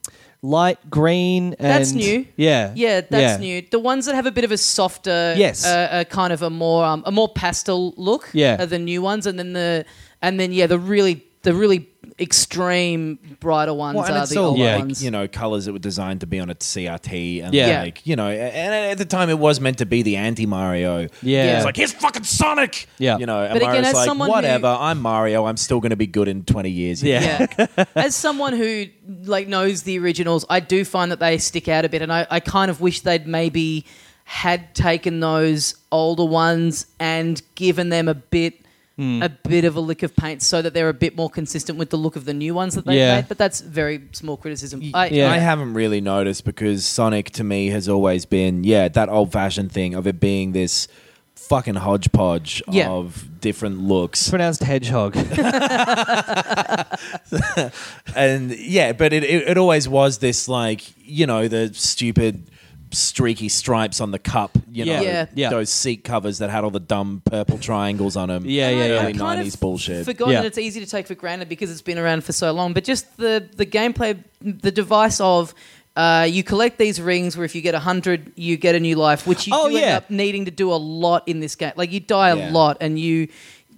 Speaker 4: light green and
Speaker 5: That's new.
Speaker 4: yeah
Speaker 5: yeah, that's
Speaker 4: yeah.
Speaker 5: new. The ones that have a bit of a softer,
Speaker 4: Yes.
Speaker 5: uh, uh, kind of a more um, a more pastel look,
Speaker 4: Yeah.
Speaker 5: are the new ones, and then the and then yeah, the really the really extreme brighter ones
Speaker 6: Well, and
Speaker 5: are
Speaker 6: it's
Speaker 5: the
Speaker 6: all
Speaker 5: older
Speaker 4: yeah,
Speaker 6: like,
Speaker 5: ones.
Speaker 6: you know, colors that were designed to be on a CRT, and
Speaker 4: Yeah.
Speaker 6: like you know, and at the time it was meant to be the anti Mario.
Speaker 4: Yeah.
Speaker 6: it's like here's fucking Sonic.
Speaker 4: Yeah.
Speaker 6: you know, and
Speaker 5: But again,
Speaker 6: Mario's
Speaker 5: as
Speaker 6: like,
Speaker 5: someone who-
Speaker 6: whatever, I'm Mario. I'm still going to be good in 20 years.
Speaker 4: Yeah. [laughs]
Speaker 5: yeah. As someone who like knows the originals, I do find that they stick out a bit, and I, I kind of wish they'd maybe had taken those older ones and given them a bit.
Speaker 4: Hmm.
Speaker 5: A bit of a lick of paint so that they're a bit more consistent with the look of the new ones that they
Speaker 4: Yeah.
Speaker 5: made, but that's very small criticism. I,
Speaker 4: yeah.
Speaker 6: I haven't really noticed because Sonic to me has always been, yeah, that old fashioned thing of it being this fucking hodgepodge
Speaker 5: Yeah.
Speaker 6: of different looks.
Speaker 4: pronounced
Speaker 6: [laughs]
Speaker 4: hedgehog [laughs]
Speaker 6: And yeah, but it, it, it always was this, like, you know, the stupid streaky stripes on the cup, you know,
Speaker 4: Yeah.
Speaker 5: Yeah.
Speaker 4: Yeah.
Speaker 6: those seat covers that had all the dumb purple triangles on them.
Speaker 4: Yeah, yeah, yeah.
Speaker 6: Early
Speaker 5: I kind of
Speaker 6: 90s bullshit.
Speaker 5: Forgot
Speaker 4: Yeah.
Speaker 5: that it's easy to take for granted because it's been around for so long. But just the the gameplay, the device of. Uh, you collect these rings where if you get 100 you get a new life which you
Speaker 4: Oh,
Speaker 5: do end
Speaker 4: yeah.
Speaker 5: up needing to do a lot in this game like you die a
Speaker 6: Yeah.
Speaker 5: lot and you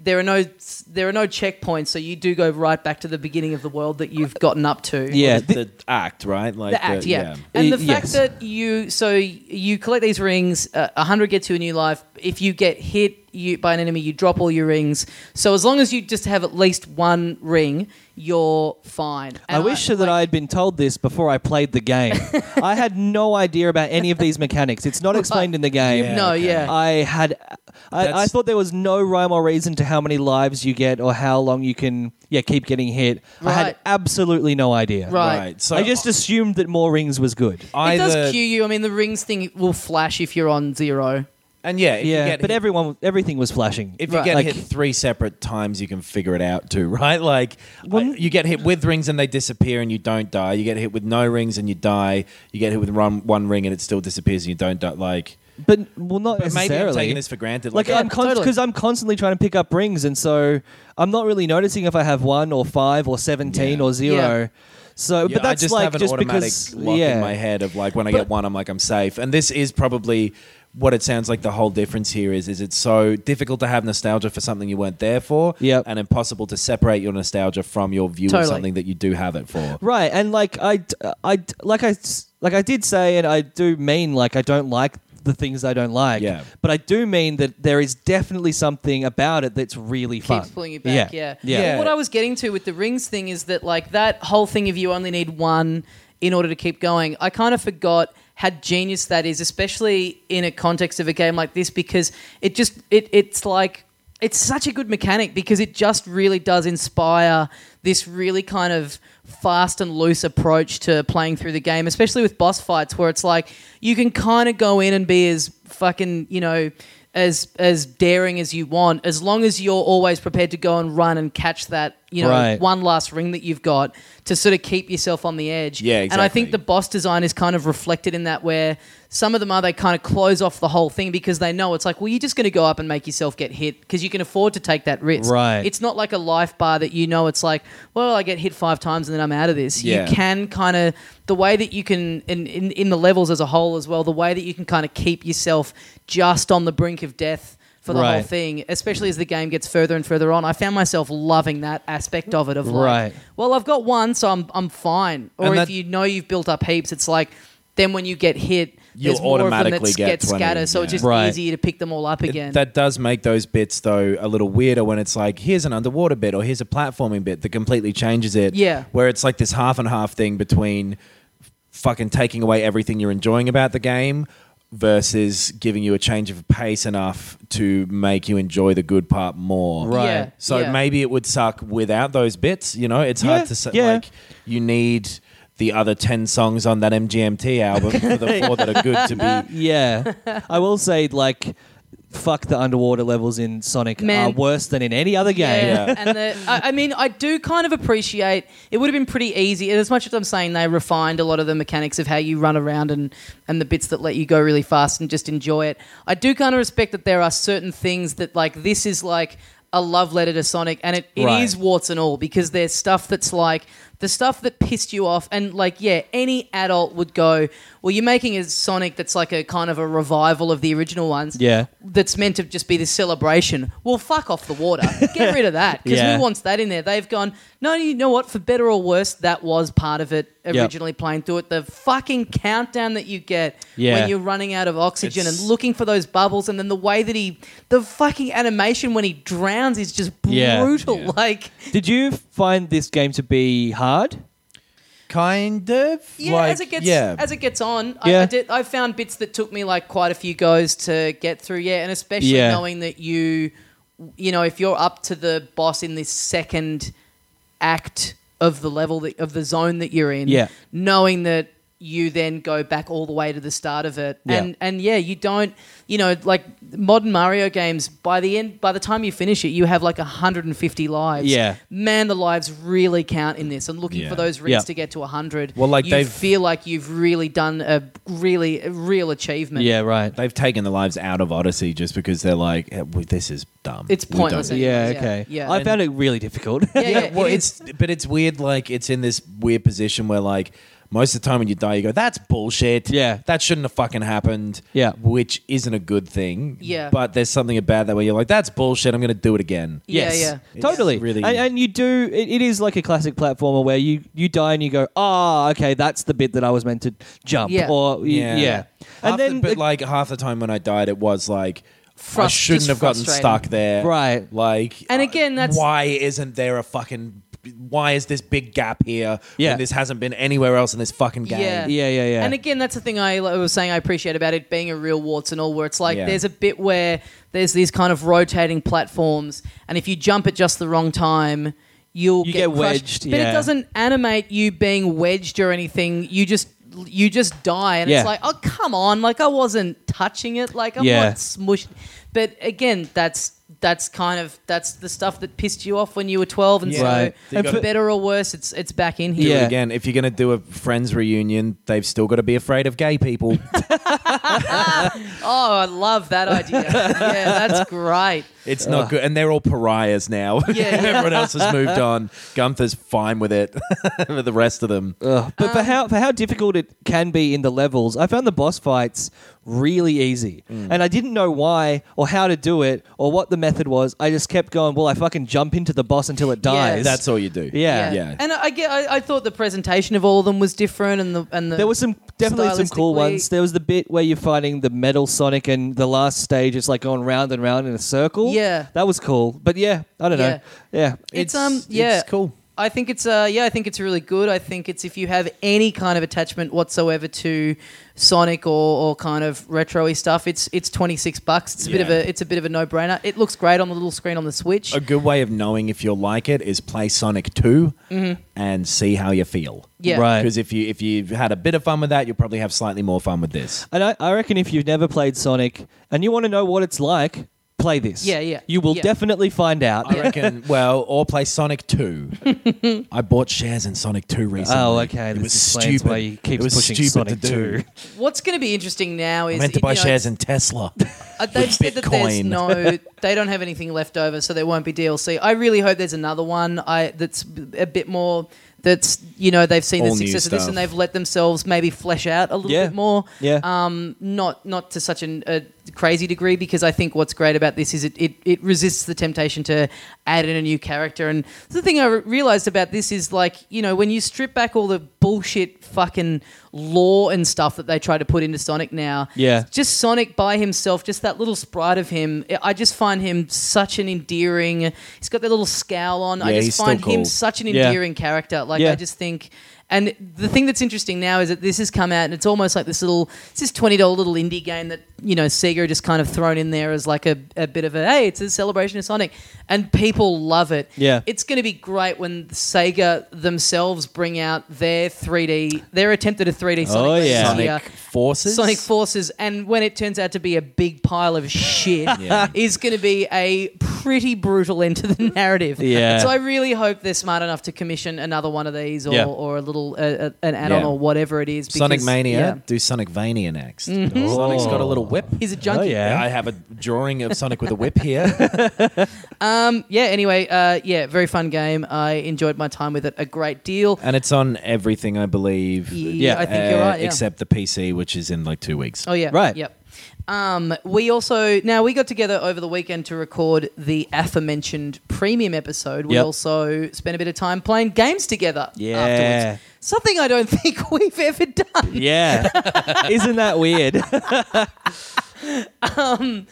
Speaker 5: there are no there are no checkpoints so you do go right back to the beginning of the world that you've gotten up to
Speaker 4: yeah
Speaker 6: the, act, right? Like
Speaker 5: the act, yeah. And
Speaker 4: Uh,
Speaker 5: the fact
Speaker 4: yes.
Speaker 5: that you so you collect these rings, uh, hundred gets you a new life. If you get hit you, by an enemy, you drop all your rings. So as long as you just have at least one ring, you're fine.
Speaker 4: I wish that I had been told this before I played the
Speaker 5: [laughs]
Speaker 4: game. I had no idea about any of these mechanics. It's not explained in the game.
Speaker 5: No, okay. yeah.
Speaker 4: I had. I, I
Speaker 6: That's-
Speaker 4: thought there was no rhyme or reason to how many lives you get or how long you can. Yeah, keep getting hit. I
Speaker 5: Right.
Speaker 4: had absolutely no idea.
Speaker 5: Right.
Speaker 6: Right. So
Speaker 4: I just assumed that more rings was good.
Speaker 5: It
Speaker 6: either,
Speaker 5: does cue you. I mean, the rings thing will flash if you're on zero.
Speaker 6: and yeah, if you
Speaker 4: yeah,
Speaker 6: get
Speaker 4: but
Speaker 6: hit-
Speaker 4: everyone, everything was flashing.
Speaker 6: If you
Speaker 5: Right.
Speaker 6: get
Speaker 4: Like-
Speaker 6: hit three separate times, you can figure it out too, [laughs] right? Like, I- you get hit with rings and they disappear and you don't die. You get hit with no rings and you die. You get hit with one, one ring and it still disappears and you don't die. Like,
Speaker 4: But well, not
Speaker 6: But maybe I'm
Speaker 4: necessarily.
Speaker 6: taking this for granted,
Speaker 4: Like,
Speaker 6: like-
Speaker 4: I'm because
Speaker 5: Yeah, totally.
Speaker 4: I'm constantly trying to pick up rings, and so I'm not really noticing if I have one or five or seventeen or zero.
Speaker 5: Yeah.
Speaker 4: So,
Speaker 6: yeah,
Speaker 4: but that's
Speaker 6: I just
Speaker 4: like
Speaker 6: have an
Speaker 4: just
Speaker 6: automatic
Speaker 4: because
Speaker 6: lock
Speaker 4: yeah,
Speaker 6: in my head of like when I get one, I'm like I'm safe. And this is probably what it sounds like. The whole difference here is is it's so difficult to have nostalgia for something you weren't there for,
Speaker 4: Yep.
Speaker 6: and impossible to separate your nostalgia from your view
Speaker 5: Totally.
Speaker 6: of something that you do have it for.
Speaker 4: right? And like I, d- I d- like I s- like I did say, and I do mean like I don't like the things I don't like.
Speaker 6: Yeah.
Speaker 4: But I do mean that there is definitely something about it that's really fun.
Speaker 5: keeps pulling you back. Yeah.
Speaker 4: Yeah.
Speaker 5: But What I was getting to with the rings thing is that like that whole thing of you only need one in order to keep going. I kind of forgot how genius that is, especially in a context of a game like this, because it just it it's like it's such a good mechanic because it just really does inspire this really kind of fast and loose approach to playing through the game, especially with boss fights where it's like you can kind of go in and be as fucking, you know, as as daring as you want, as long as you're always prepared to go and run and catch that, you know,
Speaker 4: Right.
Speaker 5: one last ring that you've got to sort of keep yourself on the edge.
Speaker 6: Yeah,
Speaker 5: And I think
Speaker 6: exactly.
Speaker 5: the boss design is kind of reflected in that where Some of them are they kind of close off the whole thing because they know it's like, well, you're just going to go up and make yourself get hit because you can afford to take that risk.
Speaker 4: Right.
Speaker 5: It's not like a life bar that you know it's like, well, I get hit five times and then I'm out of this.
Speaker 6: Yeah.
Speaker 5: You can kind of, the way that you can, in, in, in the levels as a whole as well, the way that you can kind of keep yourself just on the brink of death for the whole
Speaker 4: Right.
Speaker 5: thing, especially as the game gets further and further on. I found myself loving that aspect of it of like,
Speaker 4: Right.
Speaker 5: well, I've got one, so I'm I'm fine. Or
Speaker 6: And
Speaker 5: if
Speaker 6: that-
Speaker 5: you know you've built up heaps, it's like then when you get hit,
Speaker 6: You'll
Speaker 5: there's more of them
Speaker 6: automatically
Speaker 5: that
Speaker 6: get
Speaker 5: get
Speaker 6: 20,
Speaker 5: scattered, so it's
Speaker 6: yeah.
Speaker 5: just
Speaker 4: Right.
Speaker 5: easier to pick them all up again.
Speaker 6: That does make those bits though a little weirder when it's like here's an underwater bit or here's a platforming bit that completely changes it.
Speaker 5: Yeah.
Speaker 6: Where it's like this half and half thing between fucking taking away everything you're enjoying about the game versus giving you a change of pace enough to make you enjoy the good part more.
Speaker 4: Right.
Speaker 5: Yeah,
Speaker 6: So
Speaker 5: yeah.
Speaker 6: maybe it would suck without those bits. You know, it's
Speaker 4: Yeah,
Speaker 6: hard to say.
Speaker 4: yeah.
Speaker 6: Like you need the other ten songs on that MGMT album for the four that are good to
Speaker 5: [laughs]
Speaker 6: be
Speaker 4: Yeah, I will say like, fuck the underwater levels in Sonic
Speaker 5: Man.
Speaker 4: are worse than in any other game.
Speaker 5: Yeah. and the, I, I mean, I do kind of appreciate. It would have been pretty easy, and as much as I'm saying they refined a lot of the mechanics of how you run around and and the bits that let you go really fast and just enjoy it. I do kind of respect that there are certain things that like this is like a love letter to Sonic, and it, it is
Speaker 4: Right.
Speaker 5: warts and all because there's stuff that's like. The stuff that pissed you off, and like, yeah, any adult would go, Well, you're making a Sonic that's like a kind of a revival of the original ones
Speaker 4: [laughs] Yeah.
Speaker 5: that's meant to just be this celebration. Well, fuck off the
Speaker 4: [laughs]
Speaker 5: water. Get rid of that because
Speaker 4: Yeah.
Speaker 5: who wants that in there? They've gone. No, you know what? For better or worse, that was part of it originally playing through it. The fucking countdown that you get
Speaker 4: Yeah.
Speaker 5: when you're running out of oxygen
Speaker 6: It's-
Speaker 5: and looking for those bubbles, and then the way that he, the fucking animation when he drowns is just
Speaker 4: Yeah.
Speaker 5: brutal.
Speaker 6: Yeah.
Speaker 5: [laughs] Like,
Speaker 4: Did you find this game to be hard?
Speaker 6: kind of
Speaker 5: yeah,
Speaker 6: like,
Speaker 5: as it gets
Speaker 6: yeah.
Speaker 5: as it gets on, I,
Speaker 4: Yeah.
Speaker 5: I, did, I found bits that took me like quite a few goes to get through. Yeah, and especially
Speaker 4: Yeah.
Speaker 5: knowing that you, you know, if you're up to the boss in this second act of the level that, of the zone that you're in,
Speaker 4: Yeah.
Speaker 5: knowing that you then go back all the way to the start of it,
Speaker 4: Yeah.
Speaker 5: and and yeah, you don't, you know, like modern Mario games. By the end, by the time you finish it, you have like 150 lives.
Speaker 4: Yeah.
Speaker 5: man, the lives really count in this. And looking
Speaker 6: Yeah.
Speaker 5: for those rings
Speaker 4: Yeah.
Speaker 5: to get to 100
Speaker 6: Well, like
Speaker 5: you
Speaker 6: they've-
Speaker 5: feel like you've really done a really a real achievement.
Speaker 4: Yeah, right.
Speaker 6: They've taken the lives out of Odyssey just because they're like, eh, well, this is dumb.
Speaker 5: It's
Speaker 6: We don't-
Speaker 5: pointless.
Speaker 4: Yeah,
Speaker 5: Yeah,
Speaker 4: okay.
Speaker 5: yeah.
Speaker 4: I
Speaker 5: And-
Speaker 4: found it really difficult. [laughs]
Speaker 5: Yeah, yeah,
Speaker 6: Well,
Speaker 5: it is.
Speaker 6: it's but it's weird. Like it's in this weird position where like most of the time when you die, you go, "That's bullshit.
Speaker 4: Yeah.
Speaker 6: that shouldn't have fucking happened.
Speaker 4: Yeah.
Speaker 6: which isn't a good thing.
Speaker 5: Yeah.
Speaker 6: but there's something about that where you're like, "That's bullshit. I'm gonna do it again.
Speaker 4: Yes.
Speaker 5: Yeah, yeah.
Speaker 4: Totally.
Speaker 6: It's really-
Speaker 4: and, and you do. It, it is like a classic platformer where you you die and you go, ah, okay, that's the bit that I was meant to jump.
Speaker 5: Yeah.
Speaker 4: Or y- yeah.
Speaker 6: and
Speaker 4: And
Speaker 6: then
Speaker 4: then
Speaker 6: but
Speaker 4: the-
Speaker 6: like half the time when I died, it was like. I
Speaker 5: Frust-
Speaker 6: shouldn't
Speaker 5: just
Speaker 6: have gotten
Speaker 5: frustrating.
Speaker 6: stuck there.
Speaker 4: Right.
Speaker 6: Like
Speaker 5: And
Speaker 6: uh,
Speaker 5: again, that's-
Speaker 6: why isn't there a fucking why is this big gap here
Speaker 4: Yeah.
Speaker 6: when this hasn't been anywhere else in this fucking game?
Speaker 5: Yeah.
Speaker 4: Yeah, yeah, yeah.
Speaker 5: And again, that's the thing I like, was saying I appreciate about it being a real warts and all, where it's like
Speaker 6: Yeah.
Speaker 5: there's a bit where there's these kind of rotating platforms, and if you jump at just the wrong time, you'll
Speaker 4: You
Speaker 5: get,
Speaker 4: get
Speaker 5: crushed.
Speaker 4: wedged,
Speaker 5: But
Speaker 4: yeah.
Speaker 5: it doesn't animate you being wedged or anything. You just you just die, and
Speaker 4: Yeah.
Speaker 5: it's like, oh come on, like I wasn't touching it, like I'm
Speaker 4: Yeah.
Speaker 5: not smushed. But again, that's. That's kind of that's the stuff that pissed you off when you were twelve, and
Speaker 4: Yeah.
Speaker 5: so
Speaker 4: Right.
Speaker 6: And
Speaker 5: for
Speaker 6: for-
Speaker 5: better or worse, it's it's back in
Speaker 6: do
Speaker 5: here.
Speaker 6: it
Speaker 4: Yeah.
Speaker 6: again. If you're going to do a friends reunion, they've still got to be afraid of
Speaker 5: [laughs]
Speaker 6: gay people.
Speaker 5: Oh, I love that
Speaker 6: [laughs]
Speaker 5: idea. yeah, that's great.
Speaker 6: It's not good, and they're all pariahs now. [laughs]
Speaker 5: Yeah, yeah.
Speaker 6: everyone else has moved on. Gunther's fine with it, [laughs] but the rest of them.
Speaker 4: But
Speaker 5: Um,
Speaker 4: for how for how difficult it can be in the levels, I found the boss fights really easy, and I didn't know why or how to do it or what the method was. I just kept going. Well, I fucking jump into the boss until it dies.
Speaker 6: That's all you do.
Speaker 4: Yeah.
Speaker 6: yeah.
Speaker 5: And I, get, I, I thought the presentation of all of them was different, and the and the
Speaker 4: There were some definitely some cool
Speaker 5: stylistically-
Speaker 4: ones. There was the bit where you're fighting the metal Sonic, and the last stage is like going round and round in a circle.
Speaker 5: Yeah.
Speaker 4: that was cool. But yeah, I don't know. Yeah,
Speaker 5: It's, um yeah,
Speaker 6: it's cool.
Speaker 5: I think it's uh yeah, I think it's really good. I think it's if you have any kind of attachment whatsoever to Sonic or, or kind of retro-y stuff, it's it's twenty six bucks. It's a bit of
Speaker 6: Yeah.
Speaker 5: a it's a bit of a no brainer. It looks great on the little screen on the Switch.
Speaker 6: A good way of knowing if you'll like it is play Sonic 2 and see how you feel.
Speaker 5: Mm-hmm. yeah,
Speaker 4: Right.
Speaker 6: Because if you if you've had a bit of fun with that, you'll probably have slightly more fun with this.
Speaker 4: And I, I reckon if you've never played Sonic and you want to know what it's like, play this.
Speaker 5: Yeah, yeah,
Speaker 4: You will
Speaker 5: yeah.
Speaker 4: definitely find out.
Speaker 6: I
Speaker 5: [laughs]
Speaker 6: reckon. well, or play Sonic Two. I bought shares in Sonic Two recently.
Speaker 4: Oh, okay.
Speaker 6: It
Speaker 4: This
Speaker 6: was
Speaker 4: explains
Speaker 6: stupid.
Speaker 4: why he keeps
Speaker 6: it was
Speaker 4: pushing
Speaker 6: stupid
Speaker 4: Sonic
Speaker 6: to do.
Speaker 4: 2.
Speaker 5: What's going to be interesting now
Speaker 6: I
Speaker 5: is
Speaker 6: meant to
Speaker 5: you
Speaker 6: buy
Speaker 5: know,
Speaker 6: shares in Tesla.
Speaker 5: [laughs] uh, they've
Speaker 6: with
Speaker 5: said that there's
Speaker 6: Bitcoin.
Speaker 5: no, they don't have anything left over, so there won't be DLC. I really hope there's another one. I that's b- a bit more. That's you know they've seen
Speaker 6: All
Speaker 5: the
Speaker 6: new
Speaker 5: success of this
Speaker 6: stuff.
Speaker 5: and they've let themselves maybe flesh out a little
Speaker 4: Yeah.
Speaker 5: bit more.
Speaker 4: Yeah.
Speaker 5: Um, not not to such an, a crazy degree because I think what's great about this is it, it it resists the temptation to add in a new character. And the thing I re- realized about this is like you know when you strip back all the bullshit fucking lore and stuff that they try to put into Sonic now.
Speaker 4: Yeah.
Speaker 5: Just Sonic by himself, just that little sprite of him. I- I just find him such an endearing. He's got that little scowl on. I
Speaker 6: Yeah,
Speaker 5: just
Speaker 6: he's still
Speaker 5: find him
Speaker 6: cool.
Speaker 5: such an
Speaker 4: Yeah.
Speaker 5: endearing character. Like
Speaker 4: Yeah.
Speaker 5: I just think. And the thing that's interesting now is that this has come out, and it's almost like this little, it's this twenty dollar little indie game that you know Sega just kind of thrown in there as like a, a bit of a hey, it's a celebration of Sonic, and people love it.
Speaker 4: Yeah.
Speaker 5: it's going to be great when Sega themselves bring out their three D, their attempt at a three D Sonic.
Speaker 4: Oh,
Speaker 5: this
Speaker 4: yeah.
Speaker 6: Sonic
Speaker 5: year.
Speaker 6: Forces.
Speaker 5: Sonic Forces, and when it turns out to be a big pile
Speaker 4: [laughs]
Speaker 5: of shit, is going to be a pretty brutal end to the [laughs] narrative.
Speaker 4: Yeah.
Speaker 5: So I really hope they're smart enough to commission another one of these, or,
Speaker 4: Yeah.
Speaker 5: or a little uh, uh, an add-on,
Speaker 6: Yeah.
Speaker 5: or whatever it is.
Speaker 6: Sonic
Speaker 5: because-
Speaker 6: Mania.
Speaker 5: yeah. Mm-hmm.
Speaker 6: Do Sonic Vania next. Sonic's got a little whip.
Speaker 5: He's a
Speaker 4: Oh,
Speaker 5: junkie.
Speaker 4: yeah.
Speaker 6: I have a drawing of Sonic with a
Speaker 5: [laughs]
Speaker 6: whip here.
Speaker 5: Yeah, Anyway, uh, yeah, very fun game. I enjoyed my time with it a great deal.
Speaker 6: And it's on everything, I believe. Uh,
Speaker 5: Yeah, I think you're right, yeah.
Speaker 6: Except the PC, which is in like two weeks.
Speaker 5: Oh yeah,
Speaker 4: Right.
Speaker 5: Yep. Um, we also now we got together over the weekend to record the aforementioned premium episode. We
Speaker 4: Yep.
Speaker 5: also spent a bit of time playing games together.
Speaker 4: Yeah.
Speaker 5: Afterwards. Something I don't [laughs] think we've ever done.
Speaker 4: [laughs] Yeah. Isn't that weird?
Speaker 5: Even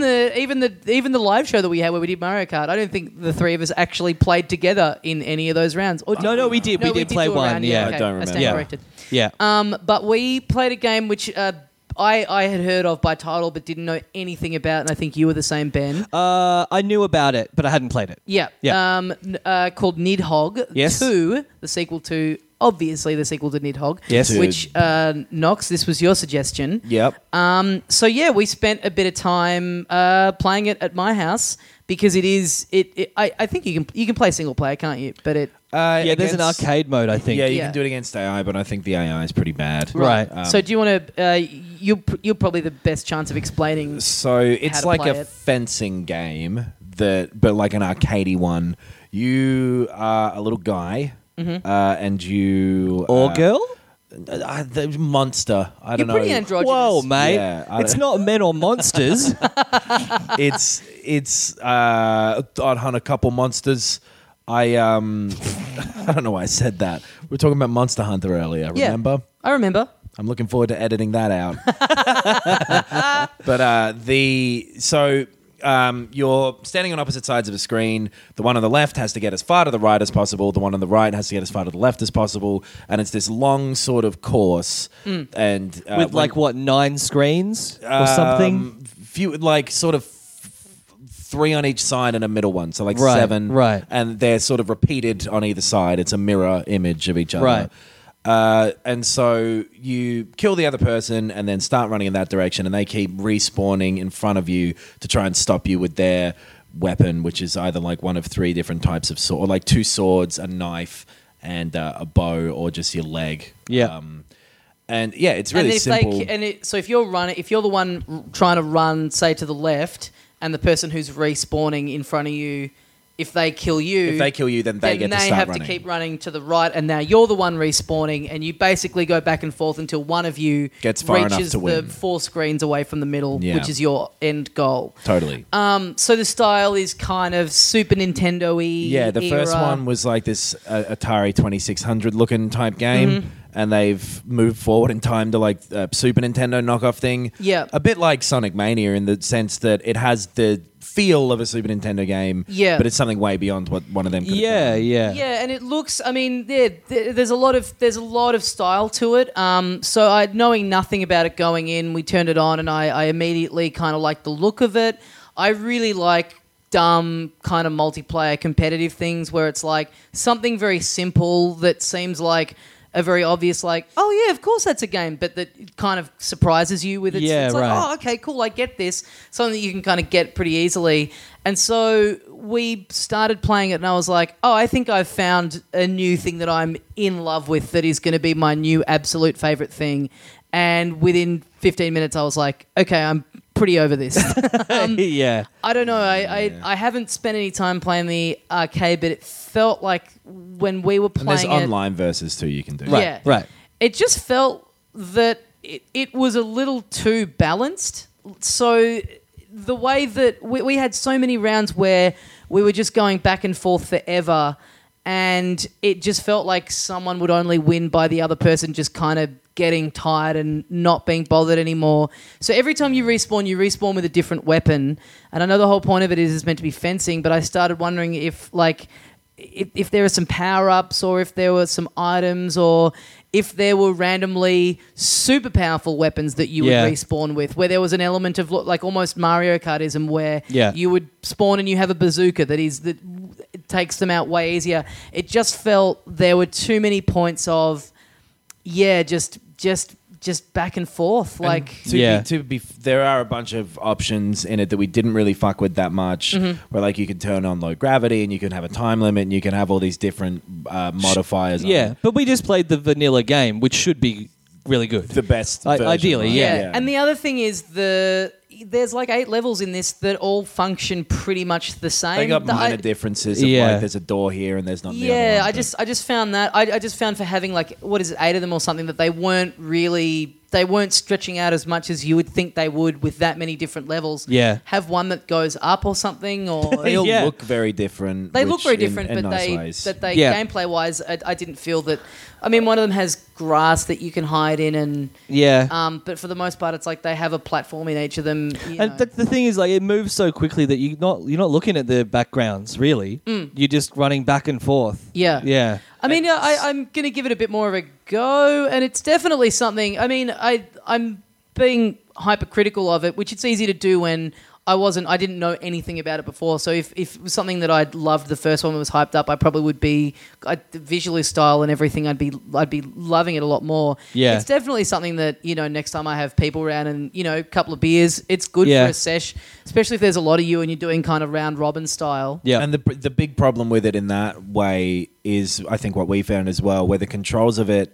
Speaker 5: the even the even the live show that we had where we did Mario Kart. I don't think the three of us actually played together in any of those rounds. Or did
Speaker 4: No, no, we did. We did play
Speaker 5: do a
Speaker 4: one,
Speaker 5: round,
Speaker 4: yeah. I
Speaker 5: okay.
Speaker 6: don't
Speaker 5: stand
Speaker 6: remember. Yeah.
Speaker 5: corrected.
Speaker 4: yeah.
Speaker 5: Um, but we played a game which uh, I I had heard of by title but didn't know anything about, and I think you were the same, Ben.
Speaker 4: Uh, I knew about it, but I hadn't played it.
Speaker 5: Yeah.
Speaker 4: Yeah.
Speaker 5: Um, n- uh, called Nidhogg
Speaker 4: Yes.
Speaker 5: 2, the sequel to, obviously, the sequel to Nidhogg.
Speaker 4: Yes. Dude.
Speaker 5: Which, uh, Knox, this was your suggestion.
Speaker 6: Yep.
Speaker 5: Uh, So, yeah, we spent a bit of time uh, playing it at my house because it is, it, it I, I think you can you can play single player, can't you? But it,
Speaker 6: Uh,
Speaker 4: yeah, there's an
Speaker 6: against-
Speaker 4: arcade mode, I think.
Speaker 6: Yeah, you
Speaker 5: Yeah.
Speaker 6: can do it against AI, but I think the AI is pretty bad.
Speaker 4: Right. Um,
Speaker 5: so do you want to, uh, you're, pr- you're probably the best chance of explaining.
Speaker 6: So it's
Speaker 5: to
Speaker 6: like
Speaker 5: play
Speaker 6: a
Speaker 5: it.
Speaker 6: fencing game that, but like an arcadey one. You are a little guy,
Speaker 5: Mm-hmm.
Speaker 6: uh, and you
Speaker 4: Or
Speaker 6: uh,
Speaker 4: girl?
Speaker 6: uh, the monster. I don't
Speaker 5: You're pretty
Speaker 6: know.
Speaker 5: androgynous.
Speaker 4: Whoa, mate.
Speaker 6: Yeah, I
Speaker 4: it's
Speaker 6: don't-
Speaker 4: not men or monsters.
Speaker 6: it's it's uh I'd hunt a couple monsters. I um [laughs] I don't know why I said that. We were talking about Monster Hunter earlier,
Speaker 5: Yeah.
Speaker 6: remember?
Speaker 5: I remember.
Speaker 6: I'm looking forward to editing that out. [laughs] but uh the so um, you're standing on opposite sides of a screen. The one on the left has to get as far to the right as possible. The one on the right has to get as far to the left as possible. And it's this long sort of course. And uh,
Speaker 4: With
Speaker 6: when-
Speaker 4: like, what, nine screens or something?
Speaker 6: few like sort of three on each side and a middle one so like
Speaker 4: Right,
Speaker 6: seven
Speaker 4: right.
Speaker 6: and they're sort of repeated on either side it's a mirror image of each other
Speaker 4: Right.
Speaker 6: uh, and so you kill the other person and then start running in that direction and they keep respawning in front of you to try and stop you with their weapon which is either like one of three different types of sword or like two swords a knife and uh, a bow or just your leg Um,
Speaker 4: Yeah.
Speaker 6: and yeah it's really
Speaker 5: and if
Speaker 6: simple
Speaker 5: They, and it, so if you're running, if you're the one r- trying to run, say to the left, and the person who's respawning in front of you, if they kill you,
Speaker 6: if they kill you then they
Speaker 5: then
Speaker 6: get
Speaker 5: they
Speaker 6: to start
Speaker 5: have
Speaker 6: running
Speaker 5: to keep running to the right, and now you're the one respawning, and you basically go back and forth until one of you
Speaker 6: Gets far enough
Speaker 5: reaches
Speaker 6: to
Speaker 5: the
Speaker 6: win.
Speaker 5: four screens away from the middle,
Speaker 6: Yeah.
Speaker 5: which is your end goal.
Speaker 6: Totally.
Speaker 5: Um, So the style is kind of Super Nintendo y.
Speaker 6: yeah, the first one was like this uh, Atari 2600 looking type game,
Speaker 5: Mm-hmm.
Speaker 6: and they've moved forward in time to like uh, Super Nintendo knockoff thing.
Speaker 5: Yeah.
Speaker 6: A bit like Sonic Mania in the sense that it has the feel of a Super Nintendo game,
Speaker 5: Yeah.
Speaker 6: but it's something way beyond what one of them could have
Speaker 4: Yeah,
Speaker 6: done.
Speaker 4: yeah.
Speaker 5: Yeah, and it looks. I mean, there, there- there's a lot of there's a lot of style to it. Um, so I knowing nothing about it going in, we turned it on, and I, I immediately kind of liked the look of it. I really like dumb kind of multiplayer competitive things where it's like something very simple that seems like a very obvious like, oh yeah, of course that's a game, but that kind of surprises you with its,
Speaker 4: Yeah,
Speaker 5: it's like,
Speaker 4: right.
Speaker 5: oh okay, cool, I get this. Something that you can kind of get pretty easily. And so we started playing it, and I was like, oh, I think I've found a new thing that I'm in love with that is going to be my new absolute favorite thing. And within 15 minutes, I was like, okay, I'm pretty over
Speaker 6: [laughs]
Speaker 5: this.
Speaker 4: [laughs] yeah. um,
Speaker 5: I don't know. I, I, I haven't spent any time playing the arcade, but it felt like when we were
Speaker 6: And there's
Speaker 5: playing it,
Speaker 6: online versus too you can do.
Speaker 5: yeah.
Speaker 4: right.
Speaker 5: It just felt that it, it was a little too balanced. So the way that we, we had so many rounds where we were just going back and forth forever, and it just felt like someone would only win by the other person just kind of getting tired and not being bothered anymore. So every time you respawn, you respawn with a different weapon. And I know the whole point of it is it's meant to be fencing, but I started wondering if like if, if there were some power ups or if there were some items or if there were randomly super powerful weapons that you
Speaker 4: Yeah.
Speaker 5: would respawn with, where there was an element of lo- like almost Mario Kartism, where
Speaker 4: Yeah.
Speaker 5: you would spawn and you have a bazooka that is that it takes them out way easier. It just felt there were too many points of yeah, just just just back and forth, like
Speaker 6: To
Speaker 4: Yeah.
Speaker 6: Be, to be, f- there are a bunch of options in it that we didn't really fuck with that much.
Speaker 5: Mm-hmm.
Speaker 6: Where like you can turn on low gravity and you can have a time limit and you can have all these different uh, modifiers. on
Speaker 4: Yeah, but we just played the vanilla game, which should be really good.
Speaker 6: the best.
Speaker 4: I-
Speaker 6: version,
Speaker 4: ideally,
Speaker 6: right?
Speaker 4: yeah.
Speaker 5: Yeah. And the other thing is the there's like eight levels in this that all function pretty much the same.
Speaker 6: they got
Speaker 5: The-
Speaker 6: minor
Speaker 5: I-
Speaker 6: differences. Of
Speaker 4: Yeah.
Speaker 6: like there's a door here and there's not. The other
Speaker 5: Yeah,
Speaker 6: one,
Speaker 5: I
Speaker 6: but-
Speaker 5: just I just found that I, I just found for having like what is it eight of them or something that they weren't really they weren't stretching out as much as you would think they would with that many different levels.
Speaker 4: Yeah.
Speaker 5: have one that goes up or something
Speaker 6: [laughs]
Speaker 5: or
Speaker 6: they all
Speaker 4: Yeah.
Speaker 6: look very different.
Speaker 5: They look
Speaker 6: which
Speaker 5: very
Speaker 6: in-
Speaker 5: different,
Speaker 6: in
Speaker 5: but
Speaker 6: nice
Speaker 5: they
Speaker 6: ways.
Speaker 5: but they
Speaker 4: Yeah.
Speaker 5: gameplay wise, I, I didn't feel that. I mean, one of them has grass that you can hide in, and
Speaker 4: yeah.
Speaker 5: um, but for the most part, it's like they have a platform in each of them. you know.
Speaker 4: and th- the thing is, like, it moves so quickly that you're not you're not looking at the backgrounds really. You're just running back and forth.
Speaker 5: Mm. Yeah.
Speaker 4: yeah,
Speaker 5: I mean, yeah, I, I'm going to give it a bit more of a go, and it's definitely something. I mean, I I'm being hypercritical of it, which it's easy to do when I wasn't. I didn't know anything about it before. So if, if it was something that I loved the first one and was hyped up, I probably would be I, the visually style and everything. I'd be I'd be loving it a lot more.
Speaker 4: Yeah.
Speaker 5: it's definitely something that you know. Next time I have people around and you know a couple of beers, it's good
Speaker 4: Yeah.
Speaker 5: for a sesh, especially if there's a lot of you and you're doing kind of round robin style.
Speaker 4: yeah. [laughs]
Speaker 6: And the the big problem with it in that way is, I think, what we found as well, where the controls of it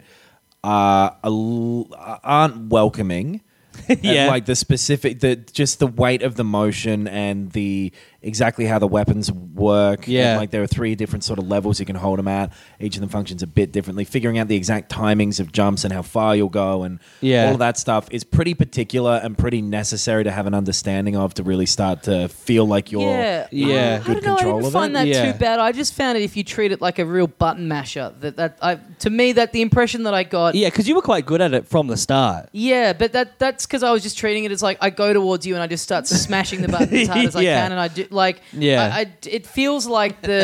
Speaker 6: are a l- aren't welcoming. And,
Speaker 4: Yeah.
Speaker 6: like the specific, the just the weight of the motion and the exactly how the weapons work. and,
Speaker 4: Yeah.
Speaker 6: like there are three different sort of levels you can hold them at. Each of them functions a bit differently. Figuring out the exact timings of jumps and how far you'll go and
Speaker 4: Yeah.
Speaker 6: all of that stuff is pretty particular and pretty necessary to have an understanding of to really start to feel like you're
Speaker 5: yeah,
Speaker 4: Yeah.
Speaker 5: I, I don't
Speaker 6: Good
Speaker 5: know. I
Speaker 6: control
Speaker 5: didn't
Speaker 6: of
Speaker 5: find
Speaker 6: it.
Speaker 5: that
Speaker 4: Yeah.
Speaker 5: too bad. I just found it if you treat it like a real button masher. That that I, to me that the impression that I got.
Speaker 4: yeah, because you were quite good at it from the start.
Speaker 5: Yeah, but that that's because I was just treating it as like I go towards you and I just start smashing the button as hard as I
Speaker 4: [laughs] Yeah.
Speaker 5: can, and I do like
Speaker 4: Yeah.
Speaker 5: I, I- it feels like the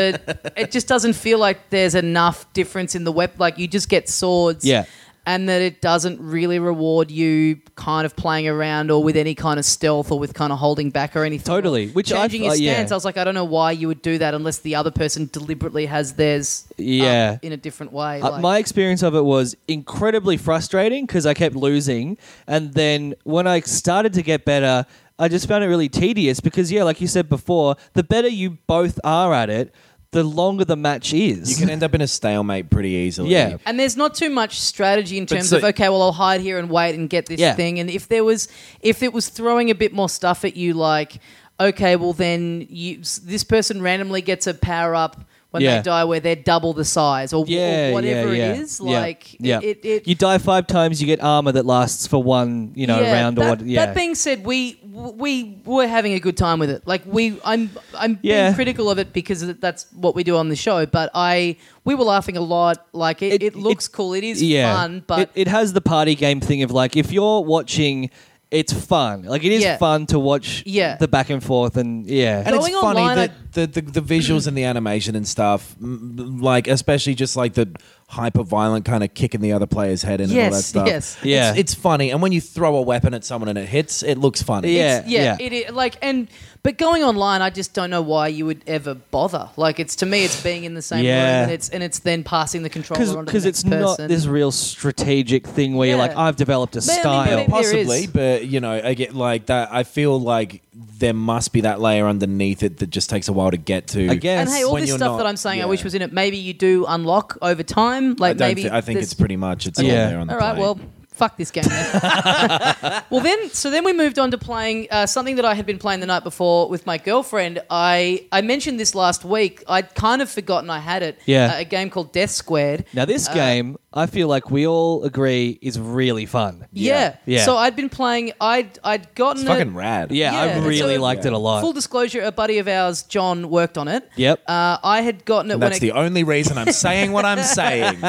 Speaker 5: it just doesn't feel like there's enough difference in the web. Like you just get swords.
Speaker 4: Yeah.
Speaker 5: And that it doesn't really reward you kind of playing around or with any kind of stealth or with kind of holding back or anything.
Speaker 4: Totally, which I-
Speaker 5: changing your
Speaker 4: uh, yeah.
Speaker 5: stance, I was like, I don't know why you would do that unless the other person deliberately has theirs up
Speaker 4: Yeah.
Speaker 5: in a different way.
Speaker 4: Uh,
Speaker 5: Um, like-
Speaker 4: my experience of it was incredibly frustrating because I kept losing, and then when I started to get better, I just found it really tedious because yeah, like you said before, the better you both are at it, the longer the match is.
Speaker 6: You can end up in a stalemate pretty easily.
Speaker 4: Yeah.
Speaker 5: And there's not too much strategy in terms
Speaker 6: so-
Speaker 5: of okay, well I'll hide here and wait and get this
Speaker 4: Yeah.
Speaker 5: thing. And if there was, if it was throwing a bit more stuff at you, like okay, well then you s- this person randomly gets a power up when
Speaker 4: Yeah.
Speaker 5: they die where they're double the size or, or
Speaker 4: yeah,
Speaker 5: whatever
Speaker 4: yeah, yeah.
Speaker 5: it is.
Speaker 4: Yeah,
Speaker 5: Like
Speaker 4: yeah.
Speaker 5: it, it,
Speaker 4: you die five times, you get armor that lasts for one, you know, round or
Speaker 5: that,
Speaker 4: what. Yeah,
Speaker 5: That being said, we we were having a good time with it. Like we, I'm I'm
Speaker 4: Yeah.
Speaker 5: being critical of it because that's what we do on the show. But I, we were laughing a lot. Like it,
Speaker 4: It-
Speaker 5: it, looks cool. It is fun, but
Speaker 4: it, it has the party game thing of like if you're watching, it's fun. Like it is
Speaker 5: Yeah.
Speaker 4: fun to watch.
Speaker 5: Yeah.
Speaker 4: the back and forth and yeah,
Speaker 6: And
Speaker 5: Going
Speaker 6: it's funny
Speaker 5: online,
Speaker 6: that the, the, the visuals and the animation and stuff, m- like especially just like the hyper violent kind of kicking the other player's head in and all that
Speaker 5: Yes,
Speaker 6: stuff.
Speaker 5: yes.
Speaker 4: Yeah.
Speaker 6: It's, it's funny. And when you throw a weapon at someone and it hits, it looks funny.
Speaker 4: Yeah.
Speaker 5: It's- yeah, it is like and But going online, I just don't know why you would ever bother. Like it's to me, it's being in the same
Speaker 4: Yeah.
Speaker 5: room, and it's and it's then passing the controller on to the next
Speaker 4: because it's not
Speaker 5: person.
Speaker 4: this real strategic thing where you're like,
Speaker 5: Yeah.
Speaker 4: I've developed a
Speaker 5: I mean,
Speaker 4: style.
Speaker 5: maybe- there is.
Speaker 6: possibly, but you know, I get like that. I feel like there must be that layer underneath it that just takes a while to get to.
Speaker 4: I guess.
Speaker 5: And hey, all
Speaker 6: when
Speaker 5: this
Speaker 6: you're
Speaker 5: stuff
Speaker 6: not-
Speaker 5: that I'm saying
Speaker 6: yeah.
Speaker 5: I wish was in it, maybe you do unlock over time. Like
Speaker 6: I don't
Speaker 5: maybe
Speaker 6: thi- I think
Speaker 5: there's-
Speaker 6: it's pretty much it's
Speaker 4: Yeah.
Speaker 6: all there on the
Speaker 5: All right,
Speaker 6: plate.
Speaker 5: well, fuck this game.
Speaker 6: [laughs]
Speaker 5: then. well, then, so then we moved on to playing uh, something that I had been playing the night before with my girlfriend. I I mentioned this last week. I'd kind of forgotten I had it.
Speaker 4: Yeah.
Speaker 5: Uh, a game called Death Squared.
Speaker 4: now this game, I feel like we all agree is really fun.
Speaker 5: yeah.
Speaker 4: Yeah.
Speaker 5: So I'd been playing. I'd I'd gotten
Speaker 6: it's
Speaker 5: it-
Speaker 6: fucking rad.
Speaker 4: Yeah,
Speaker 5: Yeah,
Speaker 4: I really
Speaker 5: so-
Speaker 4: liked it a lot.
Speaker 5: Full disclosure, a buddy of ours, John, worked on it.
Speaker 4: Yep.
Speaker 5: Uh, I had gotten it
Speaker 6: And
Speaker 5: when
Speaker 6: that's
Speaker 5: it
Speaker 6: the only reason I'm saying what
Speaker 5: [laughs]
Speaker 6: I'm saying.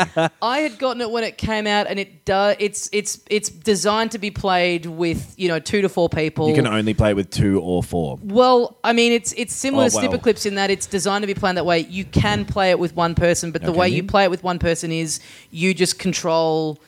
Speaker 5: I had gotten it when it came out, and it does. It's it's it's designed to be played with you know two to four people.
Speaker 6: You can only play with two or four.
Speaker 5: well, I mean, it's it's similar
Speaker 6: Oh,
Speaker 5: to
Speaker 6: well.
Speaker 5: Snipper Clips in that it's designed to be played that way. You can play it with one person, but the way you play it with one person is you just control.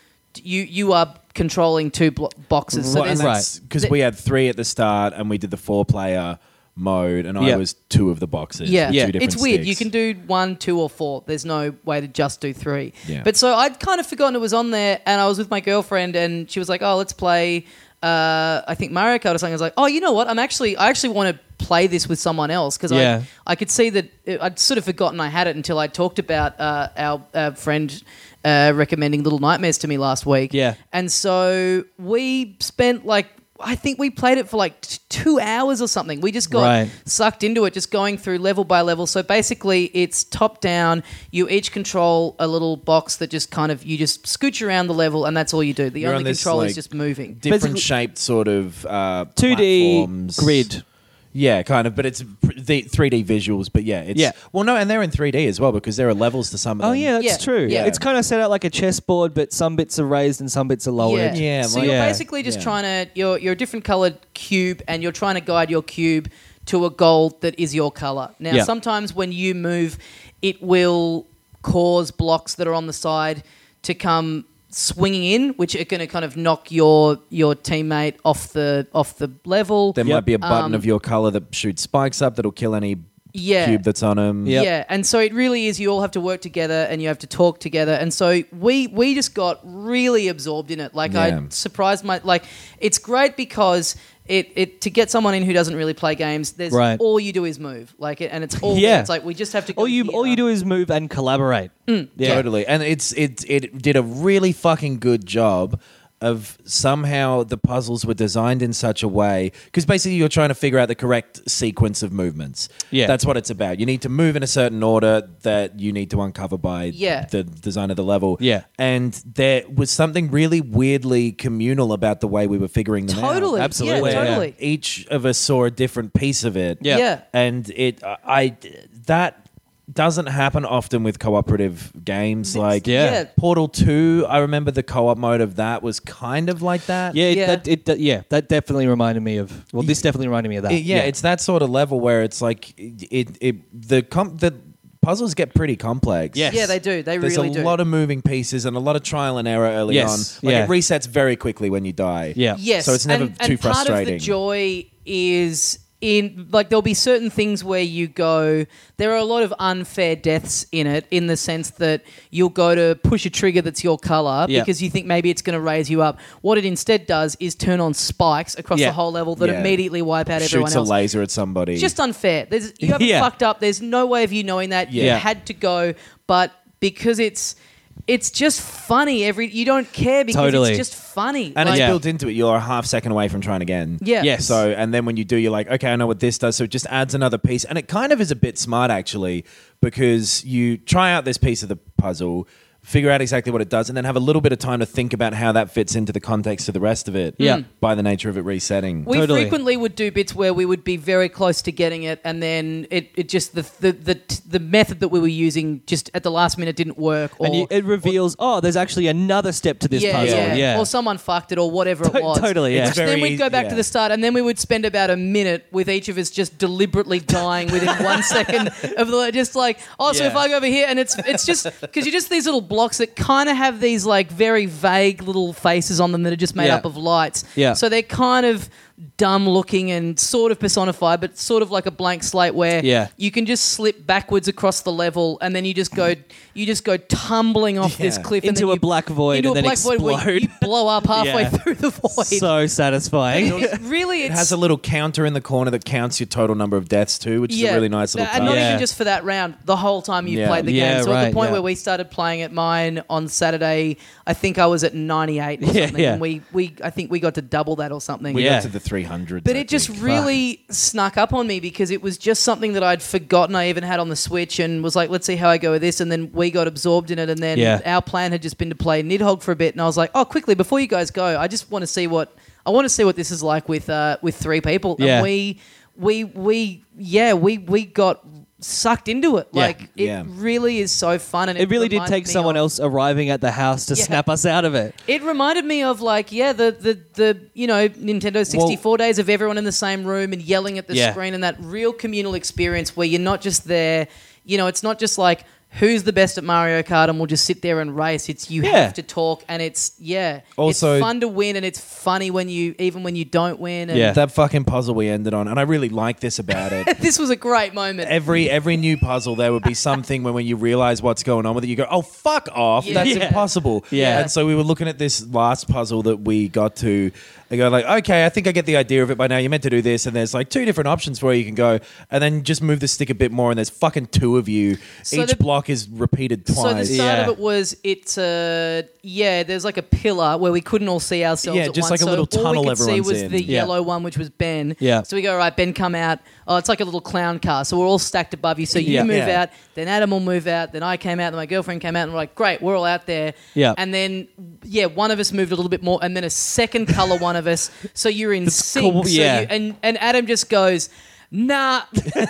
Speaker 5: You you are controlling two blo- boxes. So
Speaker 6: Well, and
Speaker 5: there's
Speaker 6: that's because we had three at the start, and we did the four-player mode, and I
Speaker 4: Yeah.
Speaker 6: was two of the boxes.
Speaker 5: Yeah,
Speaker 6: with two different
Speaker 5: it's weird.
Speaker 6: sticks.
Speaker 5: You can do one, two, or four. There's no way to just do three.
Speaker 6: Yeah.
Speaker 5: But so I'd kind of forgotten it was on there, and I was with my girlfriend, and she was like, "Oh, let's play." Uh, I think Mario Kart or something. I was like, "Oh, you know what? I'm actually, I actually want to play this with someone else because
Speaker 4: Yeah.
Speaker 5: I, I could see that it, I'd sort of forgotten I had it until I talked about uh, our uh, friend uh, recommending Little Nightmares to me last week.
Speaker 4: Yeah.
Speaker 5: And so we spent like I think we played it for like t- two hours or something. We just got
Speaker 4: Right.
Speaker 5: sucked into it, just going through level by level. So basically, it's top down. You each control a little box that just kind of you just scooch around the level, and that's all you do. The
Speaker 6: You're on
Speaker 5: only
Speaker 6: this,
Speaker 5: control
Speaker 6: like,
Speaker 5: is just moving.
Speaker 6: different
Speaker 4: Basically-
Speaker 6: shaped sort of uh,
Speaker 4: 2D
Speaker 6: platforms.
Speaker 4: grid.
Speaker 6: Yeah, kind of, but it's pr- the 3D visuals. But yeah, it's
Speaker 4: Yeah.
Speaker 6: Well, no, and they're in 3D as well because there are levels to some of
Speaker 4: Oh
Speaker 6: them.
Speaker 4: yeah, that's
Speaker 5: Yeah.
Speaker 4: true.
Speaker 5: Yeah.
Speaker 4: It's kind of set out like a chessboard, but some bits are raised and some bits are lowered.
Speaker 6: Yeah,
Speaker 5: Oh, so
Speaker 6: like-
Speaker 5: you're
Speaker 4: Yeah.
Speaker 5: basically just
Speaker 6: Yeah.
Speaker 5: trying to you're you're a different colored cube, and you're trying to guide your cube to a goal that is your color. Now,
Speaker 4: Yeah.
Speaker 5: sometimes when you move, it will cause blocks that are on the side to come swinging in, which are going to kind of knock your your teammate off the off the level.
Speaker 6: There might be a button of your color that shoots spikes up that'll kill any
Speaker 5: Um, Yeah.
Speaker 6: cube that's on them.
Speaker 4: Yep.
Speaker 5: Yeah, and so it really is. You all have to work together, and you have to talk together. And so we we just got really absorbed in it. Like
Speaker 6: Yeah.
Speaker 5: I surprised my like. It's great because it it to get someone in who doesn't really play games. There's
Speaker 4: Right.
Speaker 5: all you do is move. Like it, and it's all
Speaker 4: [laughs] Yeah.
Speaker 5: It's like we just have to. Go
Speaker 4: All you all you
Speaker 5: here.
Speaker 4: do is move and collaborate.
Speaker 5: Mm.
Speaker 4: Yeah.
Speaker 6: Totally. And it's it it did a really fucking good job of somehow the puzzles were designed in such a way because basically you're trying to figure out the correct sequence of movements.
Speaker 4: Yeah.
Speaker 6: That's what it's about. You need to move in a certain order that you need to uncover by
Speaker 5: Yeah.
Speaker 6: the design of the level.
Speaker 4: Yeah.
Speaker 6: And there was something really weirdly communal about the way we were figuring them out.
Speaker 5: Totally. Yeah,
Speaker 4: Absolutely.
Speaker 5: totally.
Speaker 6: Each of us saw a different piece of it
Speaker 4: Yeah.
Speaker 5: Yeah.
Speaker 6: and it I that doesn't happen often with cooperative games like
Speaker 4: Yeah.
Speaker 5: Yeah.
Speaker 6: Portal 2 I remember the co-op mode of that was kind of like that
Speaker 4: Yeah, it,
Speaker 5: Yeah.
Speaker 4: That, it, that- yeah, that definitely reminded me of. Well, this definitely reminded me of that.
Speaker 6: It- yeah, it's that sort of level where it's like it it the comp the puzzles get pretty complex
Speaker 4: Yes.
Speaker 5: Yeah, they do. They
Speaker 6: There's
Speaker 5: really
Speaker 6: a
Speaker 5: do.
Speaker 6: lot of moving pieces and a lot of trial and error early
Speaker 4: Yes,
Speaker 6: on. Like
Speaker 4: yeah.
Speaker 6: it resets very quickly when you die.
Speaker 4: Yeah.
Speaker 5: Yes.
Speaker 6: So it's never
Speaker 5: and,
Speaker 6: too
Speaker 5: and Part of
Speaker 6: frustrating.
Speaker 5: the joy is in like there'll be certain things where you go there are a lot of unfair deaths in it in the sense that you'll go to push a trigger that's your color
Speaker 4: Yeah.
Speaker 5: because you think maybe it's going to raise you up what it instead does is turn on spikes across
Speaker 4: Yeah.
Speaker 5: the whole level that
Speaker 6: Yeah.
Speaker 5: immediately wipe out everyone
Speaker 6: Shoots a
Speaker 5: else
Speaker 6: laser at somebody.
Speaker 5: it's just unfair. There's,
Speaker 6: [laughs]
Speaker 5: you haven't
Speaker 4: Yeah.
Speaker 5: fucked up. There's no way of you knowing that. You
Speaker 4: Yeah.
Speaker 5: had to go, but because it's it's just funny. Every you don't care because
Speaker 4: Totally.
Speaker 5: it's just funny.
Speaker 6: and it's
Speaker 4: Yeah.
Speaker 6: built into it. You're a half second away from trying again.
Speaker 5: yeah.
Speaker 4: Yes.
Speaker 6: So, and then when you do, you're like, okay, I know what this does. So it just adds another piece. And it kind of is a bit smart, actually, because you try out this piece of the puzzle, figure out exactly what it does, and then have a little bit of time to think about how that fits into the context of the rest of it.
Speaker 4: Yeah. Mm.
Speaker 6: By the nature of it resetting.
Speaker 5: We
Speaker 4: Totally.
Speaker 5: frequently would do bits where we would be very close to getting it, and then it, it just the, the the the method that we were using just at the last minute didn't work, or
Speaker 4: and you, it reveals. oh, there's actually another step to this
Speaker 5: yeah,
Speaker 4: puzzle.
Speaker 5: yeah,
Speaker 4: Yeah.
Speaker 5: or someone fucked it, or whatever
Speaker 4: To-
Speaker 5: it was.
Speaker 4: totally, yeah.
Speaker 6: It's
Speaker 5: Which then
Speaker 6: very
Speaker 5: we'd go back
Speaker 6: easy,
Speaker 5: to
Speaker 6: yeah.
Speaker 5: the start, and then we would spend about a minute with each of us just deliberately dying
Speaker 4: [laughs]
Speaker 5: within one second of the just like oh, so
Speaker 6: Yeah.
Speaker 5: if I go over here, and it's it's just because you're just these little blocks that kind of have these like very vague little faces on them that are just made
Speaker 4: Yeah.
Speaker 5: up of lights.
Speaker 4: Yeah.
Speaker 5: So they're kind of dumb looking and sort of personified, but sort of like a blank slate where
Speaker 4: Yeah.
Speaker 5: you can just slip backwards across the level and then you just go you just go tumbling off this
Speaker 6: Yeah.
Speaker 5: cliff and
Speaker 4: Into
Speaker 5: then
Speaker 4: a
Speaker 5: you-
Speaker 4: black void
Speaker 5: into
Speaker 4: and
Speaker 5: a
Speaker 4: then
Speaker 5: black void where
Speaker 4: explode.
Speaker 5: you
Speaker 4: [laughs]
Speaker 5: blow up halfway
Speaker 4: Yeah.
Speaker 5: through the void.
Speaker 4: So satisfying.
Speaker 5: [laughs] it really
Speaker 6: It
Speaker 5: it's
Speaker 6: has a little counter in the corner that counts your total number of deaths too, which is a really nice little
Speaker 5: And
Speaker 6: touch.
Speaker 5: not
Speaker 4: Yeah.
Speaker 5: even just for that round, the whole time you've
Speaker 6: Yeah.
Speaker 5: played the
Speaker 4: Yeah,
Speaker 5: game. So at
Speaker 4: right,
Speaker 5: the point
Speaker 4: yeah.
Speaker 5: where we started playing at mine on Saturday, I think I was at 98
Speaker 4: [laughs]
Speaker 5: or
Speaker 4: Yeah,
Speaker 5: something.
Speaker 4: yeah.
Speaker 5: And we, we, I think we got to double that or something.
Speaker 6: We
Speaker 4: Yeah.
Speaker 6: got to the 300.
Speaker 5: But it just really snuck up on me because it was just something that I'd forgotten I even had on the Switch and was like, let's see how I go with this. And then we got absorbed in it. And then
Speaker 4: Yeah.
Speaker 5: our plan had just been to play Nidhogg for a bit. And I was like, oh, quickly, before you guys go, I just want to see what I want to see what this is like with uh, with three people.
Speaker 4: Yeah.
Speaker 5: And we we we yeah we we got sucked into it.
Speaker 4: Yeah.
Speaker 5: Like it
Speaker 6: Yeah.
Speaker 5: really is so fun. And it,
Speaker 4: It really did
Speaker 5: reminded
Speaker 4: take
Speaker 5: me
Speaker 4: someone
Speaker 5: of-
Speaker 4: else arriving at the house to
Speaker 5: Yeah.
Speaker 4: snap us out of it.
Speaker 5: it reminded me of like yeah the the the you know Nintendo 64 days of everyone in the same room and yelling at the
Speaker 4: Yeah.
Speaker 5: screen and that real communal experience where you're not just there, you know, it's not just like who's the best at Mario Kart and we'll just sit there and race. It's you
Speaker 4: Yeah.
Speaker 5: have to talk and it's yeah,
Speaker 6: Also-
Speaker 5: it's fun to win and it's funny when you even when you don't win and
Speaker 4: Yeah.
Speaker 6: that fucking puzzle we ended on, and I really like this
Speaker 5: [laughs]
Speaker 6: about it.
Speaker 5: this was a great moment.
Speaker 6: every every new puzzle there would be something when when you realize what's going on with it you go oh fuck off
Speaker 5: Yeah.
Speaker 6: that's
Speaker 5: Yeah.
Speaker 6: impossible
Speaker 4: Yeah.
Speaker 6: and so we were looking at this last puzzle that we got to I go like okay I think I get the idea of it by now you're meant to do this and there's like two different options where you can go and then just move the stick a bit more and there's fucking two of you
Speaker 5: So
Speaker 6: each
Speaker 5: the-
Speaker 6: block is repeated twice
Speaker 5: So the start
Speaker 4: Yeah.
Speaker 5: of it was it's a yeah. There's like a pillar where we couldn't all see ourselves.
Speaker 6: Yeah,
Speaker 5: at
Speaker 6: just
Speaker 5: once.
Speaker 6: like a
Speaker 5: so
Speaker 6: little tunnel
Speaker 5: All we could see
Speaker 6: everyone's
Speaker 5: was
Speaker 6: in.
Speaker 5: the
Speaker 4: Yeah.
Speaker 5: yellow one, which was Ben.
Speaker 4: Yeah.
Speaker 5: So we go right, Ben, come out. Oh, it's like a little clown car. So we're all stacked above you. So you
Speaker 4: Yeah.
Speaker 5: move
Speaker 6: Yeah.
Speaker 5: out, then Adam will move out, then I came out, then my girlfriend came out, and we're like, great, we're all out there.
Speaker 4: Yeah.
Speaker 5: And then yeah, one of us moved a little bit more, and then a second color one of us. So you're
Speaker 6: [laughs]
Speaker 5: in sync.
Speaker 4: cool,
Speaker 5: So
Speaker 4: yeah.
Speaker 5: you- and and Adam just goes. Nah, [laughs] nah.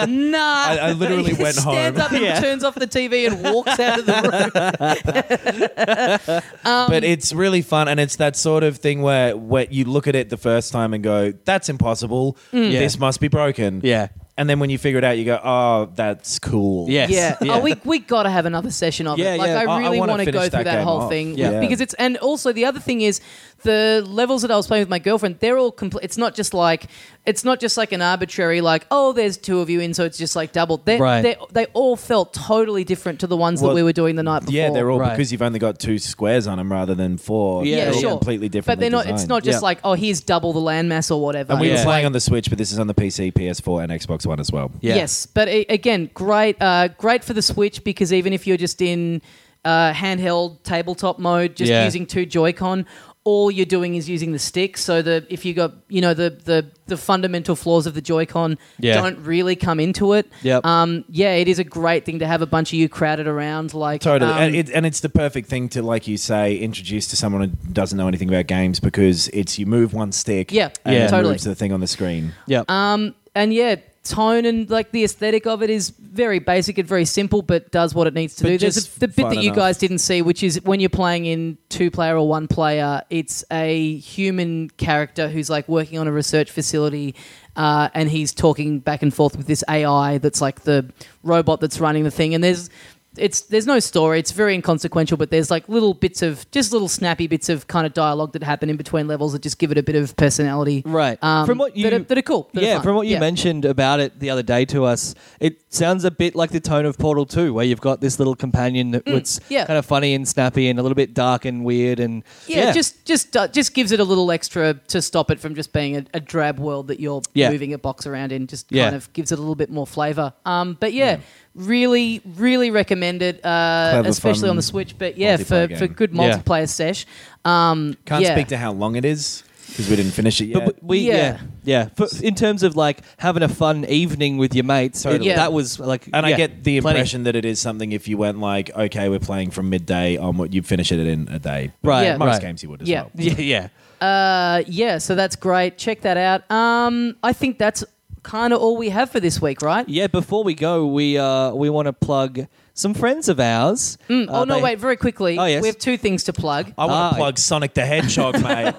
Speaker 5: I,
Speaker 6: I
Speaker 5: [laughs]
Speaker 6: literally went home.
Speaker 5: Stands up and
Speaker 4: Yeah.
Speaker 5: turns off the TV and walks out of the
Speaker 6: [laughs]
Speaker 5: room.
Speaker 6: but it's really fun and it's that sort of thing where where you look at it the first time and go that's impossible
Speaker 5: Mm.
Speaker 4: Yeah.
Speaker 6: this must be broken
Speaker 4: Yeah.
Speaker 6: and then when you figure it out you go oh that's cool
Speaker 4: Yes.
Speaker 5: Yeah. Oh, we we got to have another session of
Speaker 4: Yeah,
Speaker 5: it. Like
Speaker 4: yeah.
Speaker 6: I- I
Speaker 5: I really
Speaker 6: wanna
Speaker 5: want to
Speaker 6: finish
Speaker 5: go
Speaker 6: that
Speaker 5: through that
Speaker 6: game
Speaker 5: whole
Speaker 6: off.
Speaker 5: thing
Speaker 4: Yeah.
Speaker 5: because it's and also the other thing is the levels that I was playing with my girlfriend. They're all complete. It's not just like it's not just like an arbitrary like oh there's two of you in so it's just like double. They
Speaker 4: Right.
Speaker 5: they they all felt totally different to the ones
Speaker 6: Well,
Speaker 5: that we were doing the night before.
Speaker 6: Yeah, they're all
Speaker 4: Right.
Speaker 6: because you've only got two squares on them rather than four.
Speaker 4: Yeah,
Speaker 6: they're
Speaker 5: yeah,
Speaker 6: all
Speaker 5: sure.
Speaker 6: completely different.
Speaker 5: But they're not. It's not just
Speaker 4: Yeah.
Speaker 5: like oh, here's double the landmass or whatever.
Speaker 6: And we
Speaker 4: Yeah.
Speaker 6: were playing on the Switch, but this is on the PC, PS4, and Xbox One as well.
Speaker 4: Yeah.
Speaker 5: Yes, but a again, great, uh, great for the Switch because even if you're just in uh, handheld tabletop mode, just
Speaker 4: Yeah.
Speaker 5: using two Joy-Con, all you're doing is using the stick. So the if you got you know the the, the fundamental flaws of the Joy-Con
Speaker 4: Yeah.
Speaker 5: don't really come into it.
Speaker 4: Yep.
Speaker 5: Um, yeah, it is a great thing to have a bunch of you crowded around. Like
Speaker 6: Totally,
Speaker 5: um,
Speaker 6: and, it, and it's the perfect thing to, like you say, introduce to someone who doesn't know anything about games because it's you move one stick,
Speaker 5: Yeah,
Speaker 6: and
Speaker 4: yeah.
Speaker 6: it
Speaker 5: totally. Um,
Speaker 6: moves the thing on the screen.
Speaker 4: Yeah.
Speaker 5: and yeah. Tone and like the aesthetic of it is very basic and very simple, but does what it needs to
Speaker 6: But
Speaker 5: do. There's
Speaker 6: just
Speaker 5: a, the bit
Speaker 6: fun
Speaker 5: that you
Speaker 6: enough.
Speaker 5: guys didn't see, which is when you're playing in two player or one player, it's a human character who's like working on a research facility, uh, and he's talking back and forth with this AI that's like the robot that's running the thing, and there's. It's there's no story. It's very inconsequential, but there's like little bits of just little snappy bits of kind of dialogue that happen in between levels that just give it a bit of personality.
Speaker 4: Right.
Speaker 5: Um,
Speaker 4: from what you
Speaker 5: that are, that are cool. that are
Speaker 4: yeah,
Speaker 5: fun.
Speaker 4: from what you
Speaker 5: Yeah.
Speaker 4: mentioned about it the other day to us, it sounds a bit like the tone of Portal 2 where you've got this little companion that that's
Speaker 5: Mm, yeah.
Speaker 4: kind of funny and snappy and a little bit dark and weird and
Speaker 5: Yeah, just just uh, just gives it a little extra to stop it from just being a, a drab world that you're
Speaker 4: Yeah.
Speaker 5: moving a box around in. Just
Speaker 4: Yeah.
Speaker 5: kind of gives it a little bit more flavour. Um, but yeah, really, really recommend it, uh,
Speaker 6: Clever,
Speaker 5: especially
Speaker 6: fun
Speaker 5: on the Switch. But yeah, for,
Speaker 6: multiplayer game.
Speaker 5: for good
Speaker 4: Yeah.
Speaker 5: multiplayer sesh. Um,
Speaker 6: Can't
Speaker 5: yeah.
Speaker 6: speak to how long it is because we didn't finish it yet.
Speaker 4: But we, yeah,
Speaker 5: Yeah.
Speaker 4: yeah. For, in terms of like having a fun evening with your mates, it-
Speaker 6: Totally.
Speaker 5: Yeah.
Speaker 4: that was like,
Speaker 6: and I
Speaker 4: yeah,
Speaker 6: get the
Speaker 4: plenty.
Speaker 6: impression that it is something if you went like, okay, we're playing from midday onward, you'd finish it in a day. But
Speaker 4: Right,
Speaker 5: Yeah.
Speaker 6: Most
Speaker 4: right.
Speaker 6: games you would as
Speaker 5: Yeah.
Speaker 6: well.
Speaker 4: Yeah, yeah.
Speaker 5: Uh, yeah, so that's great. Check that out. Um, I think that's kind of all we have for this week, right?
Speaker 4: Yeah, before we go, we uh, we want to plug some friends of ours.
Speaker 5: Oh, no, wait, very quickly.
Speaker 4: Oh, yes.
Speaker 5: We have two things to plug.
Speaker 6: I want to
Speaker 4: Ah.
Speaker 6: plug Sonic the Hedgehog, mate.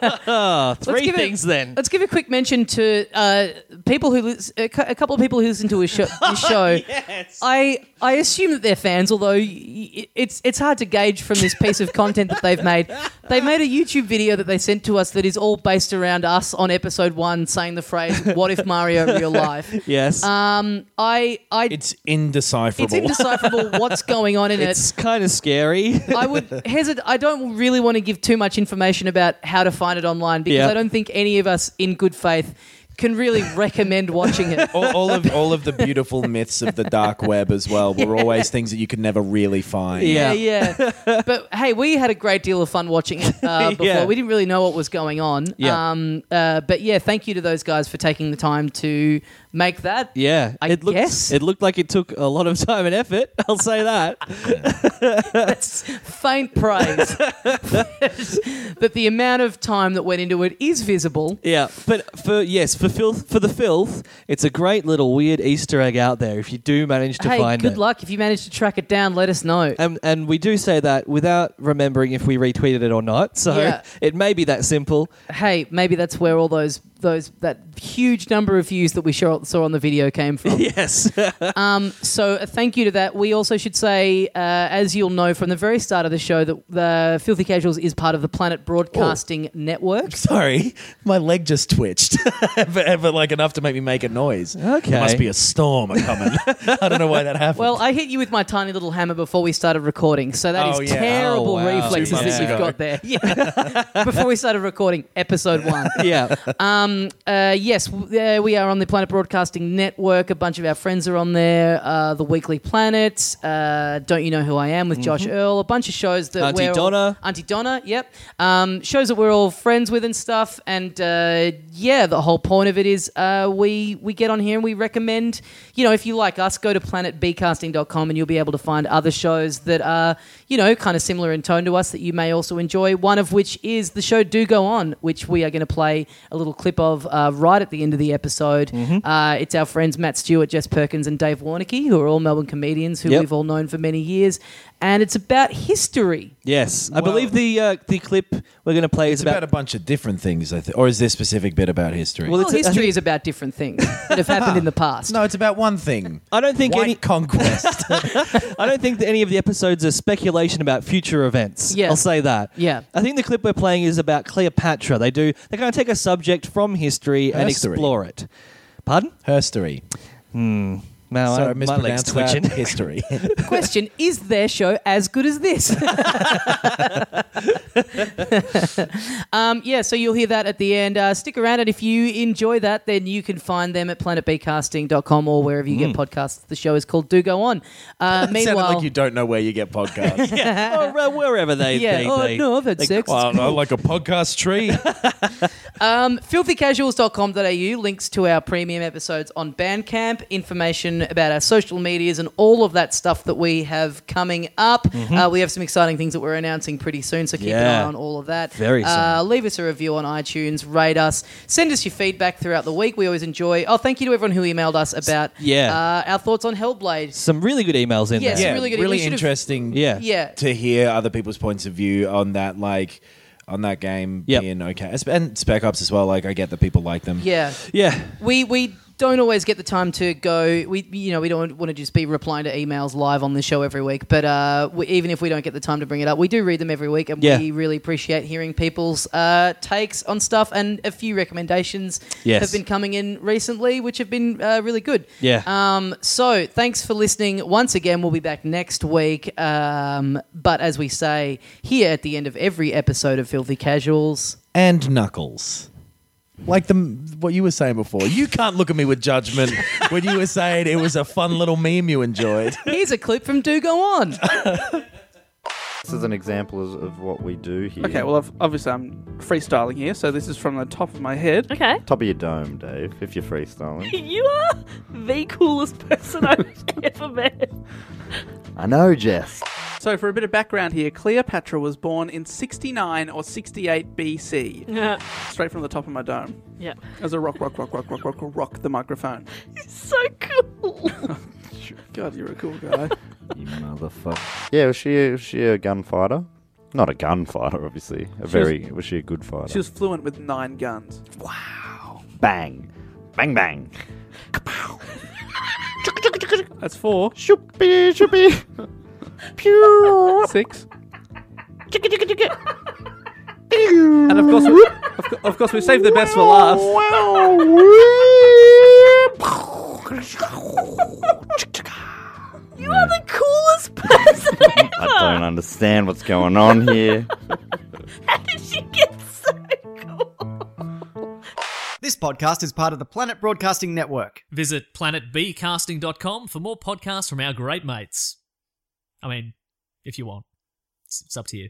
Speaker 4: Three
Speaker 5: give it-
Speaker 4: things then.
Speaker 5: Let's give a quick mention to uh, people who lis- a cou- a couple of people who listen to
Speaker 4: [laughs]
Speaker 5: his show. His show. yes. I I assume that they're fans, although y- y- it's it's hard to gauge from this piece of content that they've made. They made a YouTube video that they sent to us that is all based around us on episode one saying the phrase "What if Mario real
Speaker 4: [laughs]
Speaker 5: life?"
Speaker 4: Yes.
Speaker 5: Uh, I I
Speaker 6: It's indecipherable.
Speaker 5: it's indecipherable what's
Speaker 4: [laughs]
Speaker 5: going on in it.
Speaker 4: it's kind of scary. [laughs]
Speaker 5: [laughs] I would hesitate. I don't really want to give too much information about how to find it online because
Speaker 4: Yeah.
Speaker 5: I don't think any of us, in good faith,
Speaker 4: [laughs]
Speaker 5: can really recommend watching it.
Speaker 6: [laughs] all, all of all of the beautiful myths of the dark web as well were always things that you could never really find.
Speaker 4: Yeah.
Speaker 5: Yeah, [laughs] yeah. but hey, we had a great deal of fun watching it uh,
Speaker 4: [laughs]
Speaker 5: before.
Speaker 4: Yeah.
Speaker 5: We didn't really know what was going on.
Speaker 4: Yeah.
Speaker 5: Um, uh, but yeah, thank you to those guys for taking the time to make that.
Speaker 4: yeah.
Speaker 5: I
Speaker 4: it looked,
Speaker 5: guess.
Speaker 4: It looked like it took a lot of [laughs] time and effort. I'll say that.
Speaker 5: Faint
Speaker 4: [laughs]
Speaker 5: praise. [laughs] but the amount of time that went into it is visible.
Speaker 4: Yeah, but for yes, for filth, for the filth, it's a great little weird Easter egg out there. If you do manage to
Speaker 5: Hey,
Speaker 4: find
Speaker 5: good
Speaker 4: it,
Speaker 5: luck. If you manage to track it down, let us know.
Speaker 4: And, and we do say that without remembering if we retweeted it or not. So
Speaker 5: Yeah.
Speaker 4: [laughs] it may be that simple.
Speaker 5: hey, maybe that's where all those those that huge number of views that we saw saw on the video came
Speaker 6: [laughs]
Speaker 5: from.
Speaker 4: Yes.
Speaker 5: So a thank you to that. We also should say, uh, as you'll know from the very start of the show, that the Filthy Casuals is part of the Planet Broadcasting
Speaker 6: Oh.
Speaker 5: Network.
Speaker 6: Sorry, my leg just twitched, [laughs] ever, ever like enough to make me make a noise. Okay, there must be a storm a coming. [laughs] I don't know why that happened.
Speaker 5: Well, I hit you with my tiny little hammer before we started recording, so that is
Speaker 6: Oh, yeah.
Speaker 5: terrible
Speaker 4: Oh, wow.
Speaker 5: reflexes that
Speaker 6: Two months
Speaker 5: you've
Speaker 6: ago.
Speaker 5: got
Speaker 6: [laughs]
Speaker 5: there. Yeah. [laughs] before we started recording, episode one.
Speaker 4: [laughs]
Speaker 5: [laughs]
Speaker 4: yeah.
Speaker 5: Uh, yes, w- uh, we are on the Planet Broadcasting Network. A bunch of our friends are on there. Uh, the Weekly Planet, uh, Don't You Know Who I Am with Josh Earl. A bunch of shows that
Speaker 4: Mm-hmm. Auntie
Speaker 5: we're all-
Speaker 4: Donna.
Speaker 5: Auntie Donna, yep. Um, shows that we're all friends with and stuff. And uh, yeah, the whole point of it is uh, we we get on here and we recommend. You know, if you like us, go to planetbcasting.com and you'll be able to find other shows that are you know kind of similar in tone to us that you may also enjoy. One of which is the show "Do Go On," which we are going to play a little clip of uh, right at the end of the episode. Uh, it's our friends Matt Stewart, Jess Perkins, and Dave Warnicky, who are all Melbourne comedians who
Speaker 4: Yep.
Speaker 5: we've all known for many years, and it's about history.
Speaker 4: Yes. I believe the uh, the clip we're going to play is
Speaker 6: it's about a bunch of different things, I think, or is this specific bit about history?
Speaker 4: Well,
Speaker 5: Well,
Speaker 4: it's a- I
Speaker 5: history
Speaker 4: think-
Speaker 5: is about different things that have happened in the past.
Speaker 6: [laughs] no, it's about one thing.
Speaker 4: I don't think
Speaker 6: White
Speaker 4: any-
Speaker 6: conquest.
Speaker 4: I don't think that any of the episodes are speculation about future events.
Speaker 5: Yeah.
Speaker 4: I'll say that.
Speaker 5: Yeah.
Speaker 4: I think the clip we're playing is about Cleopatra. They do they kind of take a subject from history and
Speaker 6: History.
Speaker 4: explore it. Pardon?
Speaker 6: Herstory.
Speaker 4: No,
Speaker 6: Sorry, I
Speaker 4: my leg's twitching.
Speaker 6: mispronounced that.
Speaker 4: [laughs]
Speaker 6: History. [laughs]
Speaker 5: Question: Is their show as good as this? [laughs] um, yeah, so you'll hear that at the end. Uh, stick around, and if you enjoy that, then you can find them at planetbcasting.com or wherever you get podcasts. The show is called Do Go On. Uh,
Speaker 6: Hmm. [laughs] Sounded
Speaker 5: meanwhile,
Speaker 6: like you don't know where you get podcasts.
Speaker 4: or uh, wherever they.
Speaker 5: Yeah.
Speaker 4: They,
Speaker 5: Oh,
Speaker 4: they-
Speaker 5: no, I've had
Speaker 4: they-
Speaker 5: sex. Well,
Speaker 6: like a podcast tree.
Speaker 5: filthycasuals.com.au links to our premium episodes on Bandcamp, information about our social medias, and all of that stuff that we have coming up. Uh, we have some exciting things that we're announcing pretty soon, so keep an
Speaker 4: Mm-hmm. Yeah.
Speaker 5: eye on all of that.
Speaker 4: Very
Speaker 5: Uh, leave us a review on iTunes, rate us, send us your feedback throughout the week. We always enjoy. Oh, thank you to everyone who emailed us about
Speaker 4: yeah.
Speaker 5: uh, our thoughts on
Speaker 4: [laughs]
Speaker 5: Hellblade.
Speaker 4: Some really good emails in
Speaker 5: Yeah,
Speaker 4: there.
Speaker 5: some
Speaker 6: yeah,
Speaker 5: really
Speaker 6: really,
Speaker 5: good- we should've-
Speaker 6: interesting.
Speaker 4: Yeah.
Speaker 5: Yeah.
Speaker 6: to hear other people's points of view on that, like on that game
Speaker 4: Yep.
Speaker 6: being okay, and Spec Ops as well. Like I get that people like them.
Speaker 5: Yeah.
Speaker 4: Yeah.
Speaker 5: we we don't always get the time to go. We you know we don't want to just be replying to emails live on the show every week. But uh, we, even if we don't get the time to bring it up, we do read them every week, and
Speaker 4: Yeah.
Speaker 5: we really appreciate hearing people's uh, takes on stuff. And a few recommendations
Speaker 4: Yes.
Speaker 5: have been coming in recently, which have been uh, really good.
Speaker 4: Yeah.
Speaker 5: Um, so thanks for listening once again. We'll be back next week. Um, but as we say here at the end of every episode of Filthy Casuals.
Speaker 6: and Knuckles. Like the what you were saying before, you can't look at me with [laughs] judgment when you were saying it was a fun little meme you enjoyed.
Speaker 5: Here's a clip from Do Go On.
Speaker 7: This is an example of, of what we do here.
Speaker 8: Okay, well, I've, obviously I'm freestyling here, so this is from the top of my head.
Speaker 9: Okay.
Speaker 7: top of your dome, Dave, if you're freestyling.
Speaker 9: [laughs] You are the coolest person I've ever met.
Speaker 7: I know, Jess.
Speaker 8: So, for a bit of background here, Cleopatra was born in 69 or 68 BC,
Speaker 9: Yeah.
Speaker 8: straight from the top of my dome.
Speaker 9: Yeah.
Speaker 8: As a rock, rock, rock, rock, rock, rock, rock the microphone. [laughs]
Speaker 9: So cool.
Speaker 8: God, you're a cool guy.
Speaker 7: you motherfucker. Yeah, was she was she a gunfighter? Not a gunfighter, obviously. A very was, she a good fighter?
Speaker 8: She was fluent with nine guns.
Speaker 7: bang, bang, bang.
Speaker 8: That's four.
Speaker 7: Shoopy, shoopy. Pew.
Speaker 8: Six. and of course, we, of, co- of course, we saved the best for last.
Speaker 9: You are the coolest person ever.
Speaker 7: I don't understand what's going on here.
Speaker 9: How did she get so cool?
Speaker 2: This podcast is part of the Planet Broadcasting Network.
Speaker 3: Visit planetbcasting.com for more podcasts from our great mates. I mean, if you want, it's, it's up to you.